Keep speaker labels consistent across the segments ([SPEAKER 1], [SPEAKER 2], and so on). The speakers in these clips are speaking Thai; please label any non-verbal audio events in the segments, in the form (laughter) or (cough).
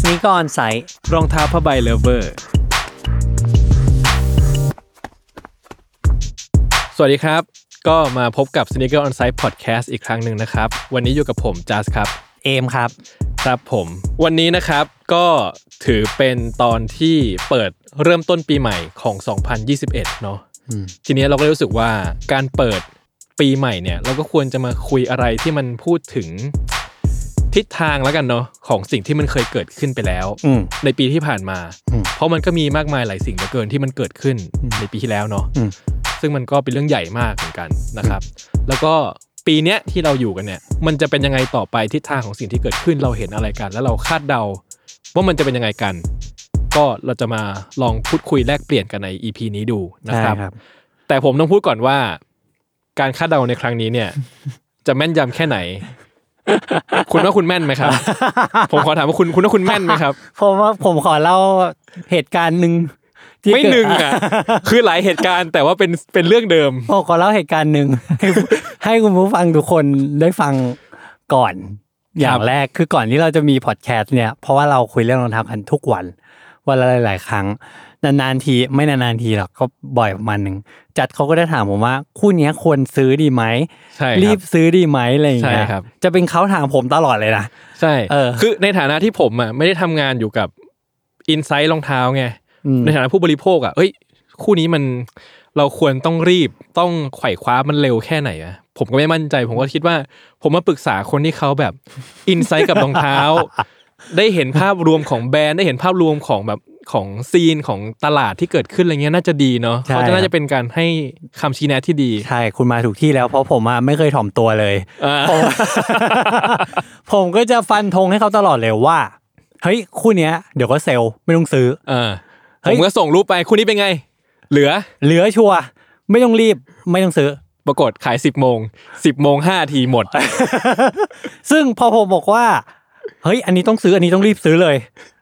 [SPEAKER 1] สนิกออนไซต์
[SPEAKER 2] รองเท้าผ้าใบเลเวอร์ สวัสดีครับ ก็มาพบกับ Sneaker On Site Podcast อีกครั้งหนึ่งนะครับ วันนี้อยู่กับผมจัสครับ
[SPEAKER 1] เอมครับ
[SPEAKER 2] ครับผม วันนี้นะครับก็ถือเป็นตอนที่เปิดเริ่มต้นปีใหม่ของ 2021 เนาะทีนี้เราก็รู้สึกว่าการเปิดปีใหม่เนี่ย เราก็ควรจะมาคุยอะไรที่มันพูดถึงทิศทางแล้วกันเนาะของสิ่งที่มันเคยเกิดขึ้นไปแล้ว
[SPEAKER 1] อืม
[SPEAKER 2] ในปีที่ผ่านมา
[SPEAKER 1] อืม
[SPEAKER 2] เพราะมันก็มีมากมายหลายสิ่งเหลือเกินที่มันเกิดขึ้นในปีที่แล้วเนาะ
[SPEAKER 1] อืม
[SPEAKER 2] ซึ่งมันก็เป็นเรื่องใหญ่มากเหมือนกันนะครับ แล้วก็ปีเนี้ยที่เราอยู่กันเนี่ย มันจะเป็นยังไงต่อไปทิศทางของสิ่งที่เกิดขึ้นเราเห็นอะไรกัน แล้วเราคาดเดาว่ามันจะเป็นยังไงกัน ก็เราจะมาลองพูดคุยแลกเปลี่ยนกันใน EP นี้ดูนะ
[SPEAKER 1] ใช่
[SPEAKER 2] ครับ
[SPEAKER 1] ครับ
[SPEAKER 2] แต่ผมต้องพูดก่อนว่า การคาดเดาในครั้งนี้ (laughs) เนี่ย จะแม่นยำแค่ไหน คุณว่าคุณแม่นไหม (laughs) ครับ ผมขอถามว่าคุณคุณว่าคุณแม่นไหมครับ
[SPEAKER 1] ผมว่าผมขอเล่าเหตุการณ์หนึ่งที่
[SPEAKER 2] ไม่
[SPEAKER 1] เกิด
[SPEAKER 2] หนึ่งอ่ะ (laughs) คือหลายเหตุการณ์แต่ว่าเป็นเป็นเรื่องเดิม
[SPEAKER 1] (laughs) ผมขอเล่าเหตุการณ์หนึ่ง (laughs) ให้ให้คุณผู้ฟังทุกคนได้ฟังก่อน อย่างแรกคือก่อนที่เราจะมีพอดแคสต์เนี่ย เพราะว่าเราคุยเรื่องรองเท้ากันทุกวัน วันละหลาย ๆ ครั้ง นาน ๆ ทีไม่นาน ๆ ทีหรอกก็บ่อยประมาณหนึ่งจัดเขาก็ได้ถามผมว่าคู่เนี้ยควรซื้อดีไหม
[SPEAKER 2] ใช่ค
[SPEAKER 1] รี
[SPEAKER 2] รั
[SPEAKER 1] บบ ซื้อดีไหมอะไรอย่างเงี้ย
[SPEAKER 2] ใช่ครับ
[SPEAKER 1] จะเป็นเขาถามผมตลอดเลยนะ
[SPEAKER 2] ใช่
[SPEAKER 1] เออ
[SPEAKER 2] คือในฐานะที่ผมอ่ะไม่ได้ทำงานอยู่กับอินไซต์รองเท้าไง
[SPEAKER 1] อืม
[SPEAKER 2] ในฐานะผู้บริโภคอ่ะเอ้ย คู่นี้มันเราควรต้องรีบต้องไขว่คว้ามันเร็วแค่ไหนอะผมก็ไม่มั่นใจ ผมก็คิดว่า ผมมาปรึกษาคนที่เขาแบบอินไซต์กับรองเท้า (laughs) ได้เห็นภาพรวมของแบรนด์ได้เห็นภาพรวมของแบบของซีนของตลาดที่เกิดขึ้นอะไรเงี้ยน่าจะดีเนาะ
[SPEAKER 1] ใช่
[SPEAKER 2] เขาจะ
[SPEAKER 1] ครั
[SPEAKER 2] น่า
[SPEAKER 1] บ
[SPEAKER 2] จะเป็นการให้คำชี้แนะที่ดี
[SPEAKER 1] ใช่ คุณมาถูกที่แล้วเพราะผมอะไม่เคย (laughs) ถ่อมตัวเลย
[SPEAKER 2] อ่า
[SPEAKER 1] ผม (laughs) ผมก็จะฟันธงให้เขาตลอดเลยว่า เฮ้ย คู่เนี้ยเดี๋ยวก็เซลล์ไม่ต้องซื้อ
[SPEAKER 2] เออ
[SPEAKER 1] เฮ้
[SPEAKER 2] ผ
[SPEAKER 1] ย
[SPEAKER 2] มก็ส่งรูปไปคู่นี้เป็นไง เหลือ
[SPEAKER 1] เหลือชัวร์ไม่ต้องรีบไม่ต้องซื้อ
[SPEAKER 2] ปรากฏขายสิบโมงสิบโมงห้าทีหมด
[SPEAKER 1] ซึ่งพอผมบอกว่า เฮ้ย อันนี้ต้องซื้ออันนี้ต้องรีบซื้อเลย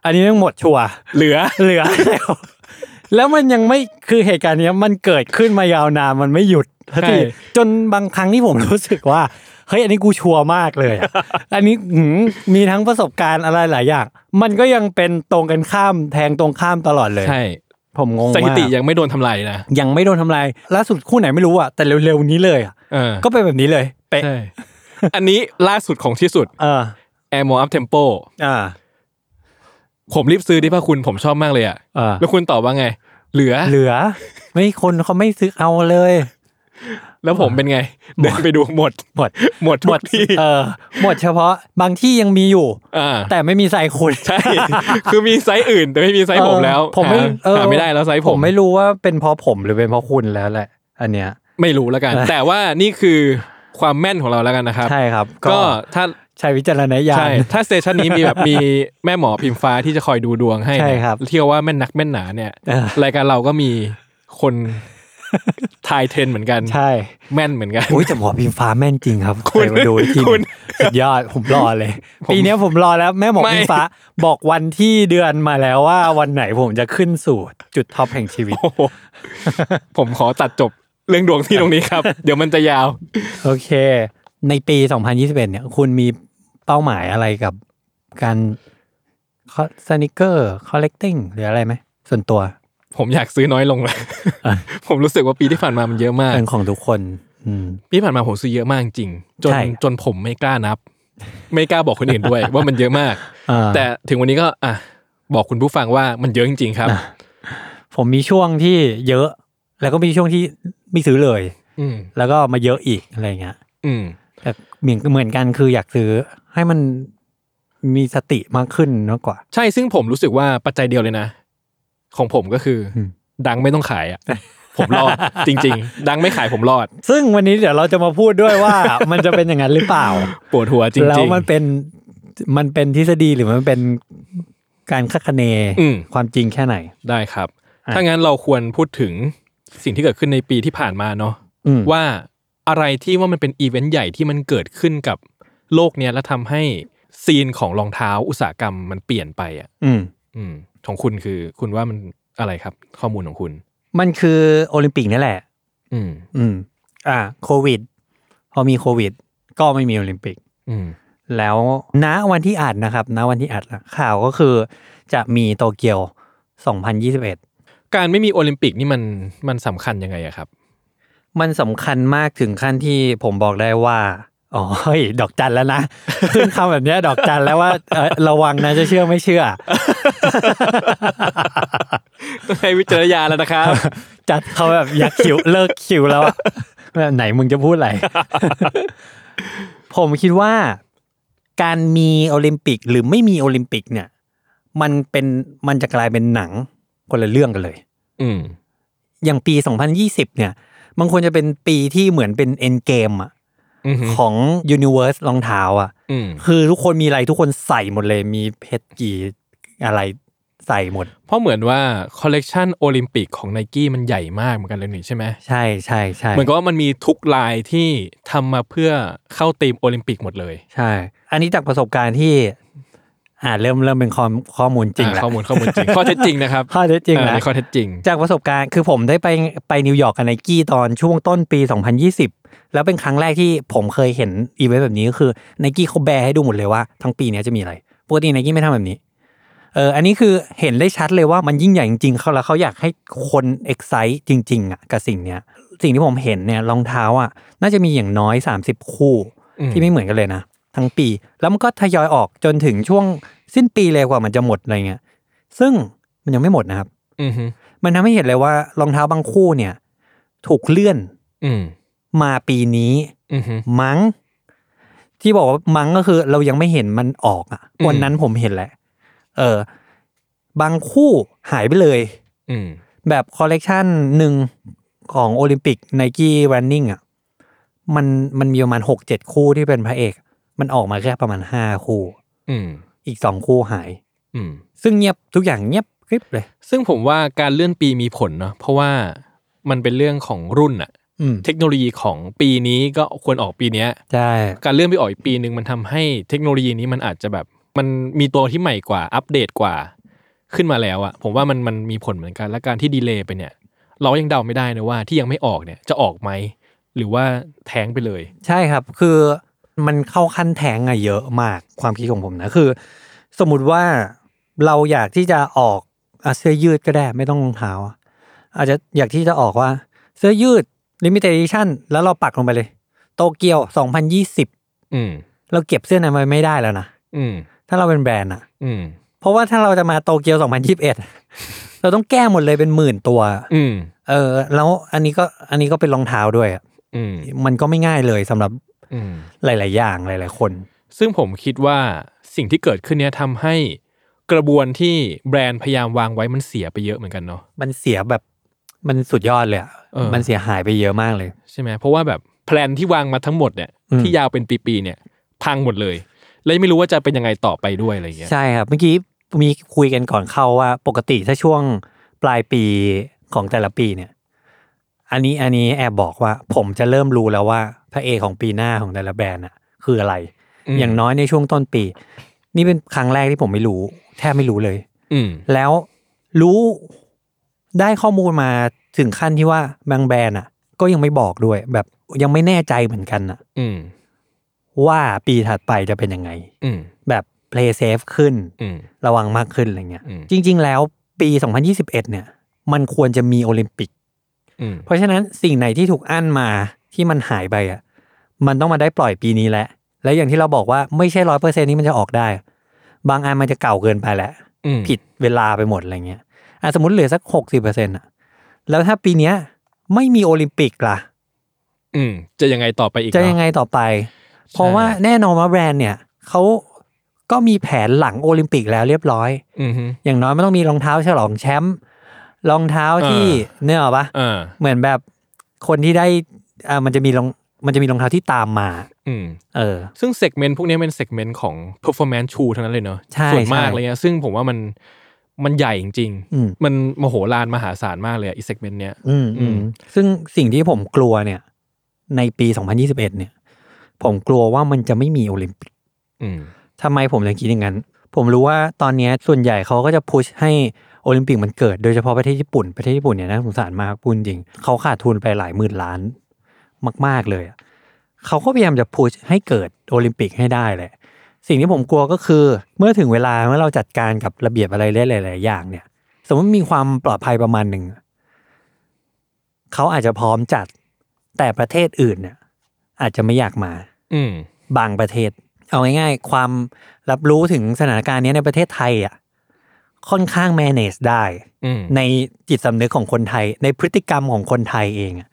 [SPEAKER 1] อันนี้ต้องหมดชัวร์
[SPEAKER 2] เหลือ
[SPEAKER 1] เหลือ แล้ว (laughs) แล้วมันยังไม่คือเหตุการณ์เนี้ยมันเกิดขึ้นมายาวนานมันไม่หยุดสักที
[SPEAKER 2] ใช่
[SPEAKER 1] จนบางครั้งที่ผมรู้สึกว่าเฮ้ยอันนี้กูชัวร์มากเลย
[SPEAKER 2] (laughs)
[SPEAKER 1] อะ อันนี้หืมมีทั้งประสบการณ์อะไรหลายอย่าง มันก็ยังเป็นตรงกันข้ามแทงตรงข้ามตลอดเลย
[SPEAKER 2] ใช่
[SPEAKER 1] ผมงง
[SPEAKER 2] สถิ
[SPEAKER 1] มา
[SPEAKER 2] ติ
[SPEAKER 1] ก
[SPEAKER 2] ยังไม่โดนทำลายนะ
[SPEAKER 1] ยังไม่โดนทำลายล่าสุดคู่ไหนไม่รู้อ่ะแต่เร็วๆนี้เลยอะ
[SPEAKER 2] เออ
[SPEAKER 1] ก็เป็นแบบนี้เลยเป๊ะ
[SPEAKER 2] ใช่ อันนี้ล่าสุดของที่สุด
[SPEAKER 1] เออ
[SPEAKER 2] Air More Up Tempo
[SPEAKER 1] อ่า
[SPEAKER 2] ผมรีบซื้อที่พระคุณผมชอบมากเลยอะ
[SPEAKER 1] เออ
[SPEAKER 2] แล้วคุณตอบว่าไง เหลือ
[SPEAKER 1] เหลือ ไม่คนเขาไม่ซื้อเอาเลย
[SPEAKER 2] แล้วผมเป็นไง เดินไปดูหมด
[SPEAKER 1] หมด
[SPEAKER 2] หมด
[SPEAKER 1] ห
[SPEAKER 2] ห
[SPEAKER 1] ม
[SPEAKER 2] ม
[SPEAKER 1] ด
[SPEAKER 2] ดที่
[SPEAKER 1] เออหมดเฉพาะบางที่ยังมีอยู่
[SPEAKER 2] อ่า
[SPEAKER 1] แต่ไม่มีใส่คุณ
[SPEAKER 2] ใช่ (laughs) คือมีไซส์อื่น แต่ไม่มีไซส์ผมแล้ว
[SPEAKER 1] เออผมไม่
[SPEAKER 2] หา
[SPEAKER 1] เออ
[SPEAKER 2] หาไม่ได้แล้วไซส์ผม
[SPEAKER 1] ผมไม่รู้ว่าเป็นเพราะผมหรือเป็นเพราะคุณแล้วแหละ อันเนี้ย
[SPEAKER 2] ไม่รู้แล้วกัน แต่ว่านี่คือความแม่นของเราแล้วกันนะครับ
[SPEAKER 1] ใช่ครับ ก็
[SPEAKER 2] ก็ถ้า
[SPEAKER 1] ใช้วิจารณญาณ
[SPEAKER 2] ใช่ถ้าสเตชันนี้
[SPEAKER 1] (laughs)
[SPEAKER 2] มีแบบมีแม่หมอพิมฟ้าที่จะคอยดูดวงให้
[SPEAKER 1] ใช่
[SPEAKER 2] เนี่ย
[SPEAKER 1] ครับ
[SPEAKER 2] เที่ยวว่าแม่นนักแม่นหนาเนี่ย
[SPEAKER 1] เออ
[SPEAKER 2] รายการเราก็มีคน (laughs) ทายเทรนด์เหมือนกัน
[SPEAKER 1] ใช่
[SPEAKER 2] แม่นเหมือน (laughs) กัน
[SPEAKER 1] อุ้ยแต่หมอพิมฟ้าแม่นจริงครับ
[SPEAKER 2] คุณ
[SPEAKER 1] ใรมาดูอีกทีหนึ่ง
[SPEAKER 2] คุณ
[SPEAKER 1] สุดยอดผมรอเลย ปีเนี้ยผมรอแล้วแม่หมอ
[SPEAKER 2] ไม่
[SPEAKER 1] พิมฟ้าบอกวันที่เดือนมาแล้วว่าวันไหนผมจะขึ้นสู่จุดท็อปแห่งชีวิต
[SPEAKER 2] โอ้โหผมขอตัดจบเรื่องดวงที่ตรงนี้
[SPEAKER 1] (laughs)
[SPEAKER 2] ครับ เดี๋ยวมันจะยาว
[SPEAKER 1] โอเค ในปี 2021 เนี่ย คุณมีเป้าหมายอะไรกับการสนิเกอร์ คอลเลกติ้งหรืออะไรไหม ส่วนตัว
[SPEAKER 2] (laughs) ผมอยากซื้อน้อยลงเลย ผมรู้สึกว่าปีที่ผ่านมามันเยอะมาก
[SPEAKER 1] เป็นของทุกคน อืม
[SPEAKER 2] ปีที่ผ่านมาผมซื้อเยอะมากจริงจน
[SPEAKER 1] ใช่
[SPEAKER 2] จนผมไม่กล้านับ ไม่กล้าบอกคนอื่น
[SPEAKER 1] (laughs)
[SPEAKER 2] ด้วย ว่ามันเยอะมาก
[SPEAKER 1] อ่า
[SPEAKER 2] แต่ถึงวันนี้ก็อ่ะบอกคุณผู้ฟังว่ามันเยอะจริง ๆ ครับ
[SPEAKER 1] อ่ะ ผมมีช่วงที่เยอะ แล้วก็มีช่วงที่ไม่ซื้อเลย
[SPEAKER 2] อืม
[SPEAKER 1] แล้วก็มาเยอะอีกอะไรเงี้ย
[SPEAKER 2] อืม
[SPEAKER 1] แต่เหมือนเหมือนกันคืออยากซื้อให้มันมีสติมากขึ้นมากกว่า
[SPEAKER 2] ใช่ซึ่งผมรู้สึกว่าปัจจัยเดียวเลยนะ ของผมก็คืออ
[SPEAKER 1] ม
[SPEAKER 2] ดังไม่ต้องขายอ่ะ ผมรอดจริง
[SPEAKER 1] (laughs)
[SPEAKER 2] ๆ ดังไม่ขายผมรอด
[SPEAKER 1] ซึ่งวันนี้เดี๋ยวเราจะมาพูดด้วยว่า มันจะเป็นอย่างนั้นหรือเปล่า
[SPEAKER 2] ปวดหัวจริงๆ
[SPEAKER 1] แล้วมันเป็นมันเป็นทฤษฎีหรือมันเป็นการคาดคะเน
[SPEAKER 2] อืม
[SPEAKER 1] ความจริงแค่ไหน
[SPEAKER 2] ได้ครับ
[SPEAKER 1] อ่ะ
[SPEAKER 2] ถ้างั้นเราควรพูดถึงสิ่งที่เกิดขึ้นในปีที่ผ่านมาเนาะ
[SPEAKER 1] อืม
[SPEAKER 2] ว่าอะไรที่ว่ามันเป็นอีเวนต์ใหญ่ที่มันเกิดขึ้นกับโลกเนี้ยแล้วทำให้ซีนของรองเท้าอุตสาหกรรมมันเปลี่ยนไปอ่ะ
[SPEAKER 1] อืม
[SPEAKER 2] อืม ของคุณคือคุณว่ามันอะไรครับ ข้อมูลของคุณ
[SPEAKER 1] มันคือโอลิมปิกนี่แหละ
[SPEAKER 2] อืม
[SPEAKER 1] อืม อ่า โควิด พอมีโควิด ก็ไม่มีโอลิมปิก
[SPEAKER 2] อืม
[SPEAKER 1] แล้วณวันที่อัดนะครับณวันที่อัดนะข่าวก็คือจะมีโตเกียว 2021
[SPEAKER 2] การไม่มีโอลิมปิกนี่มันมันสำคัญยังไงอะครับ
[SPEAKER 1] มันสำคัญมากถึงขั้นที่ผมบอกได้ว่า อ๋อเฮ้ยดอกจันแล้วนะ (laughs) ขึ้นคำแบบเนี้ยดอกจันแล้วว่าเอ่อระวังนะจะเชื่อไม่เชื่อ
[SPEAKER 2] ต้องให้วิจารณญาณแล้วนะครับ
[SPEAKER 1] จัดเขาแบบอยากคิว เลิกคิวแล้วอะแบบไหนมึงจะ (laughs) พูดอะไร ผมคิดว่าการมีโอลิมปิกหรือไม่มีโอลิมปิกเนี่ย มันเป็นมันจะกลายเป็นหนังคนละเรื่องกันเลย
[SPEAKER 2] อืม
[SPEAKER 1] อย่างปี 2020 เนี่ย มันควรจะเป็นปีที่เหมือนเป็นเอ็นเกมอะ
[SPEAKER 2] อืม
[SPEAKER 1] ของยูนิเว s ร์สรองเท้าอะ
[SPEAKER 2] อืม
[SPEAKER 1] คือทุกคนมีอะไรทุกคนใส่หมดเลยมีเพชรกี่อะไรใส่หมด
[SPEAKER 2] เพราะเหมือนว่าคอลเลกชันโอลิมปิกของไนกี้มันใหญ่มากเหมือนกันเลยนี่ใช่ไหม
[SPEAKER 1] ใช่ใช่ใช่
[SPEAKER 2] เหมือนกับว่ามันมีทุกลายที่ทำมาเพื่อเข้าธีมโอลิมปิกหมดเลย
[SPEAKER 1] ใช่ อันนี้จากประสบการณ์ที่ อ่าเริ่มเริ่มเป็นข้อมข้อมูลจริง
[SPEAKER 2] อ่ะ
[SPEAKER 1] แล้ว
[SPEAKER 2] ข้อมูลข้อมูล
[SPEAKER 1] (laughs)
[SPEAKER 2] จริง ข้อเท็จจริงนะครับ
[SPEAKER 1] ข้อเท็จจริง
[SPEAKER 2] อ่า
[SPEAKER 1] นะ
[SPEAKER 2] ในข้อเท็จจริง
[SPEAKER 1] จากประสบการณ์คือผมได้ไปไปนิวยอร์กกับไนกี้ตอนช่วงต้นปี 2020 แล้วเป็นครั้งแรกที่ผมเคยเห็นอีเวนต์แบบนี้ก็คือไนกี้เขาแบร์ให้ดูหมดเลยว่าทั้งปีเนี้ยจะมีอะไรปกติไนกี้ไม่ทำแบบนี้เอออันนี้คือเห็นได้ชัดเลยว่ามันยิ่งใหญ่จริงๆเขาแล้วเขาอยากให้คนเอ็กไซต์จริงๆอ่ะกับสิ่งเนี้ยสิ่งที่ผมเห็นเนี่ยรองเท้าอ่ะน่าจะมีอย่างน้อย 30 คู่
[SPEAKER 2] อืม
[SPEAKER 1] ที่ไม่เหมือนกันเลยนะ ทั้งปี แล้วมันก็ทยอยออกจนถึงช่วงสิ้นปีเลยกว่ามันจะหมดอะไรเงี้ยซึ่งมันยังไม่หมดนะครับ
[SPEAKER 2] อืมฮึ
[SPEAKER 1] มันทำให้เห็นเลยว่ารองเท้าบางคู่เนี่ย ถูกเลื่อน
[SPEAKER 2] อืม
[SPEAKER 1] มาปีนี้
[SPEAKER 2] อืมฮึ
[SPEAKER 1] มั้ง ที่บอกว่ามั้งก็คือ เรายังไม่เห็นมันออกอะ่ะ
[SPEAKER 2] อืม
[SPEAKER 1] วันนั้นผมเห็นแหละ เออ บางคู่หายไปเลย
[SPEAKER 2] อืม
[SPEAKER 1] แบบคอลเลกชันหนึ่งของโอลิมปิกไนกี้รันนิ่งอ่ะมันมันมีประมาณหกเจ็ดคู่ที่เป็นพระเอก มันออกมาแค่ประมาณห้าคู่
[SPEAKER 2] อืม
[SPEAKER 1] อีกสองคู่หาย
[SPEAKER 2] อืม
[SPEAKER 1] ซึ่งเงียบทุกอย่างเงียบกริบเลย
[SPEAKER 2] ซึ่งผมว่าการเลื่อนปีมีผลเนาะเพราะว่ามันเป็นเรื่องของรุ่นอะ
[SPEAKER 1] อืม
[SPEAKER 2] เทคโนโลยีของปีนี้ก็ควรออกปีเนี้ย
[SPEAKER 1] ใช่
[SPEAKER 2] การเลื่อนไปออกอีกปีหนึ่งมันทำให้เทคโนโลยีนี้มันอาจจะแบบ มันมีตัวที่ใหม่กว่าอัปเดตกว่าขึ้นมาแล้วอะผมว่ามันมันมีผลเหมือนกัน และการที่ดีเลย์ไปเนี่ย เรายังเดาไม่ได้นะว่าที่ยังไม่ออกเนี่ยจะออกไหม หรือว่าแท้งไปเลย
[SPEAKER 1] ใช่ครับ คือมันเข้าขั้นแทงอะเยอะมากความคิดของผมนะ คือ สมมุติว่าเราอยากที่จะออกอะเสื้อยืดก็ได้ไม่ต้องรองเท้าอะอาจจะอยากที่จะออกว่า เสื้อยืดลิมิเต็ด i ิชั่นแล้วเราปักลงไปเลย โตเกียว 2020
[SPEAKER 2] อืม
[SPEAKER 1] เราเก็บเสื้อนั้นไว้ไม่ได้แล้วนะ
[SPEAKER 2] อืม
[SPEAKER 1] ถ้าเราเป็นแบรนด์อะ
[SPEAKER 2] อืม
[SPEAKER 1] เพราะว่าถ้าเราจะมาโตเกียว 2021 เราต้องแก้หมดเลยเป็นหมื่นตัว
[SPEAKER 2] อืม
[SPEAKER 1] เออแล้วอันนี้ก็อันนี้ก็เป็นรองเท้าด้วยอะ
[SPEAKER 2] อืม
[SPEAKER 1] มันก็ไม่ง่ายเลยสำหรับ
[SPEAKER 2] อืม
[SPEAKER 1] หลาย ๆ อย่างหลาย ๆ คน
[SPEAKER 2] ซึ่งผมคิดว่าสิ่งที่เกิดขึ้นเนี่ยทำให้กระบวนที่แบรนด์พยายามวางไว้มันเสียไปเยอะเหมือนกันเนาะ
[SPEAKER 1] มันเสียแบบมันสุดยอดเลยอะ
[SPEAKER 2] เออ
[SPEAKER 1] มันเสียหายไปเยอะมากเลย
[SPEAKER 2] ใช่ไหมเพราะว่าแบบแพลนที่วางมาทั้งหมดเนี่ย
[SPEAKER 1] อืม
[SPEAKER 2] ที่ยาวเป็นปีๆเนี่ย พังหมดเลย และไม่รู้ว่าจะเป็นยังไงต่อไปด้วยอะไรอย่างเงี้ย
[SPEAKER 1] ใช่ครับ เมื่อกี้มีคุยกันก่อนเข้าว่าปกติถ้าช่วงปลายปีของแต่ละปีเนี่ย อันนี้อันนี้แอบบอกว่า ผมจะเริ่มรู้แล้วว่าพระเอกของปีหน้าของแต่ละแบรนด์อะคืออะไร
[SPEAKER 2] อืม
[SPEAKER 1] อย่างน้อยในช่วงต้นปี นี่เป็นครั้งแรกที่ผมไม่รู้ แทบไม่รู้เลย
[SPEAKER 2] อืม
[SPEAKER 1] แล้วรู้ได้ข้อมูลมาถึงขั้นที่ว่าบางแบรนด์อ่ะ ก็ยังไม่บอกด้วย แบบยังไม่แน่ใจเหมือนกันอ่ะ
[SPEAKER 2] อืม
[SPEAKER 1] ว่าปีถัดไปจะเป็นยังไง
[SPEAKER 2] อืม
[SPEAKER 1] แบบ play safe ขึ้น
[SPEAKER 2] อืม
[SPEAKER 1] ระวังมากขึ้นอะไรเงี้ย
[SPEAKER 2] อืม
[SPEAKER 1] จริง ๆ แล้วปี 2021 เนี่ย มันควรจะมีโอลิมปิก
[SPEAKER 2] อืม
[SPEAKER 1] เพราะฉะนั้นสิ่งไหนที่ถูกอั้นมา ที่มันหายไปอ่ะมันต้องมาได้ปล่อยปีนี้แหละ และอย่างที่เราบอกว่าไม่ใช่ร้อยเปอร์เซ็นนี้มันจะออกได้ บางอันมันจะเก่าเกินไปแหละ
[SPEAKER 2] อืม
[SPEAKER 1] ผิดเวลาไปหมดอะไรเงี้ยอ่ะสมมติเหลือสักหกสิบเปอร์เซ็นต์อ่ะ แล้วถ้าปีเนี้ยไม่มีโอลิมปิกล่ะ
[SPEAKER 2] อืมจะยังไงต่อไปอีก
[SPEAKER 1] จะ
[SPEAKER 2] เนอ
[SPEAKER 1] ยังไงต่อไป เพราะว่าแน่นอนว่าแบรนด์เนี่ยเขาก็มีแผนหลังโอลิมปิกแล้วเรียบร้อย
[SPEAKER 2] อือฮึ
[SPEAKER 1] อย่างน้อยมันต้องมีรองเท้าฉลองแชมป์รองเท้าที่
[SPEAKER 2] อ่
[SPEAKER 1] เนี่ยหรอกปะ
[SPEAKER 2] อ่า
[SPEAKER 1] เหมือนแบบคนที่ได้อ่ามันจะมีรองมันจะมีรองเท้าที่ตามมา
[SPEAKER 2] อืม
[SPEAKER 1] เออ
[SPEAKER 2] ซึ่งเซกเมนต์พวกนี้เป็นเซกเมนต์ของ performance shoe ทั้งนั้นเลยเนอะ
[SPEAKER 1] ใช่
[SPEAKER 2] ส่วนมาก
[SPEAKER 1] ใช่
[SPEAKER 2] เลยนะซึ่งผมว่ามันมันใหญ่จริง
[SPEAKER 1] อืม
[SPEAKER 2] มันมโหฬารมหาศาลมากเลยอะอีเซกเมนต์เนี้ย
[SPEAKER 1] อืมอืมซึ่งสิ่งที่ผมกลัวเนี่ย ในปี 2021 เนี่ย ผมกลัวว่ามันจะไม่มีโอลิมปิก
[SPEAKER 2] อืม
[SPEAKER 1] ทำไมผมถึงคิดอย่างนั้น ผมรู้ว่าตอนเนี้ยส่วนใหญ่เขาก็จะพุชให้โอลิมปิกมันเกิดโดยเฉพาะประเทศญี่ปุ่นประเทศญี่ปุ่นเนี่ยนะสงสารมากพูดจริงเขาขาดทุนไปหลายหมื่นล้านมาก ๆเลยอะเขาก็พยายามจะพุชให้เกิดโอลิมปิกให้ได้แหละ สิ่งที่ผมกลัวก็คือเมื่อถึงเวลาเมื่อเราจัดการกับระเบียบอะไรได้หลาย ๆ อย่างเนี่ย สมมติมีความปลอดภัยประมาณหนึ่ง เขาอาจจะพร้อมจัดแต่ประเทศอื่นเนี่ยอาจจะไม่อยากมา
[SPEAKER 2] อืม
[SPEAKER 1] บางประเทศ เอาง่ายๆ ความรับรู้ถึงสถานการณ์เนี้ยในประเทศไทยอ่ะค่อนข้าง manage ได้
[SPEAKER 2] อืม
[SPEAKER 1] ในจิตสำนึกของคนไทย ในพฤติกรรมของคนไทยเองอะ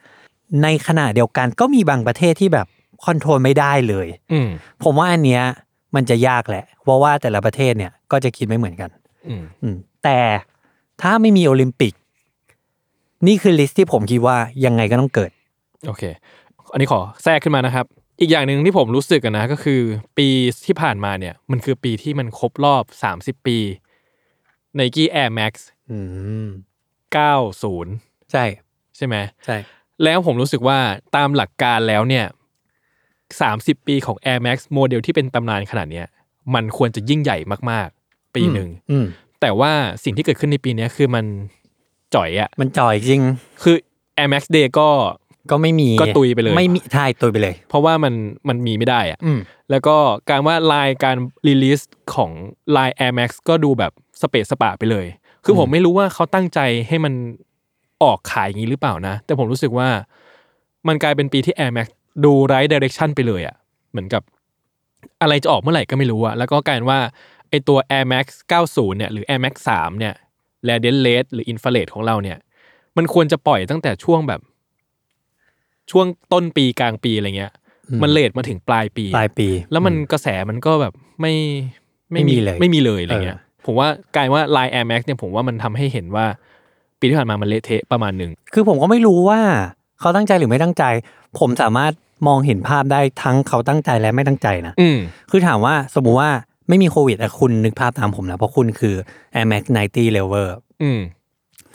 [SPEAKER 1] ในขณะเดียวกันก็มีบางประเทศที่แบบคอนโทรลไม่ได้เลย
[SPEAKER 2] อืม
[SPEAKER 1] ผมว่าอันเนี้ยมันจะยากแหละ เพราะว่าแต่ละประเทศเนี่ยก็จะคิดไม่เหมือนกัน
[SPEAKER 2] อืม
[SPEAKER 1] อืมแต่ถ้าไม่มีโอลิมปิก นี่คือลิสต์ที่ผมคิดว่ายังไงก็ต้องเกิด
[SPEAKER 2] โอเค อันนี้ขอแทรกขึ้นมานะครับ อีกอย่างหนึ่งที่ผมรู้สึกอะนะก็คือ ปีที่ผ่านมาเนี่ย มันคือปีที่มันครบรอบ 30 ปี Nike Air Max
[SPEAKER 1] อืม
[SPEAKER 2] 90
[SPEAKER 1] ใช่
[SPEAKER 2] ใช่ไหม
[SPEAKER 1] ใช่
[SPEAKER 2] แล้วผมรู้สึกว่าตามหลักการแล้วเนี่ยสาปีของ Air Max โมเดลที่เป็นตำนานขนาดเนี้ย มันควรจะยิ่งใหญ่มาก ๆ ปีหนึ่ง
[SPEAKER 1] อืม
[SPEAKER 2] แต่ว่าสิ่งที่เกิดขึ้นในปีเนี้ยคือมันจ่อยอะ
[SPEAKER 1] มันจ่อยจริง
[SPEAKER 2] คือ Air Max Day ก็
[SPEAKER 1] ก็ไม่มี
[SPEAKER 2] ก็ตุยไปเลย
[SPEAKER 1] ไม่มีใช่ตุยไปเลย
[SPEAKER 2] เพราะว่ามันมันมีไม่ได้อะ
[SPEAKER 1] อืม
[SPEAKER 2] แล้วก็การว่าลายการรีลิสของลาย Air Max ก็ดูแบบสเปซสปะไปเลย คือผมไม่รู้ว่าเขาตั้งใจให้มันออกขายอย่างนี้หรือเปล่านะ แต่ผมรู้สึกว่ามันกลายเป็นปีที่ Air Max ดูไร้ดิเรกชันไปเลยอะเหมือนกับอะไรจะออกเมื่อไหร่ก็ไม่รู้อะแล้วก็กลายเป็นว่าไอตัว Air Max 90 เนี่ยหรือ Air Max 3 เนี่ยแลเดนเลสหรืออินฟลเลตของเราเนี่ย มันควรจะปล่อยตั้งแต่ช่วงแบบ ช่วงต้นปีกลางปีอะไรเงี้ย
[SPEAKER 1] อืม
[SPEAKER 2] มันเลทมาถึงปลายปี
[SPEAKER 1] ปลายปี
[SPEAKER 2] แล้วมันกระแสมันก็แบบไม่
[SPEAKER 1] ไม่มีเลย
[SPEAKER 2] ไม่มีเลยอะไรเงี้ย
[SPEAKER 1] เอ
[SPEAKER 2] ผมว่ากลายว่า Line Air Max เนี่ยผมว่ามันทำให้เห็นว่า ปีที่ผ่านมามันเละเทะประมาณหนึ่ง
[SPEAKER 1] คือผมก็ไม่รู้ว่า เขาตั้งใจหรือไม่ตั้งใจ ผมสามารถมองเห็นภาพได้ทั้งเขาตั้งใจและไม่ตั้งใจนะ
[SPEAKER 2] อืม
[SPEAKER 1] คือถามว่าสมมุติว่าไม่มีโควิดอะคุณนึกภาพตามผมนะเพราะคุณคือ Air Max 90 Lever
[SPEAKER 2] อืม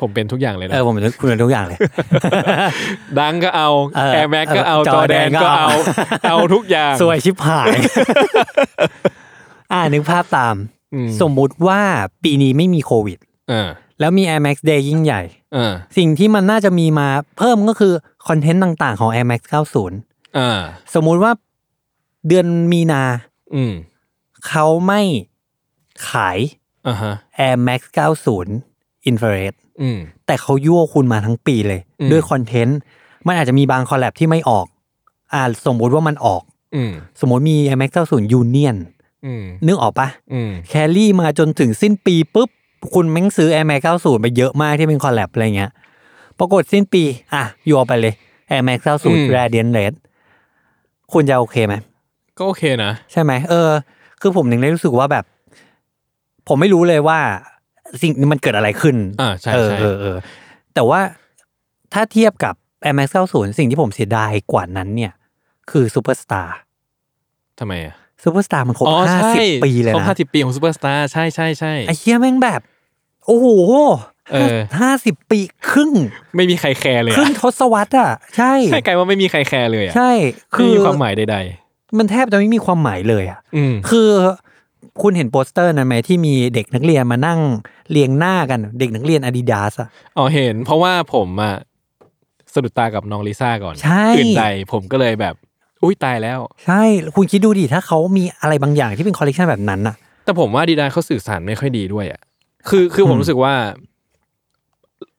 [SPEAKER 2] ผมเป็นทุกอย่างเลย
[SPEAKER 1] เอ
[SPEAKER 2] นะ
[SPEAKER 1] อผมเป็นคุณเป็นทุกอย่างเลย
[SPEAKER 2] ดังก็เอา
[SPEAKER 1] เออ
[SPEAKER 2] Air Max ก็เอา
[SPEAKER 1] เออ
[SPEAKER 2] จอแดน
[SPEAKER 1] Jordan ก็
[SPEAKER 2] ก็
[SPEAKER 1] เอา
[SPEAKER 2] เอา
[SPEAKER 1] (laughs)
[SPEAKER 2] เอาทุกอย่าง
[SPEAKER 1] สวยชิบหาย อ่านึกภาพตาม
[SPEAKER 2] อืม
[SPEAKER 1] สมมุติว่าปีนี้ไม่มีโควิด
[SPEAKER 2] เออ
[SPEAKER 1] แล้วมี Air Max Day ยิ่งใหญ่
[SPEAKER 2] เออ
[SPEAKER 1] สิ่งที่มันน่าจะมีมาเพิ่มก็คือ คอนเทนต์ต่างๆของ Air Max 90
[SPEAKER 2] เออ
[SPEAKER 1] สมมุติว่าเดือนมีนา
[SPEAKER 2] อืม
[SPEAKER 1] เขาไม่ขาย
[SPEAKER 2] อ่าฮะ
[SPEAKER 1] Air Max 90 Infrared
[SPEAKER 2] อืม
[SPEAKER 1] แต่เขายั่วคุณมาทั้งปีเลย
[SPEAKER 2] อืม
[SPEAKER 1] ด้วยคอนเทนต์ มันอาจจะมีบางคอลแลบที่ไม่ออก อ่า สมมุติว่ามันออก
[SPEAKER 2] อืม
[SPEAKER 1] สมมติมี Air Max 90 Union
[SPEAKER 2] อืม
[SPEAKER 1] นึกออกปะ
[SPEAKER 2] อืม
[SPEAKER 1] แครี่มาจนถึงสิ้นปีปุ๊บ คุณแม่งซื้อ Air Max 90 ไปเยอะมากที่เป็นคอลแลบอะไรเงี้ย ปรากฏสิ้นปี อ่ะโยนไปเลย Air Max 90 Radiant Red คุณจะโอเคไหม
[SPEAKER 2] ก็โอเคนะ
[SPEAKER 1] ใช่ไหมเออ คือผมถึงได้รู้สึกว่าแบบ ผมไม่รู้เลยว่า สิ่งนี้มันเกิดอะไรขึ้น
[SPEAKER 2] อ่าใช่
[SPEAKER 1] เออ
[SPEAKER 2] ใช่
[SPEAKER 1] เออเออแต่ว่าถ้าเทียบกับ Air Max 90 สิ่งที่ผมเสียดายกว่านั้นเนี่ย คือซูเปอร์สตาร์
[SPEAKER 2] ทำไมอ่ะ
[SPEAKER 1] ซูเปอร์สตาร์มันครบ
[SPEAKER 2] อ๋อ
[SPEAKER 1] ห้า
[SPEAKER 2] ใช่
[SPEAKER 1] สิบปีเลย
[SPEAKER 2] ครบ
[SPEAKER 1] นะ
[SPEAKER 2] ห้าสิบปีของซูเปอร์สตาร์ใช่ใช่ใช่
[SPEAKER 1] ไอ้เฮียแม่งแบบ โอ้โห
[SPEAKER 2] เออ
[SPEAKER 1] ห้าสิบปีครึ่ง
[SPEAKER 2] ไม่มีใครแคร์เลย
[SPEAKER 1] ครึ่
[SPEAKER 2] อะ
[SPEAKER 1] งทศวรรษอ่ะ ใช่
[SPEAKER 2] ใช่กลายว่าไม่มีใครแคร์เลยอ่ะ
[SPEAKER 1] ใช่
[SPEAKER 2] ไม่
[SPEAKER 1] คือ
[SPEAKER 2] มีความหมายใด
[SPEAKER 1] มันแทบจะไม่มีความหมายเลยอ่ะ
[SPEAKER 2] ๆ อืม
[SPEAKER 1] คือคุณเห็นโปสเตอร์นั้นไหมที่มีเด็กนักเรียนมานั่งเรียงหน้ากันเด็กนักเรียนอาดิดาสอ่ะ
[SPEAKER 2] อ๋อเห็น เพราะว่าผมอ่ะสะดุดตากับน้องลิซ่าก่อน
[SPEAKER 1] ใช่
[SPEAKER 2] อื่นใดผมก็เลยแบบ อุ้ยตายแล้ว
[SPEAKER 1] ใช่ คุณคิดดูดิถ้าเขามีอะไรบางอย่างที่เป็นคอลเลกชันแบบนั้นอ่ะ
[SPEAKER 2] แต่ผมว่าดีดาเขาสื่อสารไม่ค่อยดีด้วยอ่ะ คือคือผมรู้สึกว่า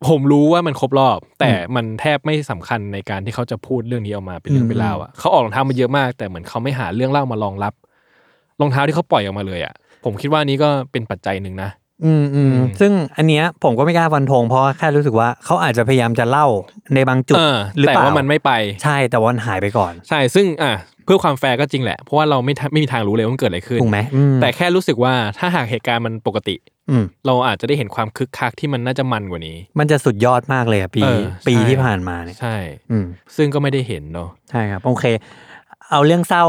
[SPEAKER 2] ผมรู้ว่ามันครบรอบ แต่มันแทบไม่สำคัญในการที่เขาจะพูดเรื่องนี้ออกมาเป็นเรื่องเป็นราวอ่ะเขาออกรองเท้ามาเยอะมาก แต่เหมือนเขาไม่หาเรื่องเล่ามารองรับรองเท้าที่เขาปล่อยออกมาเลยอ่ะ ผมคิดว่านี้ก็เป็นปัจจัยหนึ่งนะ
[SPEAKER 1] อืมอืม
[SPEAKER 2] อืม
[SPEAKER 1] ซึ่งอันเนี้ยผมก็ไม่กล้าฟันธงเพราะว่าแค่รู้สึกว่าเขาอาจจะพยายามจะเล่าในบางจุด
[SPEAKER 2] เออ
[SPEAKER 1] หรือ
[SPEAKER 2] แต่
[SPEAKER 1] เปล่า
[SPEAKER 2] ว่ามันไม่ไป
[SPEAKER 1] ใช่แต่ว่ามันหายไปก่อน
[SPEAKER 2] ใช่ซึ่งอ่ะเพื่อความแฟร์ก็จริงแหละ เพราะว่าเราไม่ทันไม่มีทางรู้เลยว่ามันเกิดอะไรขึ้น
[SPEAKER 1] ถูกไหมอืม
[SPEAKER 2] แต่แค่รู้สึกว่าถ้าหากเหตุการณ์มันปกติ
[SPEAKER 1] อืม
[SPEAKER 2] เราอาจจะได้เห็นความคึกคักที่มันน่าจะมันกว่านี้
[SPEAKER 1] มันจะสุดยอดมากเลยอะปี
[SPEAKER 2] เออ
[SPEAKER 1] ปี
[SPEAKER 2] ใช่
[SPEAKER 1] ที่ผ่านมาเนี่ย
[SPEAKER 2] ใช่
[SPEAKER 1] อืม
[SPEAKER 2] ซึ่งก็ไม่ได้เห็นเนาะ
[SPEAKER 1] ใช่ครับ โอเค เอาเรื่องเศร้า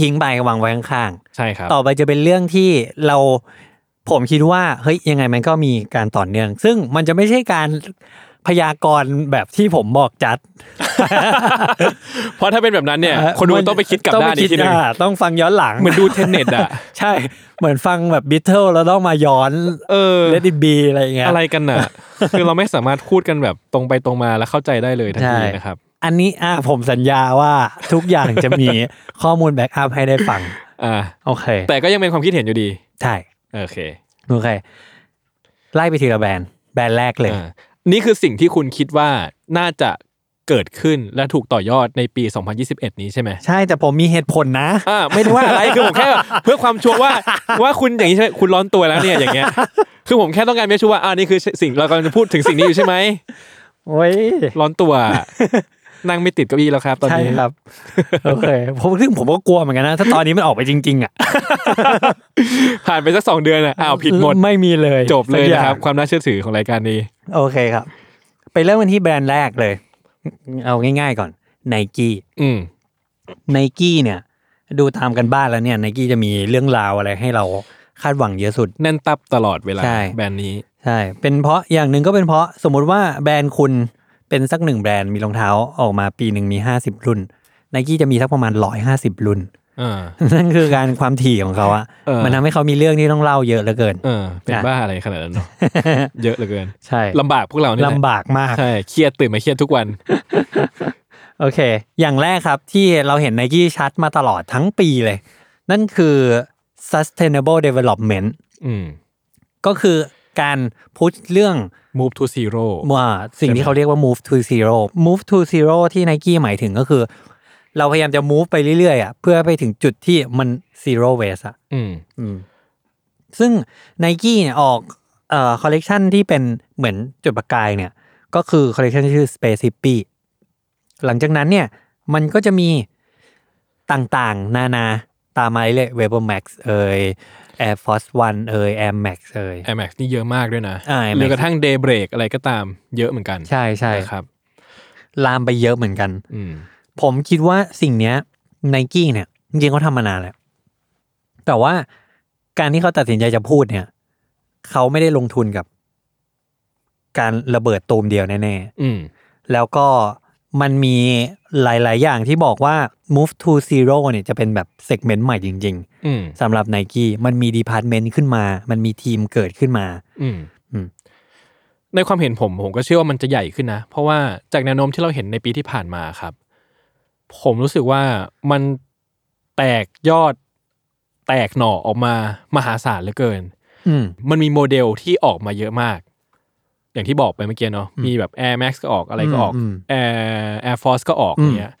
[SPEAKER 1] ทิ้งไปวางไว้ข้าง
[SPEAKER 2] ใช่ครับ
[SPEAKER 1] ๆต่อไปจะเป็นเรื่องที่เราผมคิดว่าเฮ้ยยังไงมันก็มีการต่อเนื่อง ซึ่งมันจะไม่ใช่การพยากรณ์แบบที่ผมบอกจัด
[SPEAKER 2] เพราะถ้าเป็นแบบนั้น (laughs)
[SPEAKER 1] (laughs)
[SPEAKER 2] เนี่ย คนดูต้องไปคิดกลับด้านอีกทีหนึง
[SPEAKER 1] อ่าต้องฟังย้อนหลัง
[SPEAKER 2] เหมือนดูเทนเน็ตอ่ะ
[SPEAKER 1] ใช่ เหมือนฟังแบบบิทเทิลแล้วต้องมาย้อน
[SPEAKER 2] เออ
[SPEAKER 1] เลดิบีอะไรอย่างเงี้ย
[SPEAKER 2] อะไรกันน่ะ คือเราไม่สามารถพูดกันแบบตรงไปตรงมาและเข้าใจได้เลยทันที
[SPEAKER 1] ใช่
[SPEAKER 2] นะครับ
[SPEAKER 1] อันนี้อ่าผมสัญญาว่าทุกอย่างจะ (laughs) มี ข้อมูลแบ็กอัพให้ได้ฟัง
[SPEAKER 2] อ่า
[SPEAKER 1] โอเค
[SPEAKER 2] แต่ก็ยังเป็นความคิดเห็นอยู่ดี
[SPEAKER 1] ใช่
[SPEAKER 2] โอเค
[SPEAKER 1] โอเค ไล่ไปทีละแบรนด์แบรนด์แรกเลย
[SPEAKER 2] อ่านี่คือสิ่งที่คุณคิดว่าน่าจะเกิดขึ้นและถูกต่อยอดในปี 2021 นี้ใช่ไหม
[SPEAKER 1] ใช่แต่ผมมีเหตุผลนะ
[SPEAKER 2] อ่า ไม่ได้ว่าอะไร คือผมแค่เพื่อความชัวร์ว่า ว่าคุณอย่างนี้ใช่ไหมคุณร้อนตัวแล้วเนี่ยอย่างเงี้ย คือผมแค่ต้องการไม่ชัวร์ว่าอ่านี่คือสิ่งเรากำลังจะพูดถึงสิ่งนี้อยู่ใช่ไหม
[SPEAKER 1] โอ้ย
[SPEAKER 2] ร้อนตัว นั่งไม่ติดเก้าอี้แล้วครับ ตอน
[SPEAKER 1] ใช่
[SPEAKER 2] นี้
[SPEAKER 1] (laughs) ครับ โอเคผมซึ่งผมก็กลัวเหมือนกันนะ ถ้าตอนนี้มันออกไปจริง ๆ อ่ะ
[SPEAKER 2] ผ่านไปสักสองเดือนอ่ะอ้าวผิดหมด
[SPEAKER 1] ไม่มีเลย
[SPEAKER 2] จบเลย
[SPEAKER 1] สักอาง
[SPEAKER 2] นะครับ ความน่าเชื่อถือของรายการนี้
[SPEAKER 1] โอเคครับ ไปเริ่มกันที่แบรนด์แรกเลย เอาง่ายๆก่อนไนกี้
[SPEAKER 2] อืม
[SPEAKER 1] ไนกี้เนี่ย ดูตามกันบ้านแล้วเนี่ยไนกี้จะมีเรื่องราวอะไรให้เราคาดหวังเยอะสุด
[SPEAKER 2] แน่นตับตลอดเวลา
[SPEAKER 1] ใช่
[SPEAKER 2] แบรนด์นี้
[SPEAKER 1] ใช่ เป็นเพราะอย่างหนึ่งก็เป็นเพราะสมมุติว่าแบรนด์คุณเป็นสักหนึ่งแบรนด์มีรองเท้าออกมาปีหนึ่งมีห้าสิบรุ่นไนกี้จะมีสักประมาณร้อยห้าสิบรุ่น (laughs)
[SPEAKER 2] อ่า
[SPEAKER 1] นั่นคือการความถี่ของเขาอะ
[SPEAKER 2] เออ
[SPEAKER 1] มันทำให้เขามีเรื่องที่ต้องเล่าเยอะเหลือเกิน (laughs)
[SPEAKER 2] เออ เป็น
[SPEAKER 1] อ่ะ
[SPEAKER 2] บ้าอะไรขนาดนั้นเนาะ เยอะเหลือเกิน
[SPEAKER 1] ใช่
[SPEAKER 2] ลำบากพวกเราเนี่ยแหละ
[SPEAKER 1] ลำบากมาก
[SPEAKER 2] ใช่ เครียดตื่นมาเครียดทุกวัน
[SPEAKER 1] โอเค อย่างแรกครับที่เราเห็นไนกี้ชัดมาตลอดทั้งปีเลย นั่นคือ sustainable development
[SPEAKER 2] อืม
[SPEAKER 1] ก็คือการพุชเรื่อง
[SPEAKER 2] move to zero
[SPEAKER 1] ว่าสิ่งที่เขาเรียกว่า move to zero move to zero ที่ Nike หมายถึงก็คือ เราพยายามจะ move ไปเรื่อยๆอ่ะเพื่อไปถึงจุดที่มัน zero waste อ่ะ
[SPEAKER 2] อืม
[SPEAKER 1] อืมซึ่ง n i กี้เนี่ยออกเอ่อคอลเลกชันที่เป็นเหมือนจุดประกายเนี่ย ก็คือคอลเลกชันที่ชื่อ Space Hippie หลังจากนั้นเนี่ย มันก็จะมีต่างๆ นานาตามมาเลย w e b e r Max เอ่ย Air Force One เอ่ย Air Max เอ่ย
[SPEAKER 2] Air Max นี่เยอะมากด้วยนะ
[SPEAKER 1] อ่า Air Max
[SPEAKER 2] หรือกระทั่ง day break อะไรก็ตาม เยอะเหมือนกัน
[SPEAKER 1] ใช่ใช่
[SPEAKER 2] นะครับ
[SPEAKER 1] ลามไปเยอะเหมือนกัน
[SPEAKER 2] อืม
[SPEAKER 1] ผมคิดว่าสิ่งเนี้ย n i กี้เนี่ย จริงๆเขาทำมานานแล้ว แต่ว่าการที่เขาตัดสินใจจะพูดเนี่ย เขาไม่ได้ลงทุนกับ การระเบิดตูมเดียวแน่
[SPEAKER 2] อืม
[SPEAKER 1] ๆ แล้วก็มันมีหลาย ๆ อย่างที่บอกว่า move to zero เนี่ยจะเป็นแบบเซกเมนต์ใหม่จริง
[SPEAKER 2] อืม
[SPEAKER 1] ๆสำหรับ n i กี้มันมีดีพาร์ตเมนต์ขึ้นมา มันมีทีมเกิดขึ้นมา
[SPEAKER 2] อืม
[SPEAKER 1] อืม
[SPEAKER 2] ในความเห็นผมผมก็เชื่อว่ามันจะใหญ่ขึ้นนะ เพราะว่าจากแนวโน้มที่เราเห็นในปีที่ผ่านมาครับ ผมรู้สึกว่ามันแตกยอดแตกหน่อออกมามหาศาลเหลือเกิน
[SPEAKER 1] อืม
[SPEAKER 2] มันมีโมเดลที่ออกมาเยอะมาก อย่างที่บอกไปเมื่อกี้เนาะมีแบบ Air Max ก็ออกอะไรก็ออก
[SPEAKER 1] อืมอืม
[SPEAKER 2] Air Air Force ก็ออกอย่างเงี้ย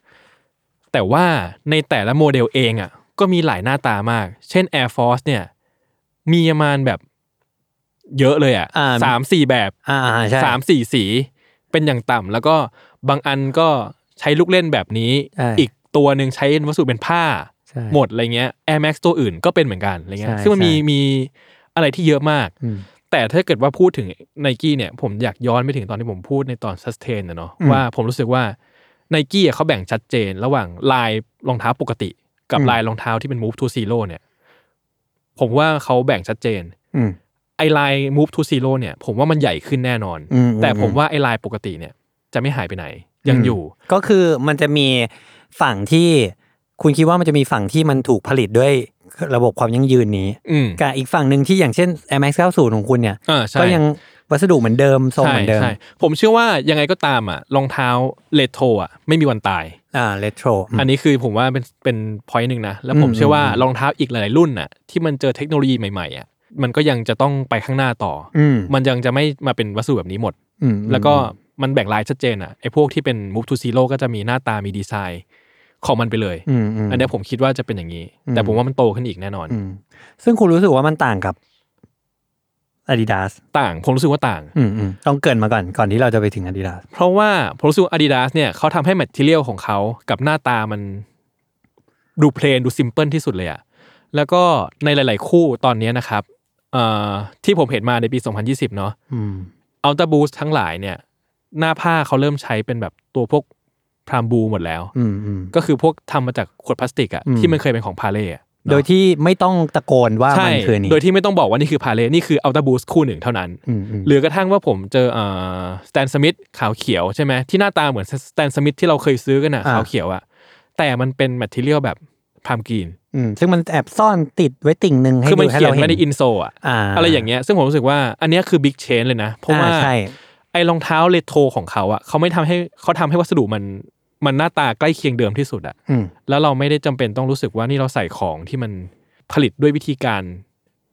[SPEAKER 2] แต่ว่าในแต่ละโมเดลเองอ่ะ ก็มีหลายหน้าตามาก เช่น Air Force เนี่ย มีประมาณแบบเยอะเลยอ่ะ
[SPEAKER 1] อ่า
[SPEAKER 2] สามสี่แบบ
[SPEAKER 1] อ่าๆใช่
[SPEAKER 2] สามสี่สีเป็นอย่างต่ำแล้วก็บางอันก็ใช้ลูกเล่นแบบนี้
[SPEAKER 1] ใช่
[SPEAKER 2] อีกตัวหนึ่งใช้วัสดุเป็นผ้า
[SPEAKER 1] ใช่
[SPEAKER 2] หมดอะไรเงี้ย Air Max ตัวอื่นก็เป็นเหมือนกันอะไรเงี้ย
[SPEAKER 1] ใช่
[SPEAKER 2] ซึ่งมันมี
[SPEAKER 1] ใช่
[SPEAKER 2] มีอะไรที่เยอะมาก
[SPEAKER 1] อืม
[SPEAKER 2] แต่ถ้าเกิดว่าพูดถึงไนกี้เนี่ย ผมอยากย้อนไปถึงตอนที่ผมพูดในตอน sustain นะเนาะ
[SPEAKER 1] อืม
[SPEAKER 2] ว่าผมรู้สึกว่าไนกี้เขาแบ่งชัดเจน ระหว่างลายรองเท้าปกติ กับ
[SPEAKER 1] อืม
[SPEAKER 2] ลายรองเท้าที่เป็น move to zero เนี่ย ผมว่าเขาแบ่งชัดเจน
[SPEAKER 1] อืม
[SPEAKER 2] ไอไลน์ move to zero เนี่ยผมว่ามันใหญ่ขึ้นแน่นอน
[SPEAKER 1] อืม
[SPEAKER 2] แต่ผม
[SPEAKER 1] อืม
[SPEAKER 2] ว่าไอไลน์ปกติเนี่ย จะไม่หายไปไหน ยัง
[SPEAKER 1] อืม
[SPEAKER 2] อยู่
[SPEAKER 1] ก็คือมันจะมีฝั่งที่คุณคิดว่ามันจะมีฝั่งที่มันถูกผลิตด้วยระบบความยั่งยืนนี้
[SPEAKER 2] อืม
[SPEAKER 1] กับอีกฝั่งหนึ่งที่อย่างเช่น Air Max 90 ของคุณเนี่ย
[SPEAKER 2] อ่าใช่
[SPEAKER 1] ก็ยังวัสดุเหมือนเดิมทรงเหมือนเดิม
[SPEAKER 2] ใช่ใช่ผมเชื่อว่ายังไงก็ตามอ่ะรองเท้าเลโทอ่ะไม่มีวันตาย
[SPEAKER 1] อ่าเลโทร
[SPEAKER 2] อันนี้คือผมว่าเป็นเป็น point หนึ่งนะ แล้วผม
[SPEAKER 1] อืม
[SPEAKER 2] เชื่อว่า
[SPEAKER 1] อืม
[SPEAKER 2] รองเท้าอีกหลายๆรุ่นน่ะที่มันเจอเทคโนโลยีใหม่ๆอ่ะ มันก็ยังจะต้องไปข้างหน้าต่ออ
[SPEAKER 1] อืม
[SPEAKER 2] มันยังจะไม่มาเป็นวัสดุแบบนี้หมด
[SPEAKER 1] อืม
[SPEAKER 2] แล้วก็มันแบ่งลายชัดเจนอ่ะไอ้พวกที่เป็นมูฟทูซีโร่ก็จะมีหน้าตามีดีไซน์ของมันไปเลย
[SPEAKER 1] อืมม
[SPEAKER 2] อันเนี้ยผมคิดว่าจะเป็นอย่างนี้ แต่
[SPEAKER 1] อืม
[SPEAKER 2] ผมว่ามันโตขึ้นอีกแน่นอน
[SPEAKER 1] อืมซึ่งคุณรู้สึกว่ามันต่างกับ Adidas
[SPEAKER 2] ต่างผมรู้สึกว่าต่าง
[SPEAKER 1] อืมอืมต้องเกรินมาก่อนก่อนที่เราจะไปถึง Adidas
[SPEAKER 2] เพราะว่าผมรู้สึกอาดิดาสเนี่ยเขาทำให้แมทเทียลของเขากับหน้าตามันดูเพลนดูซิมเพิลที่สุดเลยอะแล้วก็ในหลาย ๆ คู่ตอนเนี้ยนะครับเอ่อที่ผมเห็นมาในปี 2020 เนาะ
[SPEAKER 1] อืม
[SPEAKER 2] อัลต a บูสทั้งหลายเนี่ย หน้าผ้าเขาเริ่มใช้เป็นแบบตัวพวกพรามบูหมดแล้ว
[SPEAKER 1] อืมอืม
[SPEAKER 2] ก็คือพวกทำมาจากขวดพลาสติกอะ
[SPEAKER 1] อืม
[SPEAKER 2] ที่มันเคยเป็นของพาเล่อะเนอะ
[SPEAKER 1] โดยที่ไม่ต้องตะโกนว่า
[SPEAKER 2] ใช่
[SPEAKER 1] มันคืออนนี้
[SPEAKER 2] โดยที่ไม่ต้องบอกว่านี่คือพาเล่นี่คืออัลต a บูสคู่หนึ่งเท่านั้น
[SPEAKER 1] อืมอืม
[SPEAKER 2] หรือกระทั่งว่าผมเจอสแตนสมิธขาวเขียวใช่ไหมที่หน้าตาเหมือนสแตนสมิธที่เราเคยซื้อกันนะขาวเขียวอะแต่มันเป็นแมทเทียลแบบพามกรีน
[SPEAKER 1] อืมซึ่งมันแอบซ่อนติดไว้ติ่งหนึ่งให้
[SPEAKER 2] คือมัน
[SPEAKER 1] ดูให้
[SPEAKER 2] เขียน
[SPEAKER 1] เราเห็
[SPEAKER 2] ไม่
[SPEAKER 1] น
[SPEAKER 2] ได้อินโซอะ
[SPEAKER 1] อ่า
[SPEAKER 2] อะไรอย่างเงี้ยซึ่งผมรู้สึกว่าอันเนี้ยคือบิ๊กเชนเลยนะ เพราะว่า
[SPEAKER 1] อ่ใช่
[SPEAKER 2] ไอ้รองเท้าเลโทรของเขาอะเขาไม่ทำให้เขาทำให้วัสดุมันมันหน้าตาใกล้เคียงเดิมที่สุดอะ
[SPEAKER 1] อืม
[SPEAKER 2] แล้วเราไม่ได้จำเป็นต้องรู้สึกว่านี่เราใส่ของที่มันผลิตด้วยวิธีการ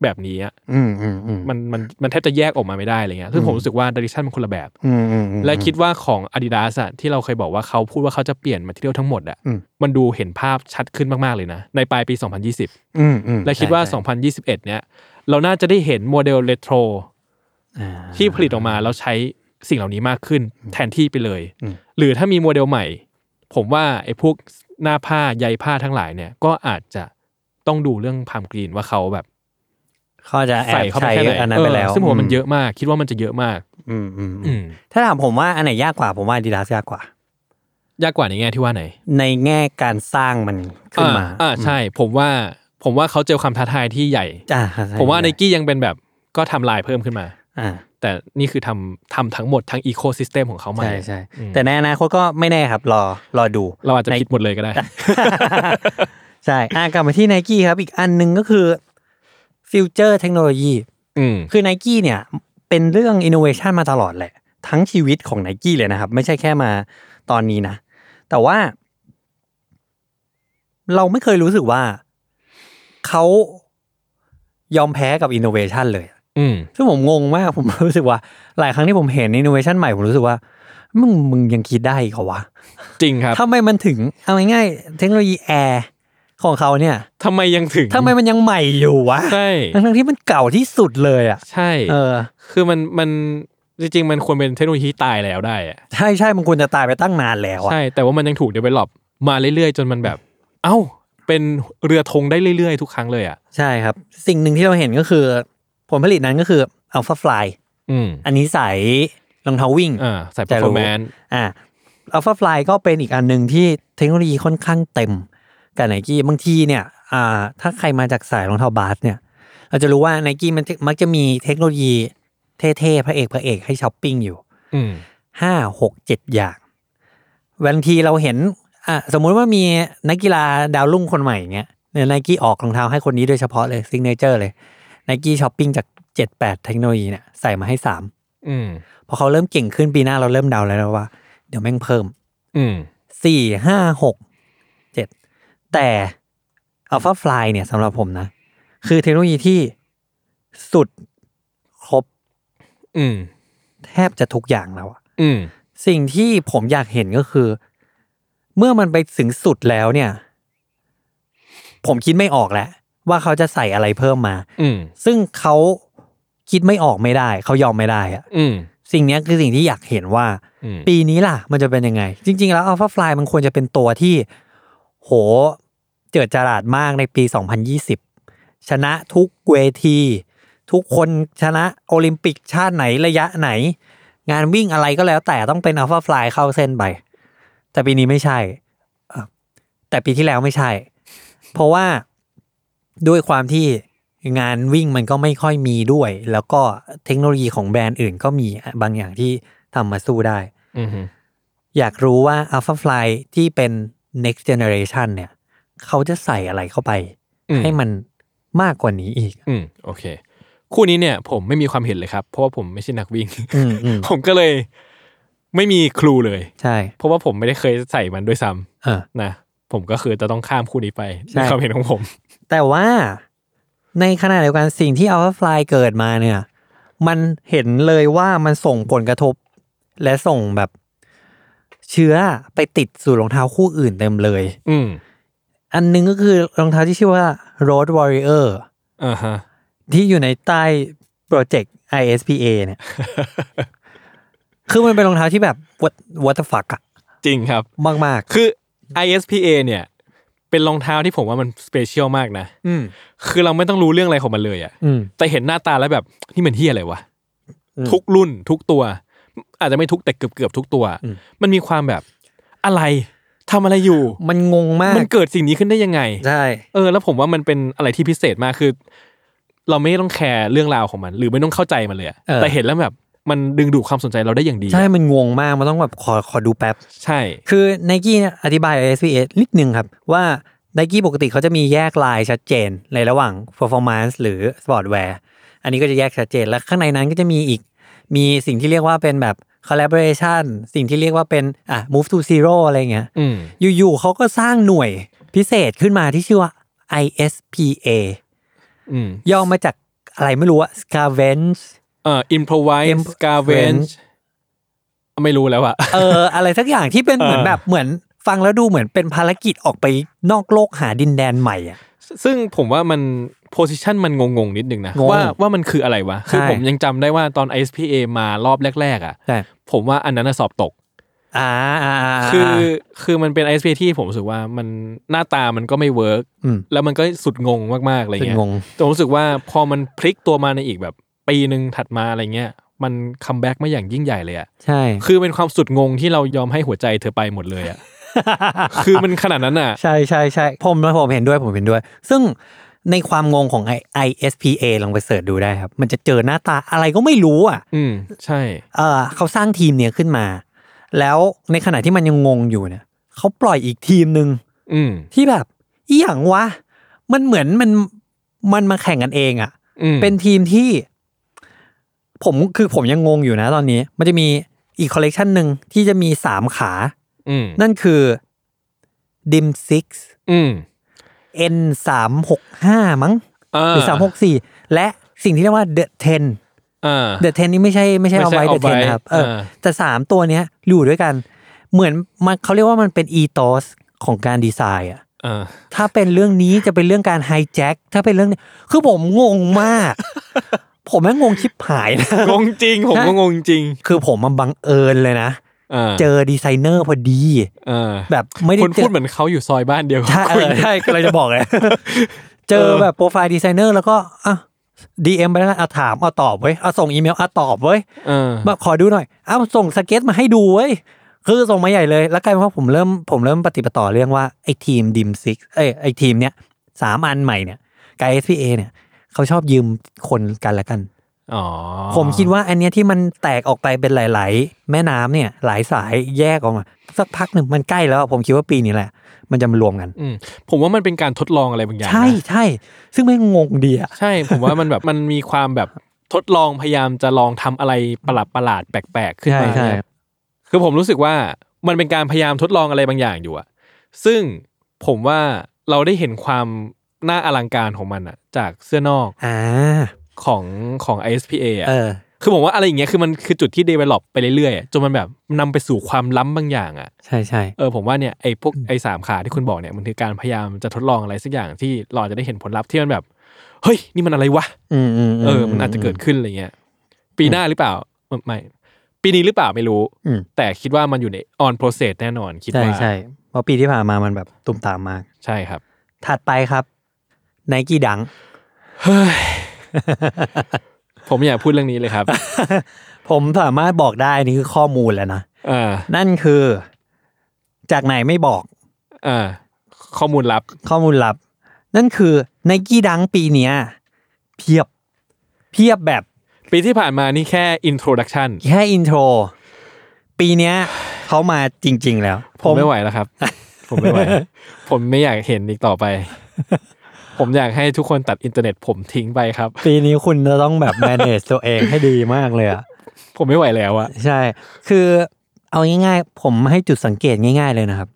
[SPEAKER 2] แบบนี้อะ
[SPEAKER 1] อืมอืมอืม
[SPEAKER 2] มันมันมันแทบจะแยกออกมาไม่ได้อะไรเงี้ยซึ่งผมรู้สึกว่าดิเรกชันมันคนละแบบ
[SPEAKER 1] อืมอืมอืม
[SPEAKER 2] และคิดว่าของ Adidas อะที่เราเคยบอกว่าเขาพูดว่าเขาจะเปลี่ยนมาทีเดียวทั้งหมดอะ
[SPEAKER 1] อืม
[SPEAKER 2] มันดูเห็นภาพชัดขึ้นมาก ๆ เลยนะ ในปลายปี 2020
[SPEAKER 1] อืมอืม
[SPEAKER 2] และคิดว่า
[SPEAKER 1] ใช่ใช่
[SPEAKER 2] 2021 เนี่ย เราน่าจะได้เห็นโมเดลเรโทร
[SPEAKER 1] อ่า
[SPEAKER 2] ที่ผลิตออกมาแล้วใช้สิ่งเหล่านี้มากขึ้นแทนที่ไปเลย
[SPEAKER 1] อืม
[SPEAKER 2] หรือถ้ามีโมเดลใหม่ ผมว่าไอ้พวกหน้าผ้าใยผ้าทั้งหลายเนี่ยก็อาจจะต้องดูเรื่องพามกรีนว่าเขาแบบ
[SPEAKER 1] เขาจะแอ
[SPEAKER 2] ใส่
[SPEAKER 1] บ
[SPEAKER 2] เข้าไป
[SPEAKER 1] ใช้
[SPEAKER 2] แค่ไหน
[SPEAKER 1] อันนั้น
[SPEAKER 2] เอ
[SPEAKER 1] ไป
[SPEAKER 2] อ
[SPEAKER 1] แล้ว
[SPEAKER 2] ซึ่งผมว่ามันเยอะมาก คิดว่ามันจะเยอะมาก
[SPEAKER 1] อืมอืมอื
[SPEAKER 2] อื
[SPEAKER 1] ม
[SPEAKER 2] ม
[SPEAKER 1] ถ้าถามผมว่าอันไหนยากกว่าผมว่า Adidas ยากกว่า
[SPEAKER 2] ยากกว่าในแง่ที่ว่าไหน
[SPEAKER 1] ในแง่การสร้างมันขึ้นมา
[SPEAKER 2] อ่อ่ใช่ผมว่าผมว่าเขาเจอความท้าทายที่ใหญ่
[SPEAKER 1] อ่า
[SPEAKER 2] ผมว่าไนกี้ยังเป็นแบบก็ทำลายเพิ่มขึ้นมา
[SPEAKER 1] อ่า
[SPEAKER 2] แต่นี่คือทำทำทั้งหมดทั้งอีโคซิสเต็มของเขาใหม่
[SPEAKER 1] ใช่ใช่
[SPEAKER 2] อืม
[SPEAKER 1] แต่ในอนาคตก็ไม่แน่ครับ รอรอ
[SPEAKER 2] (laughs)
[SPEAKER 1] ดู
[SPEAKER 2] เราอาจจะ
[SPEAKER 1] ใน
[SPEAKER 2] คิดหมดเลยก็ได้
[SPEAKER 1] ใช่อ่ะกลับมาที่ n นกี้ครับ อีกอันหนึ่งก็คือฟิวเจอร์เทคโนโลยี
[SPEAKER 2] อืม
[SPEAKER 1] คือ n นกี้เนี่ย เป็นเรื่องอินโนเวชันมาตลอดแหละ ทั้งชีวิตของ n นกี้เลยนะครับ ไม่ใช่แค่มาตอนนี้นะ แต่ว่า เราไม่เคยรู้สึกว่า เขายอมแพ้กับอินโนเวชันเลย
[SPEAKER 2] อืม
[SPEAKER 1] ซึ่งผมงงมาก ผมรู้สึกว่า หลายครั้งที่ผมเห็นอินโนเวชันใหม่ผมรู้สึกว่า มึงมึงยังคิดได้อีกเหรอวะ
[SPEAKER 2] จริงครับ
[SPEAKER 1] ทำไมมันถึงเอาง่ายๆเทคโนโลยีแอร์ของเขาเนี่ย
[SPEAKER 2] ทำไมยังถึง
[SPEAKER 1] ทำไมมันยังใหม่อยู่วะ
[SPEAKER 2] ใช่
[SPEAKER 1] ทั้งๆที่มันเก่าที่สุดเลยอ่ะ
[SPEAKER 2] ใช่
[SPEAKER 1] เออ
[SPEAKER 2] คือมันมันจริงๆ มันควรเป็นเทคโนโลยีที่ตายแล้วได้อะ
[SPEAKER 1] ใช่ใช่มันควรจะตายไปตั้งนานแล้วอ่ะ
[SPEAKER 2] ใช่แต่ว่ามันยังถูกเดเวล็อปมาเรื่อยๆ จนมันแบบ เอ้า เป็นเรือธงได้เรื่อยๆ ทุกครั้งเลยอ่ะ
[SPEAKER 1] ใช่ครับ สิ่งหนึ่งที่เราเห็นก็คือ ผลผลิตนั้นก็คืออัลฟาฟลาย
[SPEAKER 2] อืม
[SPEAKER 1] อันนี้ใส่รองเท้าวิ่ง
[SPEAKER 2] อ่าใส่
[SPEAKER 1] จะรู้
[SPEAKER 2] performance
[SPEAKER 1] อ่าอัลฟาฟลายก็เป็นอีกอันหนึ่งที่เทคโนโลยีค่อนข้างเต็มกับไนกี้บางทีเนี่ยอ่าถ้าใครมาจากสายรองเท้าบาสเนี่ย เราจะรู้ว่าไนกี้มันมักจะมีเทคโนโลยีเท่ๆ พระเอกพระเอกให้ช้อปปิ้งอยู่
[SPEAKER 2] อืม
[SPEAKER 1] ห้าหกเจ็ดอย่างบางทีเราเห็นอ่าสมมุติว่ามีนักกีฬาดาวรุ่งคนใหม่อย่างเงี้ยเนี่ยไนกี้ออกรองเท้าให้คนนี้โดยเฉพาะเลยซิงเนเจอร์เลยไนกี้ช้อปปิ้งจากเจ็ดแปดเทคโนโลยีเนี่ยใส่มาให้สาม
[SPEAKER 2] อืม
[SPEAKER 1] พอเขาเริ่มเก่งขึ้นปีหน้าเราเริ่มเดาแล้วนะว่าเดี๋ยวแม่งเพิ่ม
[SPEAKER 2] อืม
[SPEAKER 1] สี่ห้าหกเจ็ดแต่อัลฟาฟลายเนี่ยสำหรับผมนะ คือเทคโนโลยีที่สุดครบ
[SPEAKER 2] อืม
[SPEAKER 1] แทบจะทุกอย่างแล้วอะ
[SPEAKER 2] อืม
[SPEAKER 1] สิ่งที่ผมอยากเห็นก็คือ เมื่อมันไปถึงสุดแล้วเนี่ย ผมคิดไม่ออกแล้ว ว่าเขาจะใส่อะไรเพิ่มมา
[SPEAKER 2] อืม
[SPEAKER 1] ซึ่งเขาคิดไม่ออกไม่ได้ เขายอมไม่ได้อะ
[SPEAKER 2] อืม
[SPEAKER 1] สิ่งเนี้ยคือสิ่งที่อยากเห็นว่า
[SPEAKER 2] อืม
[SPEAKER 1] ปีนี้ล่ะ มันจะเป็นยังไง จริง ๆ แล้วอัลฟาฟลายมันควรจะเป็นตัวที่ โห เจิดจราดมากในปี 2020 ชนะทุกเวที ทุกคนชนะโอลิมปิกชาติไหนระยะไหน งานวิ่งอะไรก็แล้วแต่ต้องเป็นอัลฟาฟลายเข้าเส้นไป แต่ปีนี้ไม่ใช่เอ่อแต่ปีที่แล้วไม่ใช่ เพราะว่าด้วยความที่งานวิ่งมันก็ไม่ค่อยมีด้วย แล้วก็เทคโนโลยีของแบรนด์อื่นก็มีบางอย่างที่ทำมาสู้ได้
[SPEAKER 2] อืม
[SPEAKER 1] อยากรู้ว่า Alpha Fly ที่เป็น next generation เนี่ย เขาจะใส่อะไรเข้าไป
[SPEAKER 2] อืม
[SPEAKER 1] ให้มันมากกว่านี้อีก
[SPEAKER 2] อืม โอเค คู่นี้เนี่ย ผมไม่มีความเห็นเลยครับ เพราะว่าผมไม่ใช่นักวิ่ง
[SPEAKER 1] อืมอืม
[SPEAKER 2] ผมก็เลยไม่มีครูเลย
[SPEAKER 1] ใช่
[SPEAKER 2] เพราะว่าผมไม่ได้เคยใส่มันด้วยซ้ำ
[SPEAKER 1] เออ
[SPEAKER 2] นะ ผมก็คือจะต้องข้ามคู่นี้ไป
[SPEAKER 1] ใช่
[SPEAKER 2] ในความเห็นของผม
[SPEAKER 1] แต่ว่า ในขณะเดียวกันสิ่งที่อัลฟาฟลายเกิดมาเนี่ย มันเห็นเลยว่ามันส่งผลกระทบ และส่งแบบเชื้อไปติดสู่รองเท้าคู่อื่นเต็มเลย
[SPEAKER 2] อืม
[SPEAKER 1] อันหนึงก็คือรองเท้าที่ชื่อว่า Road Warrior
[SPEAKER 2] อ่าฮะ
[SPEAKER 1] ที่อยู่ในใต้โปรเจกต์ ISPA เนี่ย (laughs) คือมันเป็นรองเท้าที่แบบ what what the fuck อะ
[SPEAKER 2] จริงครับ
[SPEAKER 1] มาก
[SPEAKER 2] คือ ISPA เนี่ย เป็นรองเท้าที่ผมว่ามันสเปเชียลมากนะ
[SPEAKER 1] ๆ อืม
[SPEAKER 2] คือเราไม่ต้องรู้เรื่องอะไรของมันเลยอะ
[SPEAKER 1] อืม
[SPEAKER 2] แต่เห็นหน้าตาแล้วแบบ นี่มันเฮียอะไรวะ
[SPEAKER 1] อืม
[SPEAKER 2] ทุกรุ่นทุกตัว อาจจะไม่ทุกแต่เกือบเกือบๆทุกตัว
[SPEAKER 1] อืม
[SPEAKER 2] มันมีความแบบอะไรทำอะไรอยู่
[SPEAKER 1] มันงงมาก
[SPEAKER 2] มันเกิดสิ่งนี้ขึ้นได้ยังไง
[SPEAKER 1] ใช่
[SPEAKER 2] เออแล้วผมว่ามันเป็นอะไรที่พิเศษมากคือ เราไม่ต้องแคร์เรื่องราวของมัน หรือไม่ต้องเข้าใจมันเลยอะ
[SPEAKER 1] เออ
[SPEAKER 2] แต่เห็นแล้วแบบ มันดึงดูดความสนใจเราได้อย่างดี
[SPEAKER 1] ใช่ มันงงมาก มันต้องแบบขอขอดูแป๊บ
[SPEAKER 2] ใช่
[SPEAKER 1] คือ n i กี้อธิบาย ISPA นิดนึงครับ ว่า n i กี้ปกติเขาจะมีแยกลายชัดเจน ในระหว่าง performance หรือ sportwear อันนี้ก็จะแยกชัดเจน และข้างในนั้นก็จะมีอีก มีสิ่งที่เรียกว่าเป็นแบบ collaboration สิ่งที่เรียกว่าเป็นอ่ะ move to zero อะไรเงี้ย
[SPEAKER 2] อืม
[SPEAKER 1] อยู่ๆเขาก็สร้างหน่วยพิเศษขึ้นมาที่ชื่อว่า ISPA
[SPEAKER 2] อืม
[SPEAKER 1] ย่อมาจากอะไรไม่รู้อะ scavenge
[SPEAKER 2] เอ่อ improvise
[SPEAKER 1] Imp-
[SPEAKER 2] scavenge ไม่รู้แล้วอะ
[SPEAKER 1] เออ อะไรสักอย่างที่เป็น
[SPEAKER 2] เออ
[SPEAKER 1] เหมือนแบบเหมือนฟังแล้วดูเหมือนเป็นภารกิจออกไปนอกโลกหาดินแดนใหม่อะ
[SPEAKER 2] ซึ่งผมว่ามัน position มันงงๆนิดนึงนะ
[SPEAKER 1] งง
[SPEAKER 2] ว่าว่ามันคืออะไรวะ คือ
[SPEAKER 1] ใช่
[SPEAKER 2] ผมยังจำได้ว่าตอน ISPA มารอบแรก ๆอะ
[SPEAKER 1] ใช่
[SPEAKER 2] ผมว่าอันนั้นน่ะสอบตก
[SPEAKER 1] อ่าาาา
[SPEAKER 2] คือคือมันเป็น ISPA ที่ผมรู้สึกว่ามันหน้าตามันก็ไม่เวิร์ก
[SPEAKER 1] อืม
[SPEAKER 2] แล้วมันก็สุดงงมากๆอะไร
[SPEAKER 1] เป็น
[SPEAKER 2] เงี้ย
[SPEAKER 1] งง
[SPEAKER 2] แต่ผมรู้สึกว่าพอมันพลิกตัวมาในอีกแบบปีหนึ่งถัดมาอะไรเงี้ย มันคัมแบ็กมาอย่างยิ่งใหญ่เลยอะ
[SPEAKER 1] ใช่
[SPEAKER 2] คือเป็นความสุดงงที่เรายอมให้หัวใจเธอไปหมดเลยอะ
[SPEAKER 1] (laughs)
[SPEAKER 2] คือมันขนาดนั้นอะ
[SPEAKER 1] ใช่ใช่ใช่ผมผมเห็นด้วยผมเห็นด้วย ซึ่งในความงงของ I- ISPA ลองไปเสิร์ชดูได้ครับ มันจะเจอหน้าตาอะไรก็ไม่รู้อ่ะ
[SPEAKER 2] อืม ใช่
[SPEAKER 1] เออเขาสร้างทีมเนี้ยขึ้นมา แล้วในขณะที่มันยังงงอยู่เนี่ยเขาปล่อยอีกทีมหนึ่ง
[SPEAKER 2] อืม
[SPEAKER 1] ที่แบบอีหยังวะ มันเหมือนมันมันมาแข่งกันเองอะ่ะ
[SPEAKER 2] อืม
[SPEAKER 1] เป็นทีมที่ ผมคือผมยังงงอยู่นะตอนนี้ มันจะมีอีกคอลเลกชันหนึ่งที่จะมีสามขา
[SPEAKER 2] อืม
[SPEAKER 1] นั่นคือดิมซิก
[SPEAKER 2] อืม
[SPEAKER 1] เอ็นสามหกห้ามั้ง
[SPEAKER 2] อ่
[SPEAKER 1] หรือสามหกสี่และสิ่งที่เรียกว่าเดอะเทน
[SPEAKER 2] อ่า
[SPEAKER 1] เดอะเทนนี่ไม่ใช่ไม่ใช่
[SPEAKER 2] ไม่
[SPEAKER 1] เอา
[SPEAKER 2] ใช่
[SPEAKER 1] ไว้เดอะเทน
[SPEAKER 2] Outright
[SPEAKER 1] นะครับเออ
[SPEAKER 2] อ่า
[SPEAKER 1] แต่สามตัวเนี้ยอยู่ด้วยกัน เหมือนมันเขาเรียกว่ามันเป็นอีโตสของการดีไซน์อะ
[SPEAKER 2] อ่า
[SPEAKER 1] ถ้าเป็นเรื่องนี้จะเป็นเรื่องการไฮแจ็คถ้าเป็นเรื่องนี้คือผมงงมาก (laughs) ผมแม่งงงชิบหายนะ
[SPEAKER 2] งงจริง ผมก็งงจริง
[SPEAKER 1] คือผมมันบังเอิญเลยนะ
[SPEAKER 2] อ่า
[SPEAKER 1] เจอดีไซเนอร์พอดี
[SPEAKER 2] อ่า
[SPEAKER 1] แบบไม่ได้
[SPEAKER 2] คุณ
[SPEAKER 1] เจ
[SPEAKER 2] พู
[SPEAKER 1] อ
[SPEAKER 2] ดเหมือนเขาอยู่ซอยบ้านเดียวกับ
[SPEAKER 1] ใช่เอ
[SPEAKER 2] คุณ
[SPEAKER 1] อใช่ก็เลยจะบอกเลย เจอแบบโปรไฟล์ดีไซเนอร์แล้วก็อ่ะดีเอ็มไปแล้วกันอ่ะถามเอาตอบเว้ยเอาส่งอีเมลเอาตอบเว้ย
[SPEAKER 2] เออ
[SPEAKER 1] มาขอดูหน่อยเอาส่งสเก็ตมาให้ดูเว้ยคือส่งมาใหญ่เลย แล้วกลายเป็นว่าผมเริ่มผมเริ่มปฏิปต่อเรื่องว่าไอ้ทีมดิมซิกเอ้ยไอ้ทีมเนี้ยสามอันใหม่เนี่ยกับ SPA เนี่ยเขาชอบยืมคนกันละกัน
[SPEAKER 2] อ๋อ
[SPEAKER 1] ผมคิดว่าอันเนี้ยที่มันแตกออกไปเป็นหลาย ๆ แม่น้ำเนี่ย หลายสายแยกออกมา สักพักหนึ่งมันใกล้แล้ว ผมคิดว่าปีนี้แหละ มันจะมารวมกัน
[SPEAKER 2] อืมผมว่ามันเป็นการทดลองอะไรบางอย่างนะ
[SPEAKER 1] ใช่ใช่ซึ่งไม่งงงดีอะ
[SPEAKER 2] ใช่ ผมว่ามันแบบ มันมีความแบบ (laughs) ทดลองพยายามจะลองทำอะไรประหลาดประหลาดๆแปลกๆ ขึ้นมาเนี่ยคือผมรู้สึกว่ามันเป็นการพยายามทดลองอะไรบางอย่างอยู่อะซึ่งผมว่าเราได้เห็นความน่าอลังการของมันอะจากเสื้อนอก
[SPEAKER 1] อ่า
[SPEAKER 2] ของของ ISPA อะ
[SPEAKER 1] เออ
[SPEAKER 2] คือผมว่าอะไรอย่างเงี้ยคือมันคือจุดที่ develop ไปเรื่อยๆอะจนมันแบบนำไปสู่ความล้ำบางอย่างอะ
[SPEAKER 1] ใช่ใช่
[SPEAKER 2] เออผมว่าเนี่ยไอ้พวกไอ้สามขาที่คุณบอกเนี่ยมันคือการพยายามจะทดลองอะไรสักอย่างที่เราจะได้เห็นผลลัพธ์ที่มันแบบเฮ้ยนี่มันอะไรวะ
[SPEAKER 1] อืมอืม
[SPEAKER 2] เออ มันอาจจะเกิดขึ้นอะไรเงี้ย ปีหน้าหรือเปล่า ไม่ ปีนี้หรือเปล่าไม่รู้
[SPEAKER 1] อืม
[SPEAKER 2] แต่คิดว่ามันอยู่ใน on process แน่นอน คิด
[SPEAKER 1] ใช่
[SPEAKER 2] ว่า
[SPEAKER 1] ใช่เพราะปีที่ผ่านมามันแบบตุ่มตามมาก
[SPEAKER 2] ใช่ครับ
[SPEAKER 1] ถัดไปครับไนกี้ดัง
[SPEAKER 2] เฮ้ย ผมอยากพูดเรื่องนี้เลยครับ
[SPEAKER 1] ผมสามารถบอกได้นี่คือข้อมูลแล้วนะ
[SPEAKER 2] อ่า
[SPEAKER 1] นั่นคือ จากไหนไม่บอก
[SPEAKER 2] อ่า ข้อมูลลับ
[SPEAKER 1] ข้อมูลลับ นั่นคือไนกี้ดังปีเนี้ยเพียบ เพียบแบบ
[SPEAKER 2] ปีที่ผ่านมานี่แค่ introduction
[SPEAKER 1] แค่อินโทร ปีเนี้ย (sighs) เขามาจริง ๆ แล้ว
[SPEAKER 2] ผมไม่ไหวแล้วครับ ผมไม่ไหว ผมไม่อยากเห็นอีกต่อไป ผมอยากให้ทุกคนตัดอินเทอร์เน็ตผมทิ้งไปครับ
[SPEAKER 1] ปีนี้คุณจะต้องแบบ manage ตัวเองให้ดีมากเลยอ่ะ
[SPEAKER 2] ผมไม่ไหวแล้วอะ
[SPEAKER 1] ใช่ คือเอาง่ายๆ ผมให้จุดสังเกตง่ายๆเลยนะครับ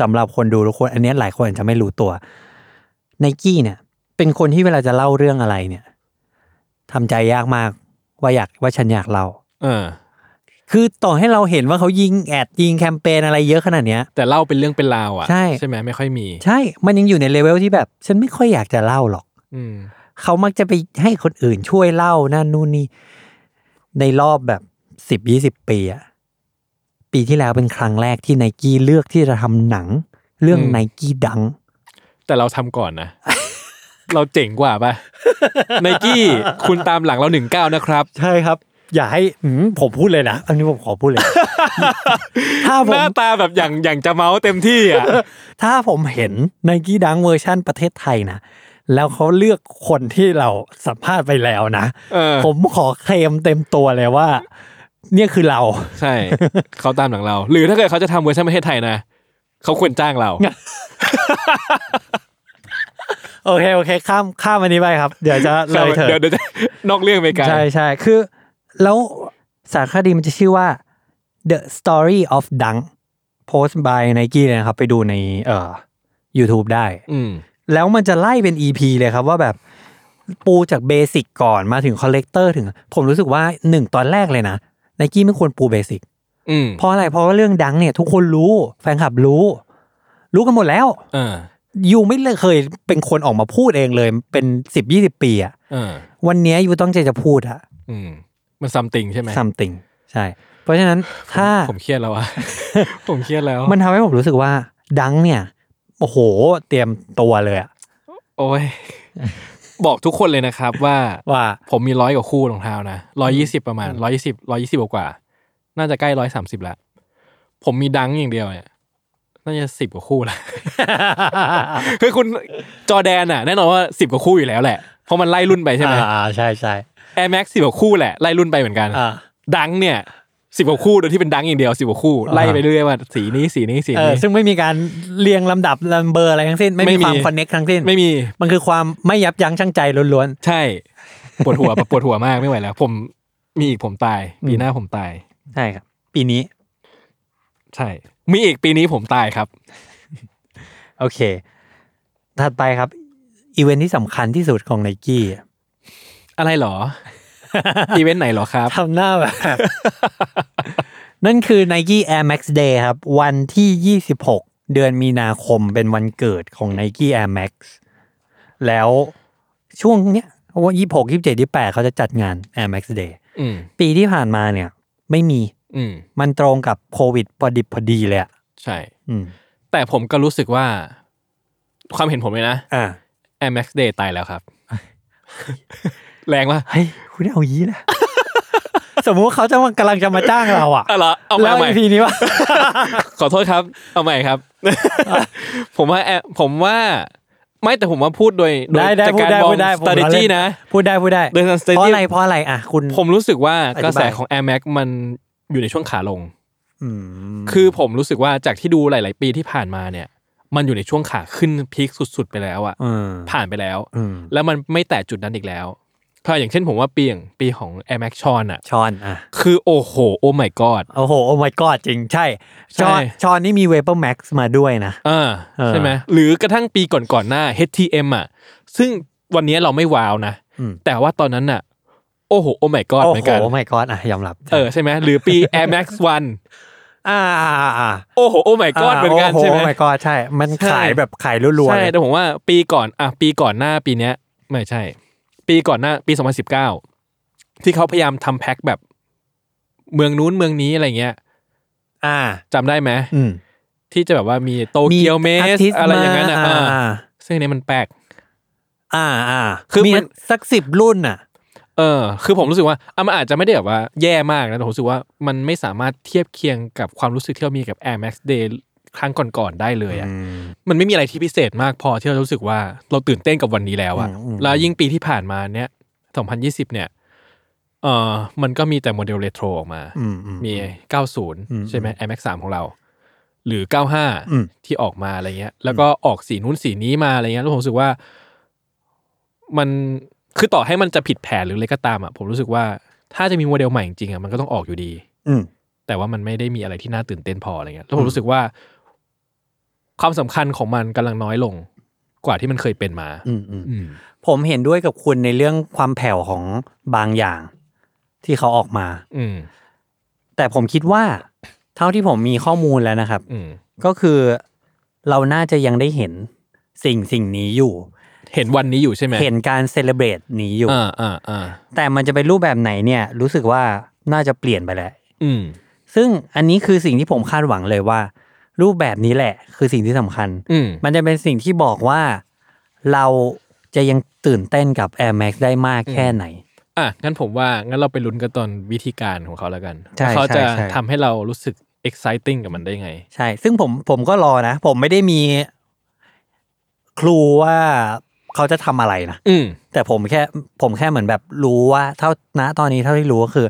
[SPEAKER 1] สำหรับคนดูทุกคน อันเนี้ยหลายคนอาจจะไม่รู้ตัวไนกี้เนี่ย เป็นคนที่เวลาจะเล่าเรื่องอะไรเนี่ยทำใจยากมากว่าอยากว่าฉันอยากเล่า
[SPEAKER 2] อ่า
[SPEAKER 1] คือต่อให้เราเห็นว่าเขายิงแอดยิงแคมเปญอะไรเยอะขนาดเนี้ย
[SPEAKER 2] แต่เล่าเป็นเรื่องเป็นราวอ่ะ
[SPEAKER 1] ใช่
[SPEAKER 2] ใช่ไหมไม่ค่อยมี
[SPEAKER 1] ใช่ มันยังอยู่ในเลเวลที่แบบ ฉันไม่ค่อยอยากจะเล่าหรอก
[SPEAKER 2] อืม
[SPEAKER 1] เขามักจะไปให้คนอื่นช่วยเล่านั่นนู่นนี่ในรอบแบบสิบยี่สิบปีอะปีที่แล้วเป็นครั้งแรกที่ไนกี้เลือกที่จะทำหนัง เรื่อง
[SPEAKER 2] อืม
[SPEAKER 1] ไนกี้ดัง
[SPEAKER 2] แต่เราทำก่อนนะ เราเจ๋งกว่าป่ะไนกี้คุณตามหลังเราหนึ่งเก้านะครับ
[SPEAKER 1] ใช่ครับ อย่าให้ผมพูดเลยนะอันนี้ผมขอพูด (laughs) เลย ถ้าผ
[SPEAKER 2] ห
[SPEAKER 1] ม
[SPEAKER 2] น้าตาแบบอย่างอย่างจะเมาส์เต็มที่อ่ะ
[SPEAKER 1] ถ้าผมเห็นไนกี้ดังเวอร์ชั่นประเทศไทยนะ แล้วเขาเลือกคนที่เราสัมภาษณ์ไปแล้วนะ
[SPEAKER 2] เออ
[SPEAKER 1] ผมขอเคลมเต็มตัวเลยว่า เนี่ยคือเรา
[SPEAKER 2] ใช่ เขาตามหลังเรา หรือถ้าเกิดเขาจะทำเวอร์ชันประเทศไทยนะเขาควรจ้างเรา
[SPEAKER 1] โอเคโอเค ข้ามข้ามอันนี้ไปครับ เดี๋ยวจะเลยเถอะ
[SPEAKER 2] เดี๋ยวเดี๋ยวจะ (laughs) นอกเรื่องไปไกัน
[SPEAKER 1] ใช่ใช่คือ แล้วสารคดีมันจะชื่อว่า The Story of Dunk Post by Nike เลยนะครับ ไปดูในเอ่อ YouTube ได้
[SPEAKER 2] อืม
[SPEAKER 1] แล้วมันจะไล่เป็น EP เลยครับว่าแบบปูจากเบสิกก่อนมาถึงคอลเลกเตอร์ถึง ผมรู้สึกว่าหนึ่งตอนแรกเลยนะไนกี้ไม่ควรปูเบสิก
[SPEAKER 2] อืม
[SPEAKER 1] เพราะอะไรเพราะว่าเรื่องดังเนี่ย ทุกคนรู้แฟนคลับรู้ รู้กันหมดแล้ว
[SPEAKER 2] เออ
[SPEAKER 1] ยูไม่เคยเป็นคนออกมาพูดเองเลยเป็นสิบยี่สิบปีอะ
[SPEAKER 2] เออ
[SPEAKER 1] วันเนี้ยยูต้องใจจะพูดอะ
[SPEAKER 2] อืม มันซัมติงใช่ไหม
[SPEAKER 1] something ใช่ เพราะฉะนั้นถ้า
[SPEAKER 2] ผมเครียดแล้วอ่ะ (laughs) ผมเครียดแล้ว
[SPEAKER 1] มันทำให้ผมรู้สึกว่าดังเนี่ย โอ้โห เตรียมตัวเลยอะ
[SPEAKER 2] โอ้ย บอกทุกคนเลยนะครับว่า
[SPEAKER 1] ว่า
[SPEAKER 2] ผมมีร้อยกว่าคู่รองเท้านะร้อยี่สิบประมาณร้อยี่สิบร้อยี่สิบกว่า น่าจะใกล้ร้อยสามสิบละผมมีดังอย่างเดียวเนี่ยน่าจะสิบกว่าคู่ละ (laughs) คือคุณจอร์แดนอ่ะ แน่นอนว่าสิบกว่าคู่อยู่แล้วแหละเพราะมันไล่รุ่นไป (laughs) ใช่ไหม
[SPEAKER 1] อ่าใช่ใช่
[SPEAKER 2] แอร์แม็กสิบกว่าคู่แหละไล่รุ่นไปเหมือนกัน
[SPEAKER 1] อ่า
[SPEAKER 2] ดังเนี่ยสิบกว่าคู่โดยที่เป็นดังอย่างเดียวสิบกว่าคู่
[SPEAKER 1] อ่า
[SPEAKER 2] ไล่ไปเรื่อยว่าสีนี้สีนี้สี
[SPEAKER 1] เออ
[SPEAKER 2] นี้
[SPEAKER 1] ซึ่งไม่มีการเรียงลำดับลำเบอร์อะไรทั้งสิ้น ไม่
[SPEAKER 2] ไม่
[SPEAKER 1] มี
[SPEAKER 2] มี
[SPEAKER 1] ความคอนเน็กทั้งสิ้น
[SPEAKER 2] ไม่มี
[SPEAKER 1] มันคือความไม่ยับยั้งชั่งใจล้วน
[SPEAKER 2] ใช่ปวดหัว (laughs) ปะปวดหัวมากไม่ไหวแล้ว ผมมีอีกผมตาย ปีหน้าผมตาย
[SPEAKER 1] ๆ ใช่ครับ ปีนี้
[SPEAKER 2] ใช่ มีอีกปีนี้ผมตายครับ
[SPEAKER 1] โอเค ถัดไปครับ อีเวนท์ที่สำคัญที่สุดของไนกี้
[SPEAKER 2] อะไรหร
[SPEAKER 1] (laughs)
[SPEAKER 2] อ อีเวนต์ไหนหรอครับ
[SPEAKER 1] ทำหน้าแบบ (laughs) นั่นคือ Nike Air Max Day ครับ วันที่ 26 เดือนมีนาคมเป็นวันเกิดของ Nike Air Max แล้วช่วงเนี้ยว่า26 27 28 เขาจะจัดงาน Air Max Day
[SPEAKER 2] อืม
[SPEAKER 1] ปีที่ผ่านมาเนี่ย ไม่มี
[SPEAKER 2] อืม
[SPEAKER 1] มันตรงกับโควิดพอดิบพอดีเลยอะ
[SPEAKER 2] ใช่
[SPEAKER 1] อืม
[SPEAKER 2] แต่ผมก็รู้สึกว่า ความเห็นผมเลยนะ
[SPEAKER 1] อ่า
[SPEAKER 2] Air Max Day ตายแล้ว
[SPEAKER 1] (laughs)
[SPEAKER 2] ครับ แรงว่ะ
[SPEAKER 1] เฮ้ย คุณเอายี้นะ (laughs) สมมุติเขาจะมากำลังจะมาจ้างเราอะ
[SPEAKER 2] เอาเหรอเอาใหม่
[SPEAKER 1] แล้ว
[SPEAKER 2] เอาใหม่
[SPEAKER 1] อีพีนี้ว่า (laughs)
[SPEAKER 2] ขอโทษครับ เอาใหม่ครับ ผมว่าแอผมว่า ไม่แต่ผมว่าพูดโดยโดย
[SPEAKER 1] ได้ได้
[SPEAKER 2] จาก
[SPEAKER 1] พูด
[SPEAKER 2] การ
[SPEAKER 1] ได้
[SPEAKER 2] มอง
[SPEAKER 1] พูดได้ผม
[SPEAKER 2] s t r a t e
[SPEAKER 1] เล่
[SPEAKER 2] g y
[SPEAKER 1] น
[SPEAKER 2] นะ
[SPEAKER 1] พูดได้พูดได้
[SPEAKER 2] เดินทาง strategy
[SPEAKER 1] เพราะอะไรเพราะอะไรอ่ะคุณ
[SPEAKER 2] ผมรู้สึกว่า
[SPEAKER 1] อธิบาย
[SPEAKER 2] กระแสของ Air Max มันอยู่ในช่วงขาลง
[SPEAKER 1] อืม
[SPEAKER 2] คือผมรู้สึกว่าจากที่ดูหลาย ๆ ปีที่ผ่านมาเนี่ย มันอยู่ในช่วงขาขึ้นพีคสุด ๆ ไปแล้วอะ
[SPEAKER 1] อืม
[SPEAKER 2] ผ่านไปแล้ว
[SPEAKER 1] อืม
[SPEAKER 2] แล้วมันไม่แตะจุดนั้นอีกแล้วถ้าอย่างเช่นผมว่าปีอย่างปีของ Air Max ชอนอะ
[SPEAKER 1] ชอนอ่ะ
[SPEAKER 2] คือโอ้โห โอ้ my god
[SPEAKER 1] โอ้โห โอ้ my god จริงใช่ช
[SPEAKER 2] ใช่
[SPEAKER 1] อนชอนนี่มีเวเปอร์แม็กซ์มาด้วยนะ
[SPEAKER 2] อ่า
[SPEAKER 1] เออ
[SPEAKER 2] ใช่ไหมหรือกระทั่งปีก่อนๆหน้า HTM อ่ะ ซึ่งวันนี้เราไม่ว้าวนะ
[SPEAKER 1] อืม
[SPEAKER 2] แต่ว่าตอนนั้นน่ะ โอ้โห โอ้ my god
[SPEAKER 1] โอ้
[SPEAKER 2] เหมือน
[SPEAKER 1] โห
[SPEAKER 2] กัน
[SPEAKER 1] โอ้ my god อ่ะยอมรับ
[SPEAKER 2] เออใช่ไหมหรือปี Air Max
[SPEAKER 1] อ่าอ่าอ่าอ่า
[SPEAKER 2] 1โอ้โห โอ้ my god เหมือนกันใช่ไหม
[SPEAKER 1] โอ้ my god ใช่ มัน
[SPEAKER 2] ใช่
[SPEAKER 1] ขายแบบขายรัวๆ
[SPEAKER 2] ใช่
[SPEAKER 1] เลย
[SPEAKER 2] แต่ผมว่าปีก่อนอ่ะปีก่อนหน้าปีเนี้ย ไม่ใช่ ปีก่อนหน้าปี 2019 ที่เขาพยายามทำแพ็คแบบเมืองนู้นเมืองนี้อะไรเงี้ย
[SPEAKER 1] อ่า
[SPEAKER 2] จำได้ไหม
[SPEAKER 1] อืม
[SPEAKER 2] ที่จะแบบว่ามีโตเกียวเมส
[SPEAKER 1] artist
[SPEAKER 2] อะไรอย่างนั้น
[SPEAKER 1] ม
[SPEAKER 2] อ่ะ
[SPEAKER 1] อ่า
[SPEAKER 2] อ่าซึ่งอันนี้มันแปลก
[SPEAKER 1] อ่าอ่า
[SPEAKER 2] คือ
[SPEAKER 1] มี
[SPEAKER 2] มัน
[SPEAKER 1] สักสิบรุ่นอ่ะ
[SPEAKER 2] เออคือผมรู้สึกว่าอ่ะมันอาจจะไม่ได้แบบว่าแย่มากนะแต่ผมรู้สึกว่ามันไม่สามารถเทียบเคียงกับความรู้สึกที่เรามีกับ Air Max Day ครั้งก่อนๆได้เลยอ่ะมันไม่มีอะไรที่พิเศษมากพอที่เรารู้สึกว่าเราตื่นเต้นกับวันนี้แล้วอ่ะ
[SPEAKER 1] อืมอืม
[SPEAKER 2] แล้วยิ่งปีที่ผ่านมาเนี้ย2020 เนี่ยเออมันก็มีแต่โมเดลเรโทรออกมา
[SPEAKER 1] อืมอืม
[SPEAKER 2] มี 90 ใช่ไหม Air Max 3 ของเรา หรือ
[SPEAKER 1] อืม
[SPEAKER 2] 95 ที่ออกมาอะไรเงี้ย แล้วก็ออกสีนู้นสีนี้มาอะไรเงี้ยแล้วผมรู้สึกว่า มันคือต่อให้มันจะผิดแผนหรืออะไรก็ตามอ่ะผมรู้สึกว่าถ้าจะมีโมเดลใหม่จริงๆอ่ะมันก็ต้องออกอยู่ดี
[SPEAKER 1] อืม
[SPEAKER 2] แต่ว่ามันไม่ได้มีอะไรที่น่าตื่นเต้นพออะไรเงี้ยแล้วผมรู้สึกว่า ความสำคัญของมันกำลังน้อยลง กว่าที่มันเคยเป็นมา
[SPEAKER 1] อืมอืม
[SPEAKER 2] อืม
[SPEAKER 1] ผมเห็นด้วยกับคุณในเรื่องความแผ่วของบางอย่าง ที่เขาออกมา
[SPEAKER 2] อืม
[SPEAKER 1] แต่ผมคิดว่า เท่าที่ผมมีข้อมูลแล้วนะครับ
[SPEAKER 2] อืม
[SPEAKER 1] ก็คือเราน่าจะยังได้เห็นสิ่งสิ่งนี้อยู่
[SPEAKER 2] เห็นวันนี้อยู่ใช่ไหม
[SPEAKER 1] เห็นการเซเลบรตนี้อยู่
[SPEAKER 2] อ่าอ่าอ่า
[SPEAKER 1] แต่มันจะเป็นรูปแบบไหนเนี่ย รู้สึกว่าน่าจะเปลี่ยนไปแล้ว
[SPEAKER 2] อืม
[SPEAKER 1] ซึ่งอันนี้คือสิ่งที่ผมคาดหวังเลยว่า รูปแบบนี้แหละ คือสิ่งที่สำคัญ
[SPEAKER 2] อืม
[SPEAKER 1] มันจะเป็นสิ่งที่บอกว่าเราจะยังตื่นเต้นกับ Air Max ได้มากแค่ไหน
[SPEAKER 2] อ่ะงั้นผมว่างั้นเราไปลุ้นกันตอนวิธีการของเขาแล้วกัน
[SPEAKER 1] ใช่
[SPEAKER 2] ว่าเขาจะ
[SPEAKER 1] ใช่ใช่
[SPEAKER 2] ทำให้เรารู้สึก exciting กับมันได้ไง
[SPEAKER 1] ใช่ ซึ่งผมผมก็รอนะ ผมไม่ได้มีครูว่าเขาจะทำอะไรนะ
[SPEAKER 2] อืม
[SPEAKER 1] แต่ผมแค่ผมแค่เหมือนแบบรู้ว่าเท่าณตอนนี้เท่าที่รู้ก็คือ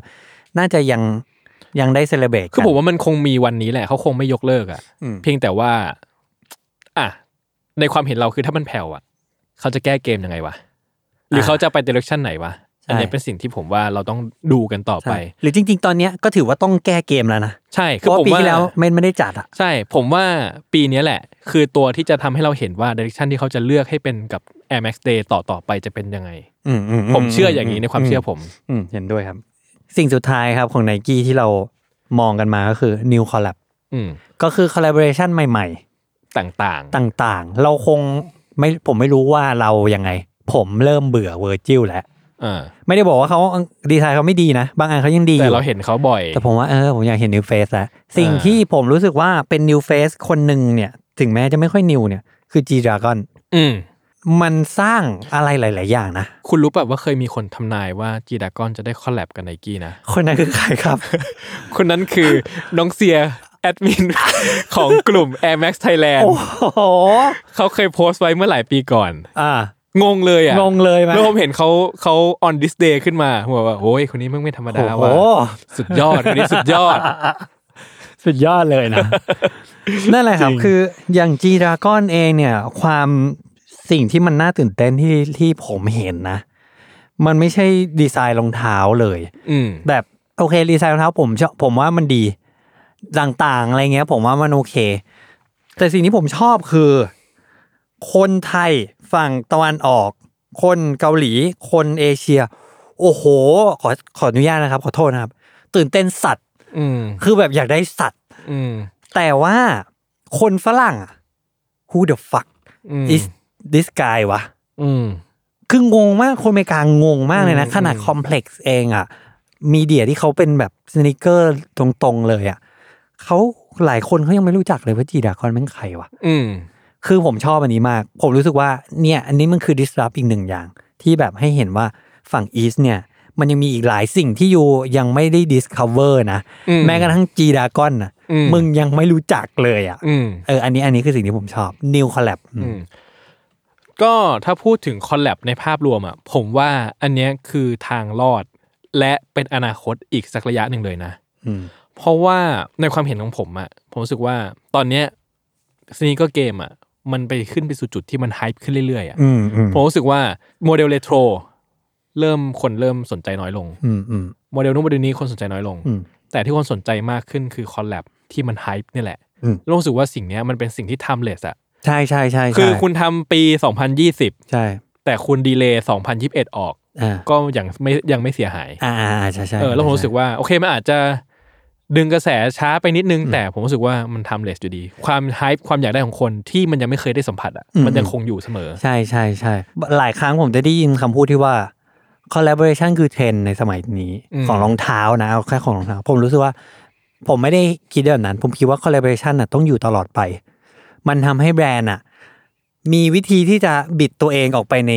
[SPEAKER 1] น่าจะยังยังได้เซเลบรต
[SPEAKER 2] คือผมว่ามันคงมีวันนี้แหละ เขาคงไม่ยกเลิกอะ่ะ
[SPEAKER 1] อืม
[SPEAKER 2] เพียงแต่ว่า อ่ะ ในความเห็นเราคือถ้ามันแผ่วอะ่ะ เขาจะแก้เกมยังไงวะ หรือเขาจะไปเดเรคชั่นไหนวะ อันเนี้ยเป็นสิ่งที่ผมว่าเราต้องดูกันต่อไป
[SPEAKER 1] ใช่หรือจริง ๆ ตอนเนี้ยก็ถือว่าต้องแก้เกมแล้วนะ
[SPEAKER 2] ใช่
[SPEAKER 1] เพ
[SPEAKER 2] คือ
[SPEAKER 1] ราะว่า
[SPEAKER 2] ผม
[SPEAKER 1] ปี
[SPEAKER 2] ว่า
[SPEAKER 1] ที่แล้วไม่ไม่ได้จัดอ่ะ
[SPEAKER 2] ใช่ ผมว่าปีเนี้ยแหละ คือตัวที่จะทำให้เราเห็นว่าเดเรคชั่นที่เขาจะเลือกให้เป็นกับ Air Max Day ต่อต่อๆไปจะเป็นยังไง
[SPEAKER 1] อืมอื
[SPEAKER 2] ผมเชื่ออย่างนี้ในความเชื่อผม
[SPEAKER 1] อืมเห็นด้วยครับ สิ่งสุดท้ายครับของไนกี้ที่เรามองกันมาก็คือ new collab
[SPEAKER 2] อืม
[SPEAKER 1] ก็คือ collaboration ใหม่
[SPEAKER 2] ต่าง
[SPEAKER 1] ๆ ต่างๆ เราคงไม่ผมไม่รู้ว่าเรายังไง ผมเริ่มเบื่อเวอร์จิลแล้ว
[SPEAKER 2] ๆอ่า
[SPEAKER 1] ไม่ได้บอกว่าเขาดีไซน์เขาไม่ดีนะ บางอันเขายังดีอ
[SPEAKER 2] แต่
[SPEAKER 1] ยู่
[SPEAKER 2] เราเห็นเขาบ่อย
[SPEAKER 1] แต่ผมว่าเออผมอยากเห็นนิวเฟสละสิ่ง
[SPEAKER 2] อ่า
[SPEAKER 1] ที่ผมรู้สึกว่าเป็นนิวเฟสคนหนึ่งเนี่ย ถึงแม้จะไม่ค่อยนิวเนี่ย คือจีดรากอน
[SPEAKER 2] อืม
[SPEAKER 1] มันสร้างอะไรหลาย ๆ อย่างนะ
[SPEAKER 2] คุณรู้แบบว่าเคยมีคนทำนายว่าจีดากอนจะได้คอลแลบกับไนกี้นะ
[SPEAKER 1] คนนั้นคือใคร
[SPEAKER 2] (laughs)
[SPEAKER 1] ครับ
[SPEAKER 2] คนนั้นคือ น้องเสียแอดมิน (laughs) ของกลุ่ม Air Max Thailand
[SPEAKER 1] โอ้โห
[SPEAKER 2] เขาเคยโพสต์ไว้เมื่อหลายปีก่อน
[SPEAKER 1] อ่าง
[SPEAKER 2] งเลยอ่ะ
[SPEAKER 1] งงเลยไหม
[SPEAKER 2] แล้วผมเห็นเขาเขา on this day ขึ้นมาผมบอกว่าโอ้ยคนนี้มึงไม่ธรรม
[SPEAKER 1] โอ้
[SPEAKER 2] ดา
[SPEAKER 1] โห
[SPEAKER 2] ว่ะสุดยอด คนนี้สุดยอด
[SPEAKER 1] (laughs)
[SPEAKER 3] สุดยอดเลยนะ
[SPEAKER 1] นั่นแหละครับ คืออย่างจีดรากอนเองเนี่ย ความสิ่งที่มันน่าตื่นเต้นที่ที่ผมเห็นนะ มันไม่ใช่ดีไซน์รองเท้าเลย
[SPEAKER 2] อืม
[SPEAKER 1] แบบโอเคดีไซน์รองเท้าผมชอบผมว่ามันดี ต่างๆ อะไรเงี้ย ผมว่ามันโอเค แต่สิ่งที่ผมชอบคือ คนไทยฝั่งตะวันออก คนเกาหลี คนเอเชีย โอ้โห ขอขออนุญาตนะครับ ขอโทษนะครับ ตื่นเต้นสัตว์
[SPEAKER 2] อืม
[SPEAKER 1] คือแบบอยากได้สัตว์
[SPEAKER 2] อืม
[SPEAKER 1] แต่ว่าคนฝรั่งอะ who the fuck
[SPEAKER 2] อืม
[SPEAKER 1] is this guy วะ
[SPEAKER 2] อืม
[SPEAKER 1] คืองงมาก คนอเมริกางงมากเลยนะ
[SPEAKER 2] อืม
[SPEAKER 1] ขนาด
[SPEAKER 2] อืม
[SPEAKER 1] คอมเพล็กซ์เองอะมีเดียที่เขาเป็นแบบสนิเกอร์ตรงๆเลยอะเขาหลายคนเขายังไม่รู้จักเลยว่าจีดาคอนเป็นใครวะ
[SPEAKER 2] อืม
[SPEAKER 1] คือผมชอบอันนี้มาก ผมรู้สึกว่าเนี่ย อันนี้มันคือ disrupt อีกหนึ่งอย่าง ที่แบบให้เห็นว่าฝั่งอีสเนี่ย มันยังมีอีกหลายสิ่งที่อยู่ยังไม่ได้ discover นะ
[SPEAKER 2] อืม
[SPEAKER 1] แม้กระทั่งจีดากอนนะ
[SPEAKER 2] อืม
[SPEAKER 1] มึงยังไม่รู้จักเลยอะ
[SPEAKER 2] อืม
[SPEAKER 1] เอออันนี้อันนี้คือสิ่งที่ผมชอบ new collab อืม
[SPEAKER 2] อืมก็ถ้าพูดถึงคอลแลบในภาพรวมอ่ะผมว่าอันเนี้ยคือทางรอด และเป็นอนาคตอีกสักระยะหนึ่งเลยนะ
[SPEAKER 1] อืม
[SPEAKER 2] เพราะว่าในความเห็นของผมอ่ะผมรู้สึกว่าตอนเนี้ยสนีก็เกมอ่ะมันไปขึ้นไปสู่จุดที่มันไฮป์ขึ้นเรื่อยๆอ่ะ
[SPEAKER 1] อืมอืม
[SPEAKER 2] ผมรู้สึกว่าโมเดลเลโทรเริ่มคนเริ่มสนใจน้อยลง
[SPEAKER 1] อืมอืม
[SPEAKER 2] โมเดลนู้นโมเดลนี้คนสนใจน้อยลง
[SPEAKER 1] อืม
[SPEAKER 2] แต่ที่คนสนใจมากขึ้นคือคอลแลบที่มันไฮป์นี่ยแหละ
[SPEAKER 1] อืม
[SPEAKER 2] แล้วรู้สึกว่าสิ่งเนี้ยมันเป็นสิ่งที่ทำเลสอ่ะ
[SPEAKER 1] ใช่ใช่ใช่
[SPEAKER 2] คือ
[SPEAKER 1] ใช่
[SPEAKER 2] คุณทำปี 2020
[SPEAKER 1] ใช่
[SPEAKER 2] แต่คุณดีเลย์2021 ออก
[SPEAKER 1] อ่า
[SPEAKER 2] ก็ยังไม่ยังไม่เสียหาย
[SPEAKER 1] อ่าอ่าใช่ใช่
[SPEAKER 2] เออแล้วผมรู้สึกว่า โอเคมันอาจจะดึงกระแสช้าไปนิดนึง แต่ผมรู้สึกว่ามันทำเลสอยู่ดี ความไฮป์ความอยากได้ของคนที่มันยังไม่เคยได้สัมผัสอ่ะมันยังคงอยู่เสมอ
[SPEAKER 1] ใช่ใช่ใช่หลายครั้งผมจะได้ยินคำพูดที่ว่า collaboration คือเทรนด์ในสมัยนี้
[SPEAKER 2] อืม
[SPEAKER 1] ของรองเท้านะเอาแค่ของรองเท้า ผมรู้สึกว่า ผมไม่ได้คิดแบบนั้น ผมคิดว่า collaboration น่ะต้องอยู่ตลอดไป มันทำให้แบรนด์อ่ะ มีวิธีที่จะบิดตัวเองออกไปใน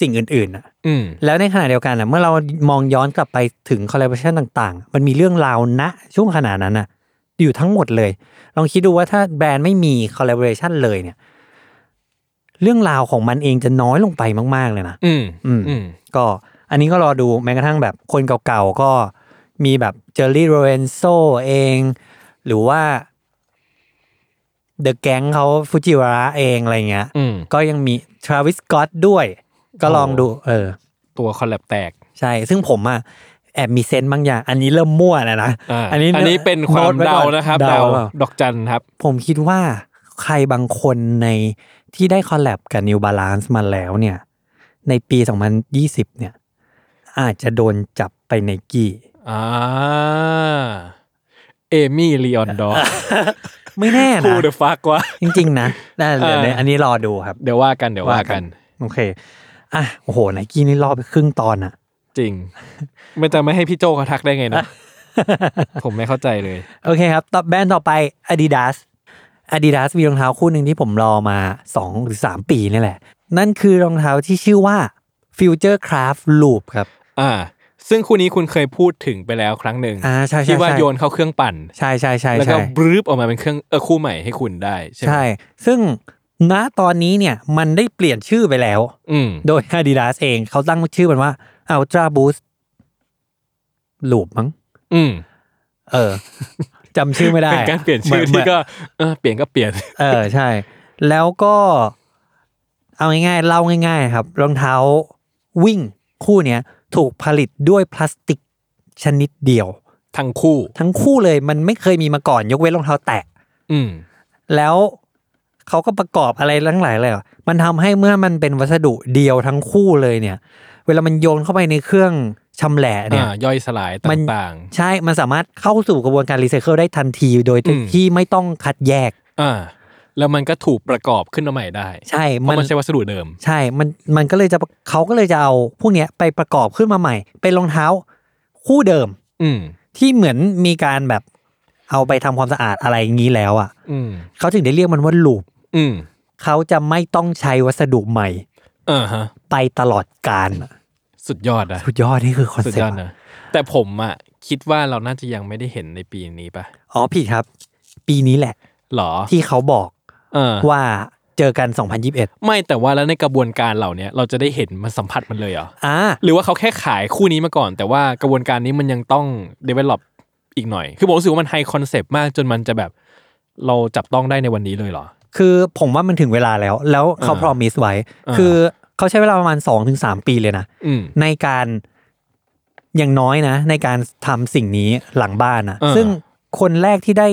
[SPEAKER 1] สิ่งอื่นๆน่ะ
[SPEAKER 2] อืม
[SPEAKER 1] แล้วในขณะเดียวกันอ่ะเมื่อเรามองย้อนกลับไปถึง collaboration ต่างๆ มันมีเรื่องราวณช่วงขนาดนั้นอ่ะ อยู่ทั้งหมดเลย ลองคิดดูว่าถ้าแบรนด์ไม่มี collaboration เลยเนี่ย เรื่องราวของมันเองจะน้อยลงไปมาก ๆ เลยนะ
[SPEAKER 2] อืม
[SPEAKER 1] อืม
[SPEAKER 2] อืม
[SPEAKER 1] ก็อันนี้ก็รอดูแม้กระทั่งแบบคนเก่าๆ ก็มีแบบเจอร์รี่โรเอนโซเอง หรือว่าเดอะแก๊งเขาฟูจิวาระเอง อะไรเงี้ย
[SPEAKER 2] อืม
[SPEAKER 1] ก็ยังมีทราวิสก o อตด้วย ก็ลองดู เออ
[SPEAKER 2] ตัวคอลแลบแตก
[SPEAKER 1] ใช่ ซึ่งผมอะแอบมีเซนต์บางอย่าง อันนี้เริ่มมั่วนะนะ
[SPEAKER 2] อ่า
[SPEAKER 1] อันนี้
[SPEAKER 2] อันนี้เป็นความ
[SPEAKER 1] โตไก่
[SPEAKER 2] เดา
[SPEAKER 1] อ
[SPEAKER 2] นะครับ
[SPEAKER 1] เดา
[SPEAKER 2] เดา
[SPEAKER 1] เปล่า
[SPEAKER 2] ดอกจันครับ
[SPEAKER 1] ผมคิดว่าใครบางคนใน ที่ได้คอลแลบกับ New Balance มาแล้วเนี่ย ในปี 2020 เนี่ย อาจจะโดนจับไปในกี่
[SPEAKER 2] อ่าเอมี่ลีออน
[SPEAKER 1] (laughs)
[SPEAKER 2] ดอ
[SPEAKER 1] ไม่แน่
[SPEAKER 2] คู
[SPEAKER 1] นะ
[SPEAKER 2] เดอะฟักว่า
[SPEAKER 1] จริง ๆ นะได้เดี๋ยว
[SPEAKER 2] เออ
[SPEAKER 1] เดี๋ยวอันนี้รอดูครับ
[SPEAKER 2] เดี๋ยวว่ากันเดี๋ยวว่ากัน
[SPEAKER 1] โอเค อ่ะ โอ้โหไนกี้นี่รอบไปครึ่งตอนอะ
[SPEAKER 2] จริง ไม่จะไม่ให้พี่โจเขาทักได้ไงนะ
[SPEAKER 1] (laughs)
[SPEAKER 2] ผมไม่เข้าใจเลย
[SPEAKER 1] โอเคครับ ต่อแบรนด์ต่อไป Adidas Adidas มีรองเท้าคู่หนึ่งที่ผมรอมา2หรือ3ปีนี่แหละ นั่นคือรองเท้าที่ชื่อว่า Future Craft Loop ครับ
[SPEAKER 2] อ่า ซึ่งคู่นี้คุณเคยพูดถึงไปแล้วครั้งหนึ่ง
[SPEAKER 1] อ่าใช่ใช่
[SPEAKER 2] ที่ว่า
[SPEAKER 1] ใช่
[SPEAKER 2] โยนเข้าเครื่องปั่น
[SPEAKER 1] ใช่ใช่ใช่
[SPEAKER 2] แล้วก็
[SPEAKER 1] ใช่
[SPEAKER 2] บรืบออกมาเป็นเครื่องเออคู่ใหม่ให้คุณได้ใช่ไหม
[SPEAKER 1] ใช่ ซึ่งณตอนนี้เนี่ยมันได้เปลี่ยนชื่อไปแล้ว
[SPEAKER 2] อืม
[SPEAKER 1] โดย Adidas เองเขาตั้งชื่อมันว่า Ultra Boost Loop มั้ง
[SPEAKER 2] อืม
[SPEAKER 1] เออ จำชื่อไม่ได้
[SPEAKER 2] เป็นการเปลี่ยนชื่อ
[SPEAKER 1] หมื
[SPEAKER 2] ที่
[SPEAKER 1] หมื
[SPEAKER 2] ก็เออเปลี่ยนก็เปลี่ยน (laughs)
[SPEAKER 1] เออใช่ แล้วก็ เอาง่ายๆ เล่าง่าย ๆ ครับ รองเท้าวิ่งคู่เนี้ยถูกผลิตด้วยพลาสติกชนิดเดียว
[SPEAKER 2] ทั้งคู่
[SPEAKER 1] ทั้งคู่เลยมันไม่เคยมีมาก่อนยกเว้นรองเท้าแตะ
[SPEAKER 2] อืม
[SPEAKER 1] แล้วเขาก็ประกอบอะไรทั้งหลายเลยอะมันทำให้เมื่อมันเป็นวัสดุเดียวทั้งคู่เลยเนี่ย เวลามันโยนเข้าไปในเครื่องชำแหละเนี่ย
[SPEAKER 2] อ่า ย่อยสลาย
[SPEAKER 1] มัน
[SPEAKER 2] ต่าง
[SPEAKER 1] ใช่ มันสามารถเข้าสู่กระบวนการรีไซเคิลได้ทันทีโดยที่
[SPEAKER 2] อืม
[SPEAKER 1] ที่ไม่ต้องคัดแยก
[SPEAKER 2] ๆ อ่า แล้วมันก็ถูกประกอบขึ้นมาใหม่ได้
[SPEAKER 1] ใช่
[SPEAKER 2] เพราะมันใช้วัสดุเดิม
[SPEAKER 1] ใช่ มัน มันก็เลยจะเขาก็เลยจะเอาพวกเนี้ยไปประกอบขึ้นมาใหม่ เป็นรองเท้าคู่เดิม
[SPEAKER 2] อืม
[SPEAKER 1] ที่เหมือนมีการแบบเอาไปทำความสะอาดอะไรอย่างนี้แล้วอะ่ะ
[SPEAKER 2] อืม
[SPEAKER 1] เขาถึงได้เรียกมันว่าลูป
[SPEAKER 2] อืม
[SPEAKER 1] เขาจะไม่ต้องใช้วัสดุใหม่
[SPEAKER 2] อ่าฮะ
[SPEAKER 1] ไปตลอดการอะ
[SPEAKER 2] สุดยอดนะ
[SPEAKER 1] สุดยอดนี่คือคอน
[SPEAKER 2] สุด
[SPEAKER 1] เซ็ป
[SPEAKER 2] ยอด
[SPEAKER 1] ต์อะ
[SPEAKER 2] นะ แต่ผมอ่ะ คิดว่าเราน่าจะยังไม่ได้เห็นในปีนี้ปะ
[SPEAKER 1] อ๋อผิดครับ ปีนี้แหละ
[SPEAKER 2] หรอ
[SPEAKER 1] ที่เขาบอก
[SPEAKER 2] เออ
[SPEAKER 1] ว่าเจอกัน 2021
[SPEAKER 2] ไม่แต่ว่าแล้วในกระบวนการเหล่าเนี้ยเราจะได้เห็นมันสัมผัสมันเลยเหรอ
[SPEAKER 1] อ่า
[SPEAKER 2] หรือว่าเขาแค่ขายคู่นี้มาก่อน แต่ว่ากระบวนการนี้มันยังต้อง develop อีกหน่อย คือผมรู้สึกว่ามันไฮคอนเซปต์มากจนมันจะแบบเราจับต้องได้ในวันนี้เลยเหรอ
[SPEAKER 1] คือผมว่ามันถึงเวลาแล้ว แล้วเขา
[SPEAKER 2] อ่า
[SPEAKER 1] พรอมิสไว้
[SPEAKER 2] อ่า
[SPEAKER 1] คือเขาใช้เวลาประมาณ 2-3 ปีเลยนะ
[SPEAKER 2] อืม
[SPEAKER 1] ในการอย่างน้อยนะ ในการทำสิ่งนี้หลังบ้านนะ
[SPEAKER 2] เออ
[SPEAKER 1] ซึ่งคนแรกที่ได้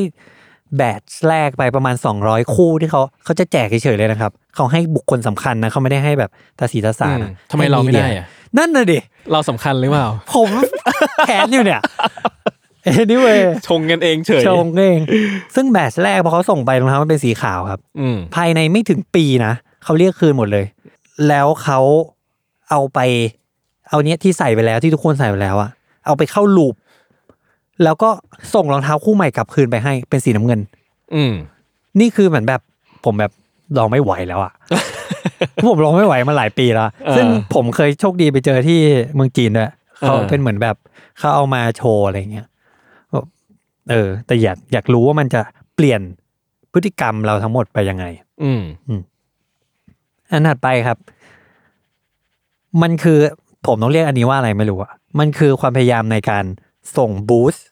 [SPEAKER 1] แบตแรกไปประมาณ 200 คู่ที่เขาเขาจะแจกเฉยๆเลยนะครับ เขาให้บุคคลสำคัญนะเขาไม่ได้ให้แบบตาสีตาสานะ
[SPEAKER 2] อืมทำไมเราไม่ได้
[SPEAKER 1] ให้ media
[SPEAKER 2] อ่ะ
[SPEAKER 1] นั่นน่ะดิ
[SPEAKER 2] เราสำคัญหรือเปล่า
[SPEAKER 1] ผม (laughs) แขนอยู่ (laughs) เนี่ย anyway
[SPEAKER 2] ชงกันเองเฉย
[SPEAKER 1] ชงเอง ซึ่งแบตแรกพอเขาส่งไปรองเท้ามันเป็นสีขาวครับ
[SPEAKER 2] อืม
[SPEAKER 1] ภายในไม่ถึงปีนะเขาเรียกคืนหมดเลย แล้วเขาเอาไป เอาเนี้ยที่ใส่ไปแล้วที่ทุกคนใส่ไปแล้วอะเอาไปเข้าลูป แล้วก็ส่งรองเท้าคู่ใหม่กลับคืนไปให้เป็นสีน้ำเงิน
[SPEAKER 2] อืม
[SPEAKER 1] นี่คือเหมือนแบบผมแบบรอไม่ไหวแล้วอะ (laughs) ผมรอไม่ไหวมาหลายปีแล้ว
[SPEAKER 2] เออ
[SPEAKER 1] ซึ่งผมเคยโชคดีไปเจอที่เมืองจีนด้วยเขา
[SPEAKER 2] เออ
[SPEAKER 1] เป็นเหมือนแบบเขาเอามาโชว์อะไรเงี้ยแบบเออ แต่อยากอยากรู้ว่ามันจะเปลี่ยนพฤติกรรมเราทั้งหมดไปยังไง
[SPEAKER 2] อืม
[SPEAKER 1] อันถัดไปครับ มันคือผมต้องเรียกอันนี้ว่าอะไรไม่รู้อะมันคือความพยายามในการส่งบูสต์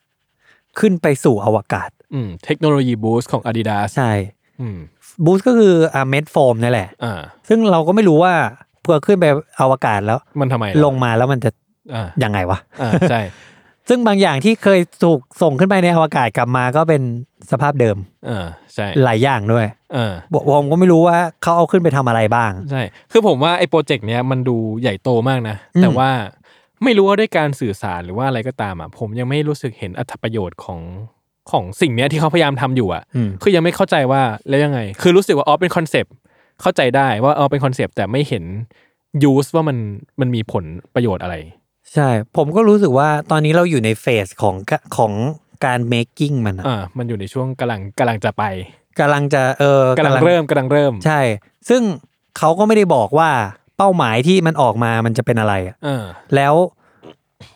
[SPEAKER 1] ขึ้นไปสู่อวกาศ
[SPEAKER 2] อืม เทคโนโลยีบูสต์ของ Adidas
[SPEAKER 1] ใช่
[SPEAKER 2] อืม
[SPEAKER 1] บูสต์ก็คืออ่าเม็ดโฟมนี่แหละ
[SPEAKER 2] อ่า
[SPEAKER 1] ซึ่งเราก็ไม่รู้ว่าเพื่อขึ้นไปอวกาศแล้ว
[SPEAKER 2] มันทำไม
[SPEAKER 1] ลงมาแล้วมันจะ
[SPEAKER 2] อ่า
[SPEAKER 1] ยังไงวะ
[SPEAKER 2] อ่าใช่
[SPEAKER 1] ซึ่งบางอย่างที่เคยถูกส่งขึ้นไปในอวกาศกลับมาก็เป็นสภาพเดิม
[SPEAKER 2] เออใช่
[SPEAKER 1] หลายอย่างด้วย
[SPEAKER 2] เออ
[SPEAKER 1] บอกผมก็ไม่รู้ว่าเขาเอาขึ้นไปทำอะไรบ้าง
[SPEAKER 2] ใช่ คือผมว่าไอ้โปรเจกต์เนี้ยมันดูใหญ่โตมากนะ
[SPEAKER 1] อืม
[SPEAKER 2] แต่ว่าไม่รู้ว่าด้วยการสื่อสารหรือว่าอะไรก็ตามอ่ะ ผมยังไม่รู้สึกเห็นอัตประโยชน์ของของสิ่งเนี้ยที่เขาพยายามทำอยู่อ่ะ
[SPEAKER 1] อืม
[SPEAKER 2] คือยังไม่เข้าใจว่าแล้วยังไง คือรู้สึกว่าอ๋อเป็นคอนเซปต์ เข้าใจได้ว่าอ๋อเป็นคอนเซปต์แต่ไม่เห็นยูสว่ามันมันมีผลประโยชน์อะไร
[SPEAKER 1] ใช่ ผมก็รู้สึกว่าตอนนี้เราอยู่ในเฟสของกะของการ making มันอะ
[SPEAKER 2] อ่า มันอยู่ในช่วงกำลังกำลังจะไป
[SPEAKER 1] กำลังจะเออก
[SPEAKER 2] ำลังเริ่มกำลังเริ่ม
[SPEAKER 1] ใช่ ซึ่งเขาก็ไม่ได้บอกว่าเป้าหมายที่มันออกมามันจะเป็นอะไรอะ
[SPEAKER 2] เออ
[SPEAKER 1] แล้ว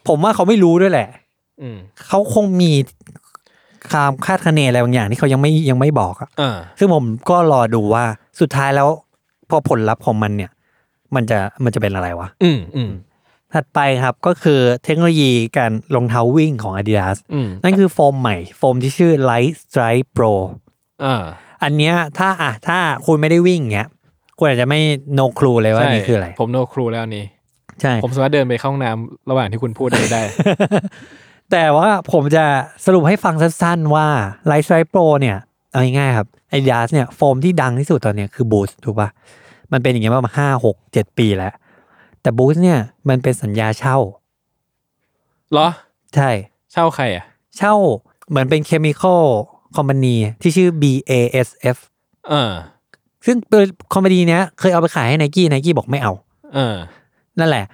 [SPEAKER 1] ผมว่าเขาไม่รู้ด้วยแหละ
[SPEAKER 2] อืม
[SPEAKER 1] เขาคงมีคามคาดคะเนอะไรบางอย่างที่เขายังไม่ยังไม่บอกอะ
[SPEAKER 2] อ่า
[SPEAKER 1] ซึ่งผมก็รอดูว่าสุดท้ายแล้วพอผลลัพธ์ของมันเนี่ย มันจะมันจะเป็นอะไรวะ
[SPEAKER 2] อืมอืม
[SPEAKER 1] ถัดไปครับก็คือเทคโนโลยีการรองเท้าวิ่งของ Adidas
[SPEAKER 2] อืม
[SPEAKER 1] นั่นคือโฟมใหม่ โฟมที่ชื่อ Light Strike Pro
[SPEAKER 2] อ่า
[SPEAKER 1] อันเนี้ยถ้าอ่ะถ้าคุณไม่ได้วิ่งเงี้ยคุณอาจจะไม่โนครูเลยว่า
[SPEAKER 2] ใช่
[SPEAKER 1] นี่คืออะไร
[SPEAKER 2] ผมโนครูแล้วอันนี้
[SPEAKER 1] ใช่
[SPEAKER 2] ผมสามารถเดินไปเข้าห้องน้ำระหว่างที่คุณพูดได้
[SPEAKER 1] (laughs)
[SPEAKER 2] ได้
[SPEAKER 1] แต่ว่าผมจะสรุปให้ฟังสั้นๆว่า Light Strike Pro เนี่ย เอาง่ายๆครับไอดาสเนี่ยโฟมที่ดังที่สุดตอนเนี้ยคือบูสถูกปะมันเป็นอย่างเงี้ยมาประมาณห้าหกเจ็ดปีแล้ว แต่บูสเนี่ยมันเป็นสัญญาเช่า
[SPEAKER 2] เหรอ
[SPEAKER 1] ใช่
[SPEAKER 2] เช่าใครอ่ะ
[SPEAKER 1] เช่าเหมือนเป็นเคมีคอลคอมพานีที่ชื่อ BASF
[SPEAKER 2] เออ
[SPEAKER 1] ซึ่งคอมพานีเนี้ยเคยเอาไปขายให้ไนกี้ไนกี้บอกไม่เอา
[SPEAKER 2] เออ
[SPEAKER 1] นั่นแหละ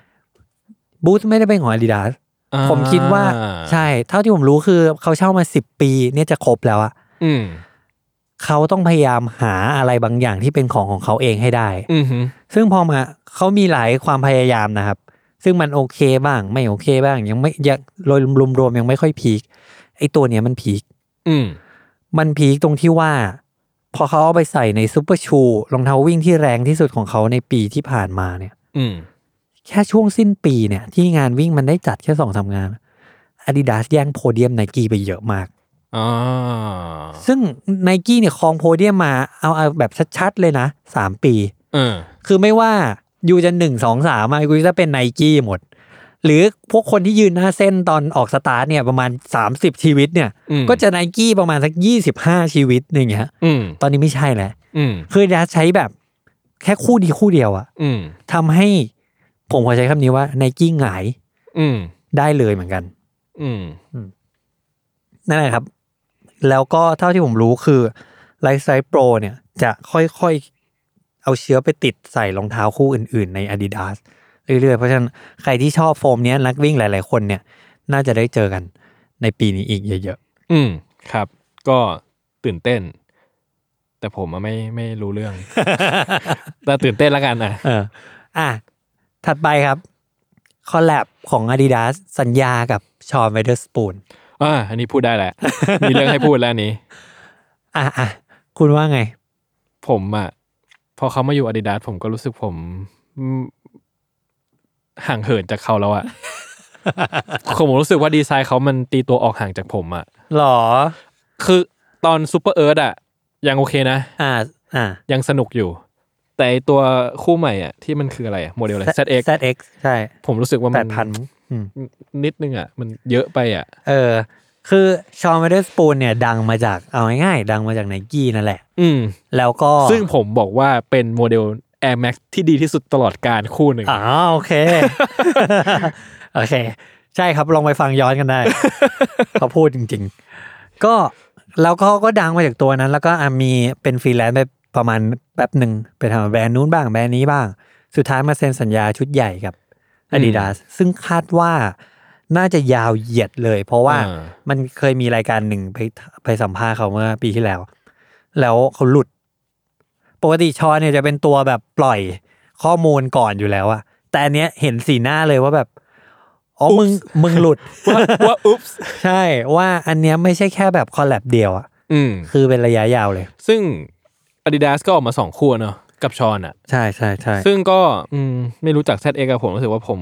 [SPEAKER 1] บูธไม่ได้เป็นของอาดิดาส
[SPEAKER 2] อ่
[SPEAKER 1] ผมคิดว่าใช่ เท่าที่ผมรู้คือเขาเช่ามาสิบปีเนี่ยจะครบแล้วอะ
[SPEAKER 2] อืม
[SPEAKER 1] เขาต้องพยายามหาอะไรบางอย่างที่เป็นของของเขาเองให้ได้
[SPEAKER 2] อืมฮึ
[SPEAKER 1] ซึ่งพอมาเขามีหลายความพยายามนะครับ ซึ่งมันโอเคบ้าง ไม่โอเคบ้างยังไม่ยังโดยรวมๆยังไม่ค่อยพีคไอตัวเนี้ยมันพีค
[SPEAKER 2] อืม
[SPEAKER 1] มันพีคตรงที่ว่า พอเขาเอาไปใส่ในซูเปอร์ชูรองเท้าวิ่งที่แรงที่สุดของเขาในปีที่ผ่านมาเนี่ย
[SPEAKER 2] อืม
[SPEAKER 1] แค่ช่วงสิ้นปีเนี่ย ที่งานวิ่งมันได้จัดแค่สองสามงาน Adidas แย่งโพเดียมไนกี้ไปเยอะมาก
[SPEAKER 2] อ๋อ
[SPEAKER 1] ซึ่งไนกี้เนี่ยครองโพเดียมมาเอาเอาแบบชัดๆเลยนะสามปี
[SPEAKER 2] เออ
[SPEAKER 1] คือไม่ว่าอยู่จะหนึ่งสองสามมากูจะเป็นไนกี้หมด หรือพวกคนที่ยืนหน้าเส้นตอนออกสตาร์ทเนี่ยประมาณ 30 ชีวิตเนี่ย
[SPEAKER 2] อืม
[SPEAKER 1] ก็จะไนกี้ประมาณสัก25 ชีวิตอย่างเงี้ย
[SPEAKER 2] อืม
[SPEAKER 1] ตอนนี้ไม่ใช่แล้ว
[SPEAKER 2] อืม
[SPEAKER 1] คือดัสใช้แบบแค่คู่ดีคู่เดียวอะ
[SPEAKER 2] อืม
[SPEAKER 1] ทำให้ผมขอใช้คำนี้ว่าไนกี้หงาย
[SPEAKER 2] อืม
[SPEAKER 1] ได้เลยเหมือนกัน
[SPEAKER 2] อืม
[SPEAKER 1] นั่นแหละครับ แล้วก็เท่าที่ผมรู้คือไลฟ์สไตล์โปรเนี่ยจะค่อยๆ เอาเชื้อไปติดใส่รองเท้าคู่อื่นๆใน Adidas เรื่อยๆ เพราะฉะนั้นใครที่ชอบโฟมเนี้ยนักวิ่งหลายๆคนเนี่ย น่าจะได้เจอกันในปีนี้อีกเยอะ
[SPEAKER 2] อืมครับ ก็ตื่นเต้น แต่ผมอะไม่ไม่รู้เรื่อง แต่ตื่นเต้นแล้วกันอ่ะ
[SPEAKER 1] ๆ (laughs) เอออ่ะ ถัดไปครับคอลแลบของ Adidas สัญญากับชอนเวเดอร์สปูน
[SPEAKER 2] อ่าอันนี้พูดได้แหละ มีเรื่องให้พูดแล้วอันนี้
[SPEAKER 1] อ่ะอ่ะคุณว่าไง
[SPEAKER 2] ผมอ่ะ พอเขามาอยู่อาดิดาสผมก็รู้สึกผมอืมห่างเหินจากเขาแล้ว
[SPEAKER 1] (laughs)
[SPEAKER 2] อ่ะ ผมรู้สึกว่าดีไซน์เขามันตีตัวออกห่างจากผมอ่ะ
[SPEAKER 1] หรอ
[SPEAKER 2] คือตอนซูเปอร์เอิร์ธอ่ะ ยังโอเคนะ
[SPEAKER 1] อ่า อ่า
[SPEAKER 2] ยังสนุกอยู่ แต่ไอ้ตัวคู่ใหม่อ่ะ ที่มันคืออะไรอะโมเดลอะไร ZX
[SPEAKER 1] ZX ใช่
[SPEAKER 2] ผมรู้สึกว่า
[SPEAKER 1] แป
[SPEAKER 2] มั
[SPEAKER 1] ด
[SPEAKER 2] น
[SPEAKER 1] พันอืม
[SPEAKER 2] นิดนึงอ่ะ มันเยอะไปอ่ะ
[SPEAKER 1] เออ คือชอ n เ e เดอร์สปูนเนี่ย ดังมาจาก เอาง่ายๆ ดังมาจากไนกี้นั่นแหละ
[SPEAKER 2] อืม
[SPEAKER 1] แล้วก็
[SPEAKER 2] ซึ่งผมบอกว่าเป็นโมเดล Air Max ที่ดีที่สุดตลอดการคู่หนึ่ง
[SPEAKER 1] อ๋อโอเค (laughs) โอเค ใช่ครับ ลองไปฟังย้อนกันได้ (laughs) เขาพูดจริง ๆ ก็แล้วเขาก็ดังมาจากตัวนั้น แล้วก็อ่ะมีเป็นฟรีแลนซ์ไปประมาณแป๊บหนึ่งไปทำแบรนด์นู้นบ้างแบรนด์นี้บ้าง สุดท้ายมาเซ็นสัญญาชุดใหญ่กับ
[SPEAKER 2] อืม
[SPEAKER 1] Adidas ซึ่งคาดว่าน่าจะยาวเหยียดเลย เพราะว่า
[SPEAKER 2] อ่า
[SPEAKER 1] มันเคยมีรายการหนึ่งไปไปสัมภาษณ์เขาเมื่อปีที่แล้ว แล้วเขาหลุด ปกติชอนเนี่ยจะเป็นตัวแบบปล่อยข้อมูลก่อนอยู่แล้วอะแต่อันเนี้ยเห็นสีหน้าเลยว่าแบบอ๋อมึงมึงหลุด
[SPEAKER 2] ว่าอุ๊บส์
[SPEAKER 1] ใช่ว่าอันเนี้ยไม่ใช่แค่แบบคอลแลบเดียวอะ
[SPEAKER 2] อืม
[SPEAKER 1] คือเป็นระยะยาวเลย
[SPEAKER 2] ซึ่ง Adidas ก็ออกมาสองคู่เนอะกับชอนอ่ะ
[SPEAKER 1] ใช่ใช่ใช่
[SPEAKER 2] ซึ่งก็อืมไม่รู้จัก ZX กับผมรู้สึกว่าผม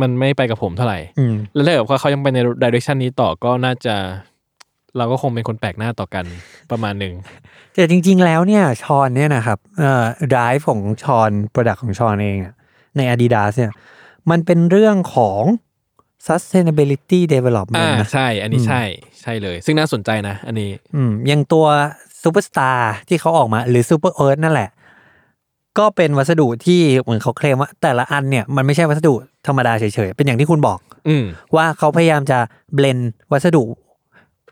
[SPEAKER 2] มันไม่ไปกับผมเท่าไหร่
[SPEAKER 1] อืม
[SPEAKER 2] แล้วถ้าเกิดว่าเขายังไปในดิเรกชันนี้ต่อก็น่าจะ เราก็คงเป็นคนแปลกหน้าต่อกันประมาณหนึ่ง
[SPEAKER 1] แต่จริง ๆ แล้วเนี่ยชอนเนี่ยนะครับเอ่อดายของชอนโปรดักของชอนเองอะใน Adidas เนี่ยมันเป็นเรื่องของ sustainability
[SPEAKER 2] อ่า
[SPEAKER 1] development นะ
[SPEAKER 2] ใช่ อันนี้ใช่ ใช่เลย ซึ่งน่าสนใจนะ อันนี้
[SPEAKER 1] อืมอย่างตัวซูเปอร์สตาร์ที่เขาออกมาหรือ Super Earth นั่นแหละ ก็เป็นวัสดุที่เหมือนเขาเคลมว่า แต่ละอันเนี่ยมันไม่ใช่วัสดุธรรมดาเฉย ๆ เป็นอย่างที่คุณบอก
[SPEAKER 2] อืม
[SPEAKER 1] ว่าเขาพยายามจะเบลนวัสดุ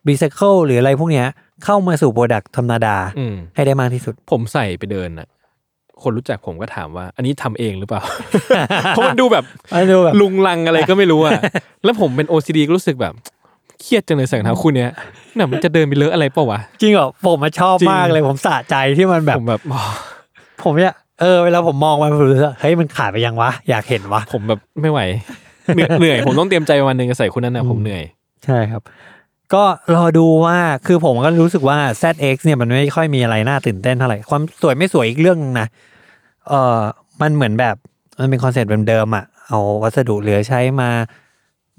[SPEAKER 1] รีไซเคิลหรืออะไรพวกเนี้ยเข้ามาสู่โปรดักธรรมดา
[SPEAKER 2] อืม
[SPEAKER 1] ให้ได้มากที่สุด
[SPEAKER 2] ผมใส่ไปเดินน่ะ คนรู้จักผมก็ถามว่า อันนี้ทำเองหรือเป
[SPEAKER 1] (laughs)
[SPEAKER 2] ล่า เพราะมันดูแบบ
[SPEAKER 1] มันดูแบบ
[SPEAKER 2] ลุงลังอะไรก็ไม่รู้อ่ะ แล้วผมเป็น OCD ก็รู้สึกแบบเครียดจังเลยใส่รองเท้าคู่เนี้ยน่ะมันจะเดินไปเลอะอะไรเปล่าวะ
[SPEAKER 1] จริงเหรอผมมาชอบ
[SPEAKER 2] จริง
[SPEAKER 1] มากเลยผมสะใจที่มันแบบ
[SPEAKER 2] ผมแบบ
[SPEAKER 1] ผ
[SPEAKER 2] (laughs)
[SPEAKER 1] มเนี่ยเออเวลาผมมองมันผมรู้สึกว่าเฮ้ยมันขาดไปยังวะ อยากเห็นวะ
[SPEAKER 2] ผมแบบไม่ไหว เหนื่อยเหนื่อยผมต้องเตรียมใจวันหนึ่งจะใส่คุณนั้นนะผมเหนื่อย
[SPEAKER 1] ใช่ครับ ก็รอดูว่าคือผมก็รู้สึกว่า ZX เนี่ยมันไม่ค่อยมีอะไรน่าตื่นเต้นเท่าไหร่ ความสวยไม่สวยอีกเรื่องนึงนะเออมันเหมือนแบบมันเป็นคอนเซ็ปต์เดิมๆอะเอาวัสดุเหลือใช้มา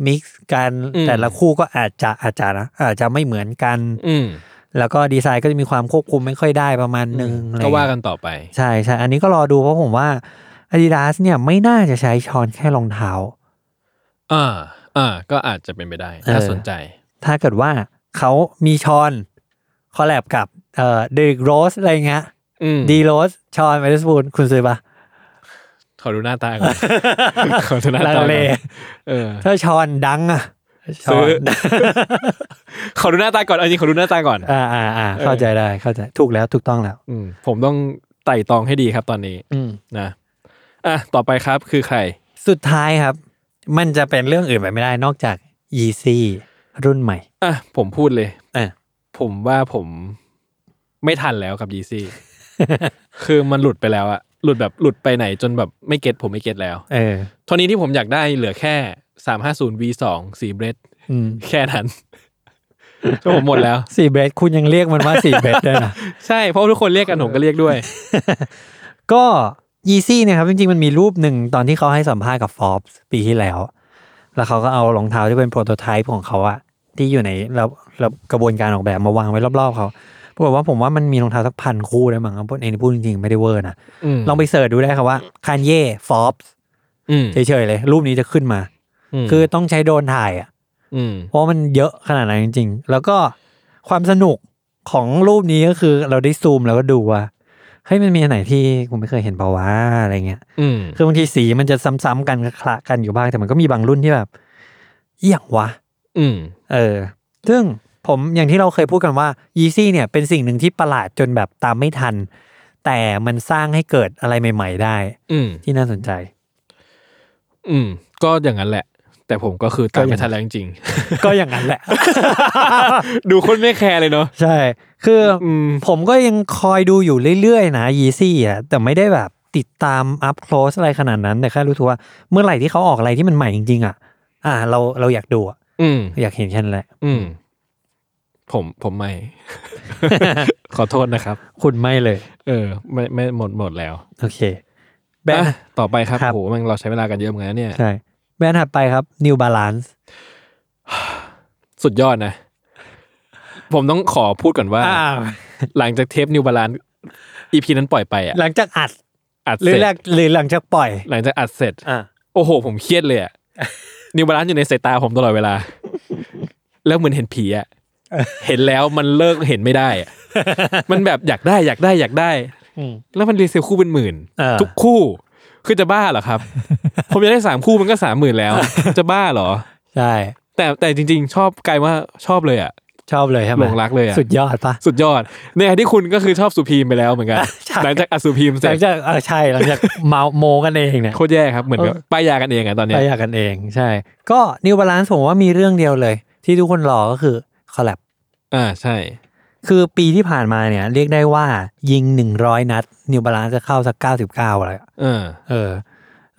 [SPEAKER 1] มิกซ์กัน
[SPEAKER 2] อืม
[SPEAKER 1] แต่ละคู่ก็อาจจะอาจจะนะอาจจะไม่เหมือนกัน
[SPEAKER 2] อืม
[SPEAKER 1] แล้วก็ดีไซน์ก็จะมีความควบคุมไม่ค่อยได้ประมาณนึงอะไรอย่
[SPEAKER 2] ก็
[SPEAKER 1] งเงี้ย
[SPEAKER 2] ว่ากันต่อไป
[SPEAKER 1] ใช่ใช่ อันนี้ก็รอดูเพราะผมว่า Adidas เนี่ยไม่น่าจะใช้ช้อนแค่รองเท้า
[SPEAKER 2] อ่า อ่า ก็อาจจะเป็นไปได้
[SPEAKER 1] เออ
[SPEAKER 2] น่าสนใจ
[SPEAKER 1] ถ้าเกิดว่าเขามีช้อน คอลแลบกับเอ่อเดริกโรสอะไรเงี้ย
[SPEAKER 2] อืม
[SPEAKER 1] ดีโรสชอนไมเดสบูนคุณซื้อปะ
[SPEAKER 2] ขอดูหน้าตาก่
[SPEAKER 1] (laughs)
[SPEAKER 2] อนขอดูหน้า
[SPEAKER 1] ลั
[SPEAKER 2] ตาก่
[SPEAKER 1] ง
[SPEAKER 2] อน
[SPEAKER 1] เล
[SPEAKER 2] เออ
[SPEAKER 1] ถ้าชอนดังอะช
[SPEAKER 2] ซื้
[SPEAKER 1] อ
[SPEAKER 2] อ
[SPEAKER 1] น
[SPEAKER 2] ขอดูหน้าตาก่อนเอาจริงขอดูหน้าตาก่อน
[SPEAKER 1] (laughs) อ่าอ่าอ่าเข้าใจได้เข้าใจถูกแล้วถูกต้องแล้ว
[SPEAKER 2] อืมผมต้องไต่ตองให้ดีครับตอนนี้
[SPEAKER 1] อืม
[SPEAKER 2] นะอ่ะต่อไปครับคือใคร
[SPEAKER 1] สุดท้ายครับ มันจะเป็นเรื่องอื่นไปไม่ได้นอกจาก Yeezy รุ่นใหม่
[SPEAKER 2] อ่ะผมพูดเลย
[SPEAKER 1] อ่ะ
[SPEAKER 2] ผมว่าผมไม่ทันแล้วกับดีซี่ (laughs) คือมันหลุดไปแล้วอะหลุดแบบหลุดไปไหนจนแบบไม่เก็ตผมไม่เก็ตแล้ว
[SPEAKER 1] เออ
[SPEAKER 2] ตอนนี้ที่ผมอยากได้เหลือแค่ 350 V2 สีเบรด
[SPEAKER 1] อืม
[SPEAKER 2] แค่นั้น (laughs) ก็ผมหมดแล้ว
[SPEAKER 1] สี่เบสคุณยังเรียกมันว่าสี่เบสด้วยนะ
[SPEAKER 2] ใช่เพราะทุกคนเรียกกันผมก็เรียกด้วย
[SPEAKER 1] ก็ Yeezy เนี่ยครับ จริงๆ มันมีรูปหนึ่งตอนที่เขาให้สัมภาษณ์กับ Forbes ปีที่แล้ว แล้วเขาก็เอารองเท้าที่เป็นโปรโตไทป์ของเขาอะที่อยู่ในระระกระบวนการออกแบบมาวางไว้รอบๆเขาปรากฏว่าผมว่ามันมีรองเท้าสักพันคู่ได้มั้งพูดเองพูดจริงๆ ไม่ได้เวอร์นะ
[SPEAKER 2] อืม
[SPEAKER 1] ลองไปเสิร์ชดูได้ครับว่าคานเย่ฟอบ
[SPEAKER 2] อืม
[SPEAKER 1] เฉยๆเลย รูปนี้จะขึ้นมา
[SPEAKER 2] ม
[SPEAKER 1] คือต้องใช้โดรนถ่ายอะ
[SPEAKER 2] อืม
[SPEAKER 1] เพราะมันเยอะขนาดนั้นจริงๆ แล้วก็ความสนุกของรูปนี้ก็คือเราได้ซูมแล้วก็ดูว่าเฮ้ยมันมีอันไหนที่กูไม่เคยเห็นเปล่าวะอะไรเงี้ย
[SPEAKER 2] อืม
[SPEAKER 1] คือบางทีสีมันจะซ้ำๆกันคละกันอยู่บ้าง แต่มันก็มีบางรุ่นที่แบบอหย่างวะ
[SPEAKER 2] อืม
[SPEAKER 1] เออ ซึ่งผมอย่างที่เราเคยพูดกันว่ายีซี่เนี่ยเป็นสิ่งหนึ่งที่ประหลาดจนแบบตามไม่ทัน แต่มันสร้างให้เกิดอะไรใหม่ ๆ ได้
[SPEAKER 2] อืม
[SPEAKER 1] ที่น่าสนใจ
[SPEAKER 2] อืม ก็อย่างนั้นแหละ แต่ผมก็คือตามไม่ทันแล้วจริง
[SPEAKER 1] ก็อย่างนั้นแหละ (laughs)
[SPEAKER 2] ๆ (laughs) ดูคนไม่แคร์เลยเนาะ
[SPEAKER 1] ใช่ คือ
[SPEAKER 2] อืม
[SPEAKER 1] ผมก็ยังคอยดูอยู่เรื่อยๆ นะยีซี่อ่ะแต่ไม่ได้แบบติดตามอัพโคลสอะไรขนาดนั้น แต่แค่รู้ตัวว่าเมื่อไหร่ที่เขาออกอะไรที่มันใหม่จริงๆ อ่ะ อ่า เราเราอยากดูอ่ะ
[SPEAKER 2] อืม
[SPEAKER 1] อยากเห็นแค่นั้นแหละ
[SPEAKER 2] อืม ผมผมไม่ (laughs) ขอโทษนะครับ
[SPEAKER 1] คุณไม่เลย
[SPEAKER 2] เออ ไม่ไม่หมดหมดแล้ว
[SPEAKER 1] โอเค แบรนด์
[SPEAKER 2] อ่ะต่อไปครับ
[SPEAKER 1] ครับ
[SPEAKER 2] โหแมันเราใช้เวลากันเยอะเหมือนกันนะเนี่ย
[SPEAKER 1] ใช่แบรนด์ถัดไปครับ New Balance
[SPEAKER 2] สุดยอดนะ ผมต้องขอพูดก่อนว่า หลังจากเทปนิวบาลานอีพีนั้นปล่อยไปอ่ะ
[SPEAKER 1] หลังจากอัด
[SPEAKER 2] อัด
[SPEAKER 1] หรื
[SPEAKER 2] เส
[SPEAKER 1] อ
[SPEAKER 2] ร็จ
[SPEAKER 1] หลังหรือหลังจากปล่อย
[SPEAKER 2] หลังจากอัดเสร็จ
[SPEAKER 1] อ่า
[SPEAKER 2] โอ้โห ผมเครียดเลยอ่ะ นิวบาลานอยู่ในสายตาผมตลอดเวลา แล้วเหมือนเห็นผีอ่ะ เห็นแล้วมันเลิกเห็นไม่ได้อะมันแบบอยากได้อยากได้อยากได้
[SPEAKER 1] อืม
[SPEAKER 2] แล้วมันรีเซลคู่เป็นหมื่น
[SPEAKER 1] เออ
[SPEAKER 2] ทุกคู่ คือจะบ้าเห
[SPEAKER 1] (laughs)
[SPEAKER 2] รอครับ ผมจะได้สามคู่มันก็สามหมื่นแล้ว จะบ้าเหรอ
[SPEAKER 1] ใช่
[SPEAKER 2] แต่แต่จริง ๆ ชอบกลายว่าชอบเลยอ่ะ
[SPEAKER 1] ชอบเลยใช่ไหม
[SPEAKER 2] หลงรักเลยอะ
[SPEAKER 1] สุดยอดปะ
[SPEAKER 2] สุดยอดในขณะที่คุณก็คือชอบสุพีมไปแล้วเหมือนกัน
[SPEAKER 1] (laughs) ใช่
[SPEAKER 2] หลังจากอสุพีมเส
[SPEAKER 1] ห
[SPEAKER 2] ร็
[SPEAKER 1] ลั
[SPEAKER 2] จ
[SPEAKER 1] งจากเออใช่หลัง
[SPEAKER 2] (laughs)
[SPEAKER 1] จากเมาโมกันเองเนี่ย
[SPEAKER 2] โคตรแย่ครับเหมือนกับป้ายยากันเองอ่ะตอนเนี้ย
[SPEAKER 1] ไปอยากกันเองใช่ ก็ New Balance ผมว่ามีเรื่องเดียวเลย ที่ทุกคนรอก็คือคอลแลบ
[SPEAKER 2] อ่าใช่
[SPEAKER 1] คือปีที่ผ่านมาเนี่ย เรียกได้ว่ายิง 100 นัด New Balance จะเข้าสัก 99อะไรอะ
[SPEAKER 2] เออ
[SPEAKER 1] เออ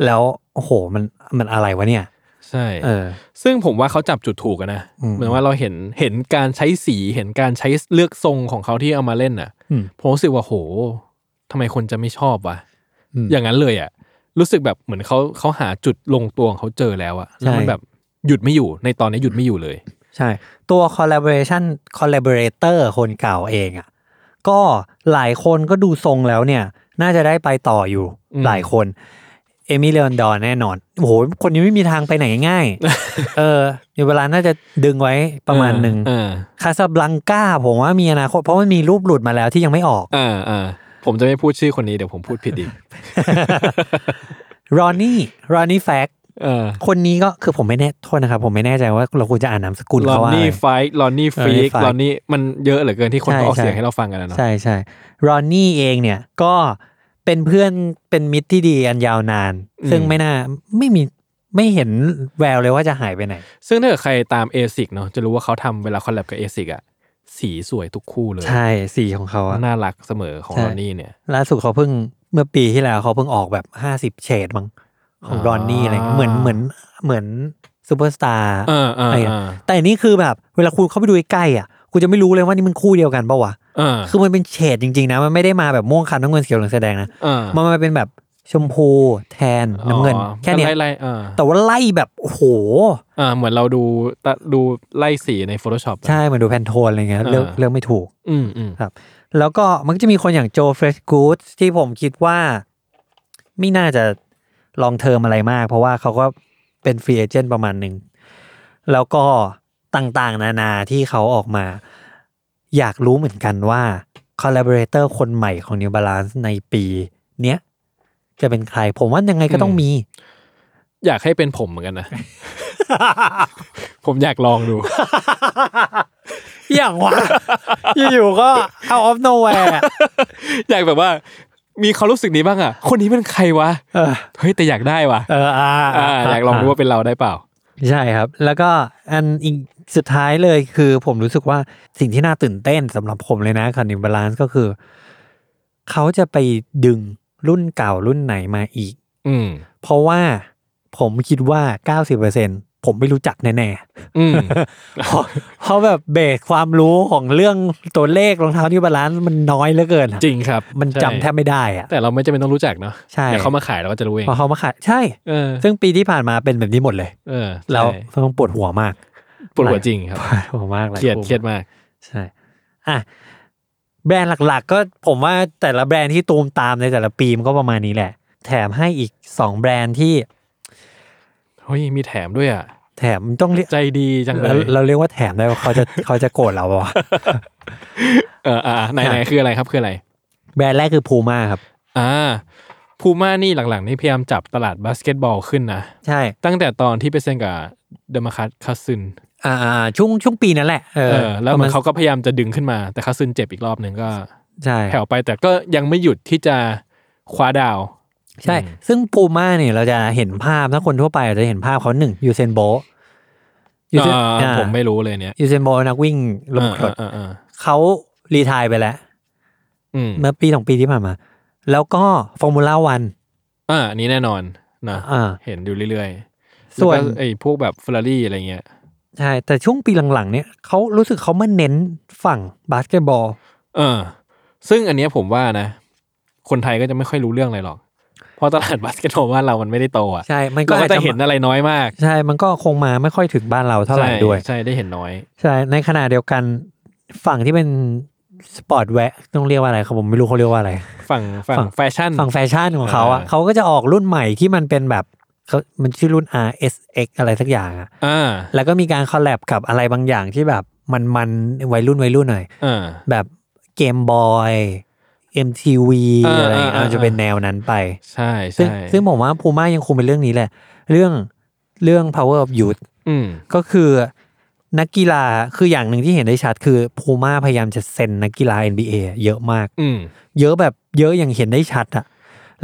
[SPEAKER 1] แล้ว โอ้โห มันมันอะไรวะเนี่ย
[SPEAKER 2] ใช่
[SPEAKER 1] เออ
[SPEAKER 2] ซึ่งผมว่าเขาจับจุดถูกอะนะ
[SPEAKER 1] อืม
[SPEAKER 2] เหมือนว่าเราเห็นเห็นการใช้สีเห็นการใช้เลือกทรงของเขาที่เอามาเล่นอ่ะ
[SPEAKER 1] อืม
[SPEAKER 2] ผมรู้สึกว่าโหทำไมคนจะไม่ชอบวะ
[SPEAKER 1] อืม
[SPEAKER 2] อย่างนั้นเลยอ่ะ รู้สึกแบบเหมือนเขาเขาหาจุดลงตัวของเขาเจอแล้วอ่ะแล้วมัน
[SPEAKER 1] ใช่
[SPEAKER 2] แบบหยุดไม่อยู่ในตอนนี้หยุดไม่อยู่เลย
[SPEAKER 1] ใช่ ตัว collaboration collaborator คนเก่าเองอะ่ะก็หลายคนก็ดูทรงแล้วเนี่ย น่าจะได้ไปต่ออยู่
[SPEAKER 2] อืม
[SPEAKER 1] หลายคน เอมิเลอนดอนแน่นอนโอ้โหคนนี้ไม่มีทางไปไหนง่าย
[SPEAKER 2] (laughs)
[SPEAKER 1] เออในเวลาน่าจะดึงไว้ประมาณหนึ่ง
[SPEAKER 2] เออ
[SPEAKER 1] คาสบลังกาผมว่ามีอนาคต เพราะมันมีรูปหลุดมาแล้วที่ยังไม่ออก (laughs)
[SPEAKER 2] เอ่าอ่าผมจะไม่พูดชื่อคนนี้เดี๋ยวผมพูดผิดอีก
[SPEAKER 1] รอนนี่รอนนี่แฟก
[SPEAKER 2] เออ
[SPEAKER 1] คนนี้ก็คือผมไม่แน่โทษนะครับ ผมไม่แน่ใจว่าเราควรจะอ่านนามสกุล
[SPEAKER 2] ลอน
[SPEAKER 1] เขาว่าอะ
[SPEAKER 2] นี่
[SPEAKER 1] ไร
[SPEAKER 2] ไฟลอนนี่ฟีก
[SPEAKER 1] Lonnie Fike
[SPEAKER 2] ลอนนี่มันเยอะเหลือเกินที่คนเขาออก
[SPEAKER 1] ใช่ใช่
[SPEAKER 2] เสียงให้เราฟังกันนะเนาะ
[SPEAKER 1] ใช่ใช่รอนนี่เองเนี่ยก็เป็นเพื่อนเป็นมิตรที่ดีอันยาวนาน ซึ่งไม่น่าไม่มีไม่เห็นแววเลยว่าจะหายไปไหน
[SPEAKER 2] ซึ่งถ้าเกิดใครตามเอซิกเนาะจะรู้ว่าเขาทำเวลาคอลแลบกับเอซิกอ่ะสีสวยทุกคู่เลย
[SPEAKER 1] ใช่สีของเขาอะ
[SPEAKER 2] น่ารักเสมอของ
[SPEAKER 1] ใช่
[SPEAKER 2] รอนนี่เนี่ย
[SPEAKER 1] ล่าสุดเขาเพิ่งเมื่อปีที่แล้วเขาเพิ่งออกแบบห้าสิบเฉดมั้งของรอนนี่อะไรเงี้ยเหมือนเหมือนเหมือนซูเปอร์สตาร์
[SPEAKER 2] เออเออ
[SPEAKER 1] ไอ้
[SPEAKER 2] เอ
[SPEAKER 1] อะ
[SPEAKER 2] อ
[SPEAKER 1] แต่นี่คือแบบเวลาคุณเข้าไปดูใกล้ๆอ่ะคุณจะไม่รู้เลยว่านี่มันคู่เดียวกันปะวะ
[SPEAKER 2] เออ
[SPEAKER 1] คือมันเป็นเฉดจริงๆนะมันไม่ได้มาแบบม่วงคำน้ำเงินเขียวเหลืองแสดงนะ
[SPEAKER 2] เออ
[SPEAKER 1] มันมาเป็นแบบชมพูแทนน้ำเงิน
[SPEAKER 2] อ๋อ
[SPEAKER 1] แค่เนี้ย
[SPEAKER 2] ก็ไล่ไล่เออ
[SPEAKER 1] แต่ว่าไล่แบบโอ้โห
[SPEAKER 2] เออเหมือนเราดูตะดูไล่สีใน Photoshop อะ
[SPEAKER 1] ใช่เหมือนดูแพนโทนอะไรเงี้ย
[SPEAKER 2] อ่า
[SPEAKER 1] เลือกเลือกไม่ถูก
[SPEAKER 2] อืมอืม
[SPEAKER 1] แล้วก็มันก็จะมีคนอย่างโจเฟรชกูดที่ผมคิดว่า ไม่น่าจะลองเทอมอะไรมาก เพราะว่าเขาก็เป็นฟรีเอเจนต์ประมาณหนึ่ง แล้วก็ต่างๆ นานาที่เขาออกมา อยากรู้เหมือนกันว่า collaborator คนใหม่ของ New Balance ในปีเนี้ยจะเป็นใคร ผมว่ายังไงก็ต้องมี
[SPEAKER 2] อยากให้เป็นผมเหมือนกันนะ (laughs) ผมอยากลองดู (laughs)
[SPEAKER 1] อย่างวะ (laughs) อยู่ๆก็ out of nowhere อะ
[SPEAKER 2] อยากแบบว่า มีความรู้สึกนี้บ้างอ่ะ คนนี้เป็นใครวะ
[SPEAKER 1] เออ
[SPEAKER 2] เฮ้ย แต่อยากได้วะ
[SPEAKER 1] เอออ่า
[SPEAKER 2] อ่าอยากลองดูว่าเป็นเราได้เปล่า
[SPEAKER 1] ใช่ครับ แล้วก็อันอีกสุดท้ายเลยคือ ผมรู้สึกว่าสิ่งที่น่าตื่นเต้นสำหรับผมเลยนะคอนิบาลานซ์ก็คือ เขาจะไปดึงรุ่นเก่ารุ่นไหนมาอีก
[SPEAKER 2] อืม
[SPEAKER 1] เพราะว่าผมคิดว่า 90%ผมไม่รู้จักแน่
[SPEAKER 2] อืม
[SPEAKER 1] ๆ (laughs) เพราะเพราะแบบเบสความรู้ของเรื่องตัวเลขรองเท้านิวบาลานซ์มันน้อยเหลือเกินอะ
[SPEAKER 2] จริงครับ
[SPEAKER 1] มันจำแทบไม่ได้อะ
[SPEAKER 2] แต่เราไม่จำเป็นต้องรู้จักเนาะ
[SPEAKER 1] ใช่
[SPEAKER 2] เดี๋ยวเขามาขายเราก็จะรู้เอง
[SPEAKER 1] พอเขามาขายใช่
[SPEAKER 2] เออ
[SPEAKER 1] ซึ่งปีที่ผ่านมาเป็นแบบนี้หมดเลย
[SPEAKER 2] เออ
[SPEAKER 1] เรา
[SPEAKER 2] ใช่
[SPEAKER 1] ต้องปวดหัวมาก
[SPEAKER 2] ปวดหัวจริงครับ
[SPEAKER 1] ปวดหัวมากเลาย
[SPEAKER 2] เครียด
[SPEAKER 1] คู่
[SPEAKER 2] เครียดมาก
[SPEAKER 1] ใช่อ่ะแบรนด์หลักๆ ก็ผมว่าแต่ละแบรนด์ที่ตูมตามในแต่ละปีมันก็ประมาณนี้แหละ แถมให้อีกสองแบรนด์ที่
[SPEAKER 2] เฮ้ย มีแถมด้วยอ่ะ
[SPEAKER 1] แถมต้องเรียก
[SPEAKER 2] ใจดีจังเล
[SPEAKER 1] เรา
[SPEAKER 2] ย
[SPEAKER 1] เราเรียกว่าแถมได้ว่าเขาจะเขาจะโกรธเราปะ (laughs) วะ
[SPEAKER 2] เอออ่าไหนไหนคืออะไรครับคืออะไร
[SPEAKER 1] แบรนด์แรกคือพูม่าครับ
[SPEAKER 2] อ่าพูม่านี่หลังๆ นี่พยายามจับตลาดบาสเกตบอลขึ้นนะ
[SPEAKER 1] ใช่
[SPEAKER 2] ตั้งแต่ตอนที่ไปเซ็นกับเดมาคัสคาซึน
[SPEAKER 1] อ่าอ่าช่วงช่วงปีนั้นแหละเอ
[SPEAKER 2] เอ
[SPEAKER 1] อ
[SPEAKER 2] อแล้วเห
[SPEAKER 1] ป
[SPEAKER 2] มั
[SPEAKER 1] ระ
[SPEAKER 2] น
[SPEAKER 1] ณ
[SPEAKER 2] เขาก็พยายามจะดึงขึ้นมา แต่คาซึนเจ็บอีกรอบหนึ่งก็
[SPEAKER 1] ใช่
[SPEAKER 2] แผ่วไปแต่ก็ยังไม่หยุดที่จะคว้าดาว
[SPEAKER 1] ใช่ ซึ่งพูม่าเนี่ยเราจะเห็นภาพถ้าคนทั่วไปอาจจะเห็นภาพเขาหนึ่งยูเซนโบยูเซน
[SPEAKER 2] อ่าผมไม่รู้เลยเนี่ย
[SPEAKER 1] ยูเซนโบนักวิ่งลมกรด
[SPEAKER 2] อ่าอ่าอ่า
[SPEAKER 1] เขารีไทายไปแล้ว
[SPEAKER 2] อืม
[SPEAKER 1] เมื่อปีสองปีที่ผ่านมา แล้วก็ฟอร์มูล่าวัน
[SPEAKER 2] อ่าอันนี้แน่นอนนะ
[SPEAKER 1] อ่า
[SPEAKER 2] เห็นอยู่เรื่อยๆ
[SPEAKER 1] ส่วน
[SPEAKER 2] แล้ก็ไอ้พวกแบบเฟอร์รารี่อะไรเงี้ย
[SPEAKER 1] ใช่ แต่ช่วงปีหลังๆ เนี่ยเขารู้สึกเขามาเน้นฝั่งบาสเกตบอล
[SPEAKER 2] เออ ซึ่งอันเนี้ยผมว่านะ คนไทยก็จะไม่ค่อยรู้เรื่องอะไรหรอก เพราะตลาด (laughs) บาสเกตบอลว่านเรามันไม่ได้โตอ่ะ
[SPEAKER 1] ใช่ มันก็
[SPEAKER 2] เรา
[SPEAKER 1] อา
[SPEAKER 2] ก็
[SPEAKER 1] จ
[SPEAKER 2] จะ
[SPEAKER 1] จะ
[SPEAKER 2] เห็นอะไรน้อยมาก
[SPEAKER 1] ใช่ มันก็คงมาไม่ค่อยถึงบ้านเราเท่าไหร่
[SPEAKER 2] ใช่
[SPEAKER 1] ด้วย
[SPEAKER 2] ใช่ได้เห็นน้อย
[SPEAKER 1] ใช่ ในขณะเดียวกันฝั่งที่เป็นสปอร์ตแวะต้องเรียกว่าอะไรครับผมไม่รู้เขาเรียกว่าอะไร
[SPEAKER 2] ฝั่งฝั่ง
[SPEAKER 1] ฝั่ง
[SPEAKER 2] แฟชั่น
[SPEAKER 1] ฝั่งแฟชั่นของเขาอ่ะ
[SPEAKER 2] เออ
[SPEAKER 1] เขาก็จะออกรุ่นใหม่ที่มันเป็นแบบเขามันชื่อรุ่น RSX อะไรสักอย่างอ่ะ
[SPEAKER 2] อ่า
[SPEAKER 1] แล้วก็มีการคอลแลบกับอะไรบางอย่างที่แบบมันมันๆวัยรุ่นวัยรุ่นหน่อย
[SPEAKER 2] อ่า
[SPEAKER 1] แบบเกมบอย MTV
[SPEAKER 2] เอออ
[SPEAKER 1] อะไร
[SPEAKER 2] เออเออ
[SPEAKER 1] อาจจะเป็นแนวนั้นไป
[SPEAKER 2] ใช่
[SPEAKER 1] ซึ่ง
[SPEAKER 2] ใช่
[SPEAKER 1] ซึ่งผมว่าพูม่ายังคงเป็นเรื่องนี้แหละ เรื่องเรื่อง power of youth
[SPEAKER 2] อืม
[SPEAKER 1] ก็คือนักกีฬาคืออย่างหนึ่งที่เห็นได้ชัดคือพูม่าพยายามจะเซ็นนักกีฬา NBA เยอะมาก
[SPEAKER 2] อืม
[SPEAKER 1] เยอะแบบเยอะอย่างเห็นได้ชัดอะ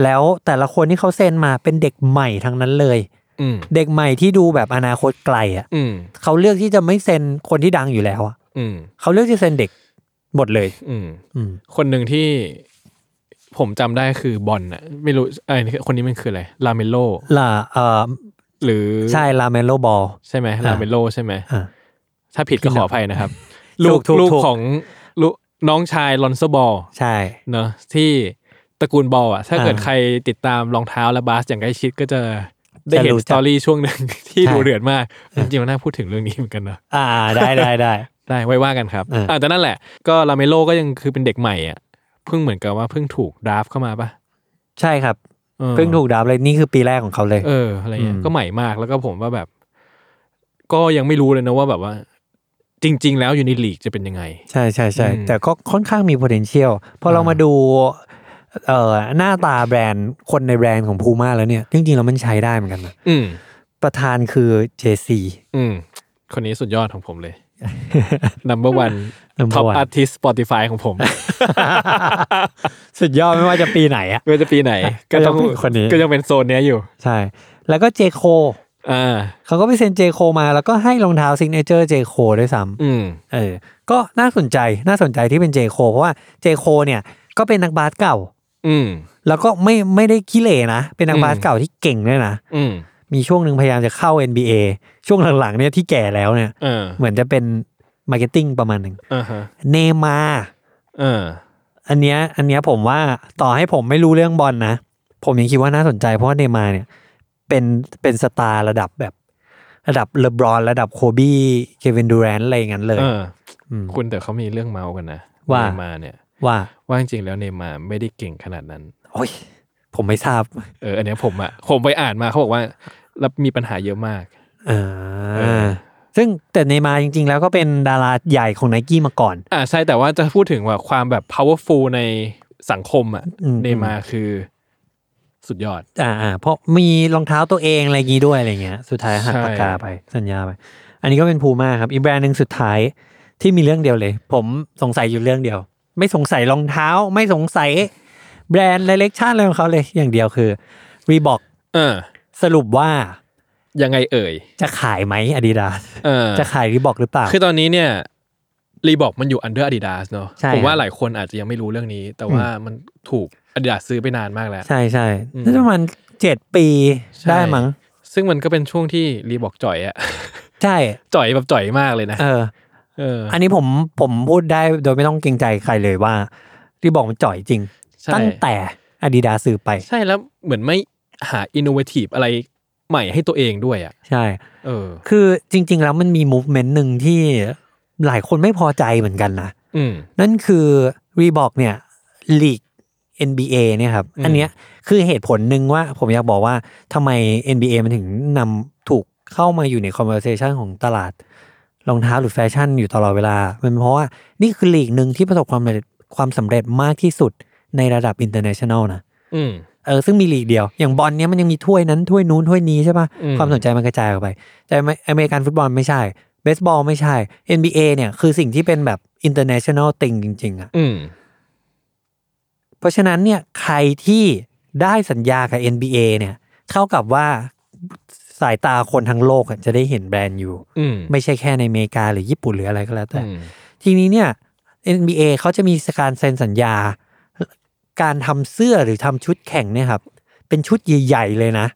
[SPEAKER 1] แล้วแต่ละคนที่เขาเซ็นมาเป็นเด็กใหม่ทั้งนั้นเลย
[SPEAKER 2] อืม
[SPEAKER 1] เด็กใหม่ที่ดูแบบอนาคตไกลอะ
[SPEAKER 2] อืม
[SPEAKER 1] เขาเลือกที่จะไม่เซ็นคนที่ดังอยู่แล้วอะ
[SPEAKER 2] อืม
[SPEAKER 1] เขาเลือกที่เซ็นเด็กหมดเลย
[SPEAKER 2] อืม
[SPEAKER 1] อืม
[SPEAKER 2] คนหนึ่งที่ผมจำได้คือบอลน่ะ ไม่รู้ไอ้ยคนนี้มันคืออะไรลาเมโล
[SPEAKER 1] ล่ะเออ
[SPEAKER 2] หรือ
[SPEAKER 1] ใช่ลาเมโลบอล
[SPEAKER 2] ใช่ไหม
[SPEAKER 1] อ่า
[SPEAKER 2] ลาเมโลใช่ไหม
[SPEAKER 1] อ่ะ
[SPEAKER 2] ถ้าผิดก็ขออภัยนะครับ
[SPEAKER 1] ถู
[SPEAKER 2] ลู
[SPEAKER 1] ก
[SPEAKER 2] ก
[SPEAKER 1] ถูก
[SPEAKER 2] ลูก
[SPEAKER 1] ถูก
[SPEAKER 2] ของลูกน้องชายลอนโซบอล
[SPEAKER 1] ใช่
[SPEAKER 2] เนอะที่ตระกูลบอลอ่ะ ถ้า
[SPEAKER 1] อ่า
[SPEAKER 2] เกิดใครติดตามรองเท้าและบาสอย่างใกล้ชิดก็จะได้เห็น
[SPEAKER 1] จะรู้
[SPEAKER 2] สตอรี่ช่วงหนึ่งที่
[SPEAKER 1] ใช่
[SPEAKER 2] ดูเดือดมากจริงๆมันน่าพูดถึงเรื่องนี้เหมือนกันเนอะ
[SPEAKER 1] อ่าได้ได้ได้
[SPEAKER 2] ได้ไว้ว่ากันครับ
[SPEAKER 1] เอออ่
[SPEAKER 2] อ่าแต่นั่นแหละ ก็ลาเมโลก็ยังคือเป็นเด็กใหม่อ่ะ เพิ่งเหมือนกับว่าเพิ่งถูกดราฟต์เข้ามาปะ
[SPEAKER 1] (laughs) ใช่ครับ
[SPEAKER 2] ออ
[SPEAKER 1] เพิ่งถูกดับเลยนี่คือปีแรกของเขาเลย
[SPEAKER 2] เออ อะไรเงี้ย
[SPEAKER 1] อืม
[SPEAKER 2] ก็ใหม่มาก แล้วก็ผมว่าแบบ ก็ยังไม่รู้เลยนะว่าแบบว่า จริง ๆ แล้วอยู่ในลีกจะเป็นยังไง
[SPEAKER 1] ใช่ใช่ใช่
[SPEAKER 2] อืม
[SPEAKER 1] แต่ก็ค่อนข้างมี potential พอเรา
[SPEAKER 2] อ่าม
[SPEAKER 1] มาดูเอ่อหน้าตาแบรนด์คนในแบรนด์ของพูม่าแล้วเนี่ย จริงๆแล้วมันใช้ได้เหมือนกันนะ
[SPEAKER 2] อืม
[SPEAKER 1] ประธานคือ JC
[SPEAKER 2] อืม คนนี้สุดยอดของผม
[SPEAKER 1] (laughs)
[SPEAKER 2] เลย number one
[SPEAKER 1] Number
[SPEAKER 2] top
[SPEAKER 1] one
[SPEAKER 2] artist Spotify ของผม
[SPEAKER 1] (laughs) สุดยอดไม่ว่าจะปีไหนอะ
[SPEAKER 2] ไม่ว่าจะปีไหน ก็ต้อง
[SPEAKER 1] ก็ยังเป็นคนนี้
[SPEAKER 2] ก็ยังเป็นโซนเนี้ยอยู่
[SPEAKER 1] ใช่ แล้วก็เจโค
[SPEAKER 2] อ่า
[SPEAKER 1] เขาก็ไปเซ็นเจโคมาแล้วก็ให้รองเท้าซิงเกิลเจอร์เจโคด้วยซ้ำ
[SPEAKER 2] อืม
[SPEAKER 1] เออ ก็น่าสนใจ น่าสนใจที่เป็นเจโคเพราะว่าเจโคเนี่ยก็เป็นนักบาสเก่า
[SPEAKER 2] อืม
[SPEAKER 1] แล้วก็ไม่ไม่ได้ขี้เหร่นะ เป็นนักบาส
[SPEAKER 2] อืม
[SPEAKER 1] เก่าที่เก่งด้วยนะ
[SPEAKER 2] อืม
[SPEAKER 1] มีช่วงหนึ่งพยายามจะเข้า NBA ช่วงหลังๆเนี่ยที่แก่แล้วเนี่ย
[SPEAKER 2] เออ
[SPEAKER 1] เหมือนจะเป็นมาร์เก็ตติ้งประมาณหนึ่ง
[SPEAKER 2] อ่าฮะ
[SPEAKER 1] เนย์มาร์
[SPEAKER 2] เออ
[SPEAKER 1] อันเนี้ยอันเนี้ยผมว่าต่อให้ผมไม่รู้เรื่องบอลนะ ผมยังคิดว่าน่าสนใจเพราะว่าเนย์มาร์เนี่ยเป็นเป็นสตาร์ระดับแบบ ระดับเลบรอนระดับโคบี้เควินดูแรนอะไรอย่างนั้นเลย
[SPEAKER 2] เอออ
[SPEAKER 1] ม
[SPEAKER 2] คุณแต่เขามีเรื่องเมาส์กันนะ
[SPEAKER 1] ว่า
[SPEAKER 2] เนย์มาร์เนี่ย
[SPEAKER 1] ว่า
[SPEAKER 2] ว่าจริงๆแล้วเนย์มาร์ไม่ได้เก่งขนาดนั้น
[SPEAKER 1] โอ้ยผมไม่ทราบ
[SPEAKER 2] เอออันเนี้ยผมอะผมไปอ่านมาเขาบอกว่ารับมีปัญหาเยอะมาก
[SPEAKER 1] อ่
[SPEAKER 2] เอา อ
[SPEAKER 1] ซึ่งแต่เนย์มาร์จริง ๆ แล้วก็เป็นดาราใหญ่ของไนกี้มาก่อน
[SPEAKER 2] อ่าใช่แต่ว่าจะพูดถึงว่าความแบบ powerful ในสังคมอ่ะ
[SPEAKER 1] อืม
[SPEAKER 2] เนย์มาร์คือสุดยอด
[SPEAKER 1] อ่าอ่าเพราะมีรองเท้าตัวเองอะไรอย่างงี้ด้วยอะไรเงี้ย สุดท้ายหัก
[SPEAKER 2] ใช่
[SPEAKER 1] ปากกาไปสัญญาไป อันนี้ก็เป็นพูม่าครับอีกแบรนด์หนึ่งสุดท้ายที่มีเรื่องเดียวเลย ผมสงสัยอยู่เรื่องเดียว ไม่สงสัยรองเท้า ไม่สงสัยแบรนด์เลเล็กชันอะไรของเขาเลย อย่างเดียวคือรีบอก
[SPEAKER 2] เออ
[SPEAKER 1] สรุปว่า
[SPEAKER 2] ยังไงเอ่ย
[SPEAKER 1] จะขายไหมอาดิดาส
[SPEAKER 2] เออ
[SPEAKER 1] จะขายรีบอกหรือเปล่า
[SPEAKER 2] คือตอนนี้เนี่ยรีบอกมันอยู่ under Adidas เนอะ
[SPEAKER 1] ใช่
[SPEAKER 2] ผม
[SPEAKER 1] ค
[SPEAKER 2] ว่า
[SPEAKER 1] รับ
[SPEAKER 2] หลายคนอาจจะยังไม่รู้เรื่องนี้ แต่ว่ามันถูก Adidas ซื้อไปนานมากแล้ว
[SPEAKER 1] ใช่ใช่
[SPEAKER 2] อืม
[SPEAKER 1] น่าจะประมาณเจ็ดปี
[SPEAKER 2] ใช่
[SPEAKER 1] ได้มั้ง
[SPEAKER 2] ซึ่งมันก็เป็นช่วงที่รีบอกจ่อยอะ (laughs)
[SPEAKER 1] ใช่
[SPEAKER 2] จ่อยแบบจ่อยมากเลยนะ
[SPEAKER 1] เออ
[SPEAKER 2] เออ
[SPEAKER 1] อันนี้ผมผมพูดได้โดยไม่ต้องเกรงใจใครเลยว่ารีบอกมันจ่อยจริง
[SPEAKER 2] ใช่
[SPEAKER 1] ตั้งแต่อาดิดาซื้อไป
[SPEAKER 2] ใช่แล้วเหมือนไม่หา innovative อะไรใหม่ให้ตัวเองด้วยอ่ะ
[SPEAKER 1] ใช่
[SPEAKER 2] เออ
[SPEAKER 1] คือจริง ๆ แล้วมันมีมูฟเมนต์หนึ่งที่หลายคนไม่พอใจเหมือนกันนะ
[SPEAKER 2] อืม
[SPEAKER 1] นั่นคือรีบอกเนี่ยลีก NBA เนี่ยครับ
[SPEAKER 2] อืม
[SPEAKER 1] อันเนี้ยคือเหตุผลหนึ่งว่าผมอยากบอกว่าทำไม NBA มันถึงนำถูกเข้ามาอยู่ในคอมเ r อร์เซชันของตลาดรองเท้าหรือแฟชั่นอยู่ตลอดเวลา มันเพราะว่านี่คือลีกหนึ่งที่ประสบความสำเร็จความสำเร็จมากที่สุดในระดับอินเตอร์เนชั่นแนลนะ
[SPEAKER 2] อืม
[SPEAKER 1] เออซึ่งมีลีกเดียว อย่างบอลเนี้ยมันยังมีถ้วยนั้นถ้วยนู้นถ้วยนี้ใช่ปะ
[SPEAKER 2] อืม
[SPEAKER 1] ความสนใจมันกระจายออกไป แต่อเมอเมริกันฟุตบอลไม่ใช่เบสบอลไม่ใช่ NBA เนี่ยคือสิ่งที่เป็นแบบอินเตอร์เนชั่นแนลติงจริงๆอะ
[SPEAKER 2] อืม
[SPEAKER 1] เพราะฉะนั้นเนี่ยใครที่ได้สัญญากับ NBA เนี่ยเท่ากับว่าสายตาคนทั้งโลกอะจะได้เห็นแบรนด์อยู่
[SPEAKER 2] อืม
[SPEAKER 1] ไม่ใช่แค่ในอเมริกาหรือญี่ปุ่นหรืออะไรก็แล้วแต่
[SPEAKER 2] อืม
[SPEAKER 1] ทีนี้เนี่ย NBA เขาจะมีการเซ็นสัญญา การทำเสื้อหรือทำชุดแข่งเนี่ยครับ เป็นชุดใหญ่ๆเลยนะ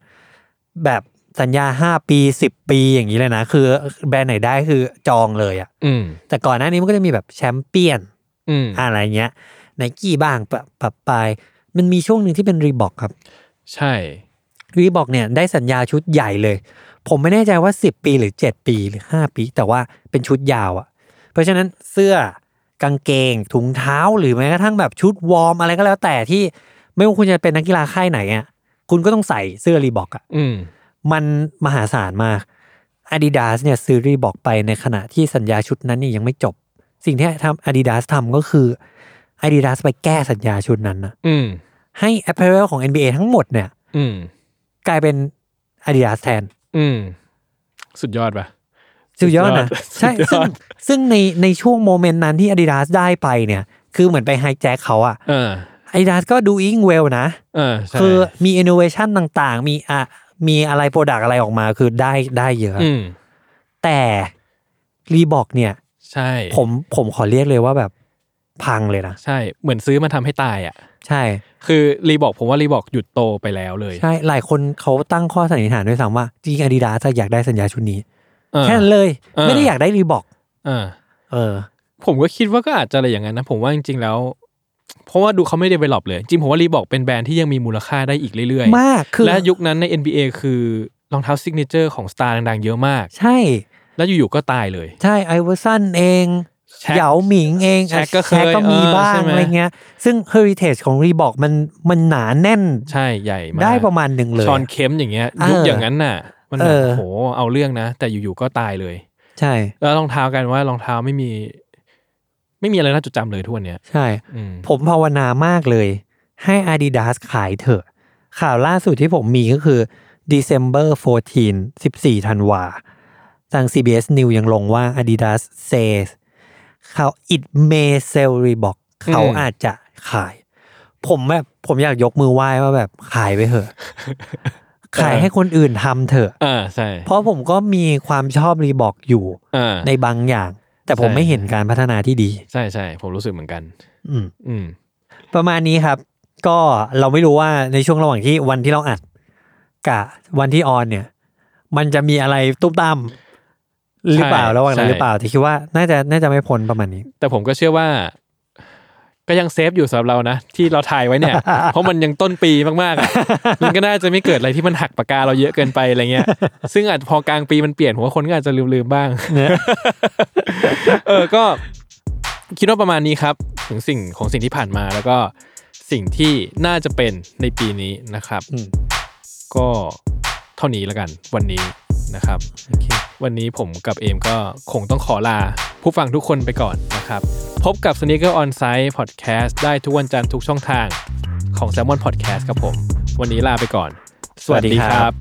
[SPEAKER 1] แบบสัญญา 5 ปี 10 ปีอย่างนี้เลยนะ คือแบรนด์ไหนได้คือจองเลยอะ
[SPEAKER 2] อืม
[SPEAKER 1] แต่ก่อนหน้านี้มันก็จะมีแบบแชมเปี้ยน
[SPEAKER 2] อืม
[SPEAKER 1] อะไรเงี้ยไนกี้บ้างปะปะปายมันมีช่วงหนึ่งที่เป็นรีบอกครับ
[SPEAKER 2] ใช่
[SPEAKER 1] รีบอกเนี่ยได้สัญญาชุดใหญ่เลย ผมไม่แน่ใจว่า 10 ปีหรือ 7 ปีหรือ 5 ปี แต่ว่าเป็นชุดยาวอะ่ะ เพราะฉะนั้นเสื้อกางเกง ถุงเท้าหรือแม้กระทั่งแบบชุดวอร์มอะไรก็แล้วแต่ที่ไม่ว่าคุณจะเป็นนักกีฬาค่ายไหนอะ่ะคุณก็ต้องใส่เสื้อรีบอกอ่ะ
[SPEAKER 2] อืม
[SPEAKER 1] มันมหาศาลมาก Adidas เนี่ยซื้อรีบอกไปในขณะที่สัญญาชุดนั้นเนี่ยยังไม่จบ สิ่งที่ทำ Adidas ทำก็คือ Adidas ไปแก้สัญญาชุดนั้นนะ
[SPEAKER 2] อืม
[SPEAKER 1] ให้ Apparel ของ NBA ทั้งหมดเนี่ย
[SPEAKER 2] อืม
[SPEAKER 1] กลายเป็น Adidas แทน
[SPEAKER 2] อืม สุดยอดปะ
[SPEAKER 1] สุดยอดนะ
[SPEAKER 2] สุดยอด (laughs)
[SPEAKER 1] ใช่
[SPEAKER 2] สุดย
[SPEAKER 1] ซึ่ง
[SPEAKER 2] อด
[SPEAKER 1] ซึ่งในในช่วงโมเมนต์นั้นที่ Adidas ได้ไปเนี่ย คือเหมือนไปไฮแจ็คเขาอะ
[SPEAKER 2] เออ
[SPEAKER 1] Adidas ก็ดูอิงเวลนะ
[SPEAKER 2] เออใช่
[SPEAKER 1] คือมีอินโนเวชันต่างๆ มีอะมีอะไรโปรดักอะไรออกมาคือได้ได้เยอะ
[SPEAKER 2] อืม
[SPEAKER 1] แต่รีบอกเนี่ย
[SPEAKER 2] ใช่
[SPEAKER 1] ผมผมขอเรียกเลยว่าแบบพังเลยนะ
[SPEAKER 2] ใช่ เหมือนซื้อมาทำให้ตายอ่ะ
[SPEAKER 1] ใช่
[SPEAKER 2] คือรีบอกผมว่ารีบอกหยุดโตไปแล้วเลย
[SPEAKER 1] ใช่ หลายคนเขาตั้งข้อสันนิษฐานด้วยซ้ำว่าจริงอาดิดาสอยากได้สัญญาชุดนี้
[SPEAKER 2] เออ
[SPEAKER 1] แค่นั้นเลย
[SPEAKER 2] เออ
[SPEAKER 1] ไม่ได้อยากได้รีบอก
[SPEAKER 2] เออ
[SPEAKER 1] เออ
[SPEAKER 2] ผมก็คิดว่าก็อาจจะอะไรอย่างนั้นนะ ผมว่าจริง ๆ แล้ว เพราะว่าดูเขาไม่ได้ไปหลอเลย จริงผมว่ารีบอกเป็นแบรนด์ที่ยังมีมูลค่าได้อีกเรื่อย
[SPEAKER 1] มากคือ
[SPEAKER 2] ๆ และยุคนั้นใน NBA คือรองเท้าซิกเนเจอร์ของสตาร์ดังๆเยอะมาก
[SPEAKER 1] ใช่
[SPEAKER 2] แล้วอยู่ๆก็ตายเลย
[SPEAKER 1] ใช่ไอเวอร์สันเอง
[SPEAKER 2] แชค
[SPEAKER 1] เหยาหมิงเอง
[SPEAKER 2] แชคก็เคย
[SPEAKER 1] แก็มี
[SPEAKER 2] เออ
[SPEAKER 1] บ้าง
[SPEAKER 2] ใช่ไหม
[SPEAKER 1] อะไรเงี้ย ซึ่งเฮอริเทจของรีบอกมันมันหนาแน่น
[SPEAKER 2] ใช่ใหญ่มาก
[SPEAKER 1] ได้ประมาณหนึ่งเลย
[SPEAKER 2] ชอนเข็มอย่างเงี้ย
[SPEAKER 1] เออ
[SPEAKER 2] ยุคอย่างนั้นน่ะ มัน
[SPEAKER 1] เอ
[SPEAKER 2] แบบ
[SPEAKER 1] อ
[SPEAKER 2] โหเอาเรื่องนะ แต่อยู่ๆก็ตายเลย
[SPEAKER 1] ใช่
[SPEAKER 2] แล้วรองเท้ากันว่ารองเท้าไม่มี ไม่มีอะไรน่าจดจำเลยทุกวันเนี้ย
[SPEAKER 1] ใช่
[SPEAKER 2] อืม
[SPEAKER 1] ผมภาวนามากเลย ให้ Adidas ขายเถอะ ข่าวล่าสุดที่ผมมีก็คือ December 14 14ธันวาทาง CBS News ยังลงว่า Adidas says เขา it may sell Reebok เขาอาจจะขาย ผมแบบผมอยากยกมือไหว้ว่าแบบขายไปเถอะ ขายให้คนอื่นทำเถอะ
[SPEAKER 2] อ่าใช่
[SPEAKER 1] เพราะผมก็มีความชอบรีบอกอยู่
[SPEAKER 2] อ่า
[SPEAKER 1] ในบางอย่าง แต่ผม
[SPEAKER 2] ใช่
[SPEAKER 1] ไม่เห็นการพัฒนาที่ดี
[SPEAKER 2] ใช่ใช่ผมรู้สึกเหมือนกัน
[SPEAKER 1] อืม
[SPEAKER 2] อืม
[SPEAKER 1] ประมาณนี้ครับ ก็เราไม่รู้ว่าในช่วงระหว่างที่วันที่เราอัดกะวันที่ออนเนี่ย มันจะมีอะไรตุ้มตามหรือเปล่า
[SPEAKER 2] ใช่
[SPEAKER 1] ระหว่างนั้น
[SPEAKER 2] ใช่
[SPEAKER 1] หรือเปล่าแต่คิดว่าน่าจะน่าจะไม่พ้นประมาณนี้
[SPEAKER 2] แต่ผมก็เชื่อว่า ก็ยังเซฟอยู่สำหรับเรานะ ที่เราถ่ายไว้เนี่ย
[SPEAKER 1] (laughs)
[SPEAKER 2] เพราะมันยังต้นปีมากๆอะ (laughs) มันก็น่าจะไม่เกิดอะไรที่มันหักปากกาเราเยอะเกินไปอะไร
[SPEAKER 1] (laughs)
[SPEAKER 2] เงี้ย ซึ่งอาจพอกลางปีมันเปลี่ยนหัวาคนก็อาจจะลืมๆบ้าง เออก็คิดว่าประมาณนี้ครับ ถึงสิ่งของสิ่งที่ผ่านมาแล้วก็สิ่งที่น่าจะเป็นในปีนี้นะครับ
[SPEAKER 1] อืม
[SPEAKER 2] ก็เท่านี้แล้วกันวันนี้นะครับ วันนี้ผมกับเอมก็คงต้องขอลา ผู้ฟังทุกคนไปก่อนนะครับ พบกับ Sneaker On Site Podcast ได้ทุกวันจันทร์ทุกช่องทางของ Salmon Podcast ครับผม วันนี้ลาไปก่อน สวัสดีครับ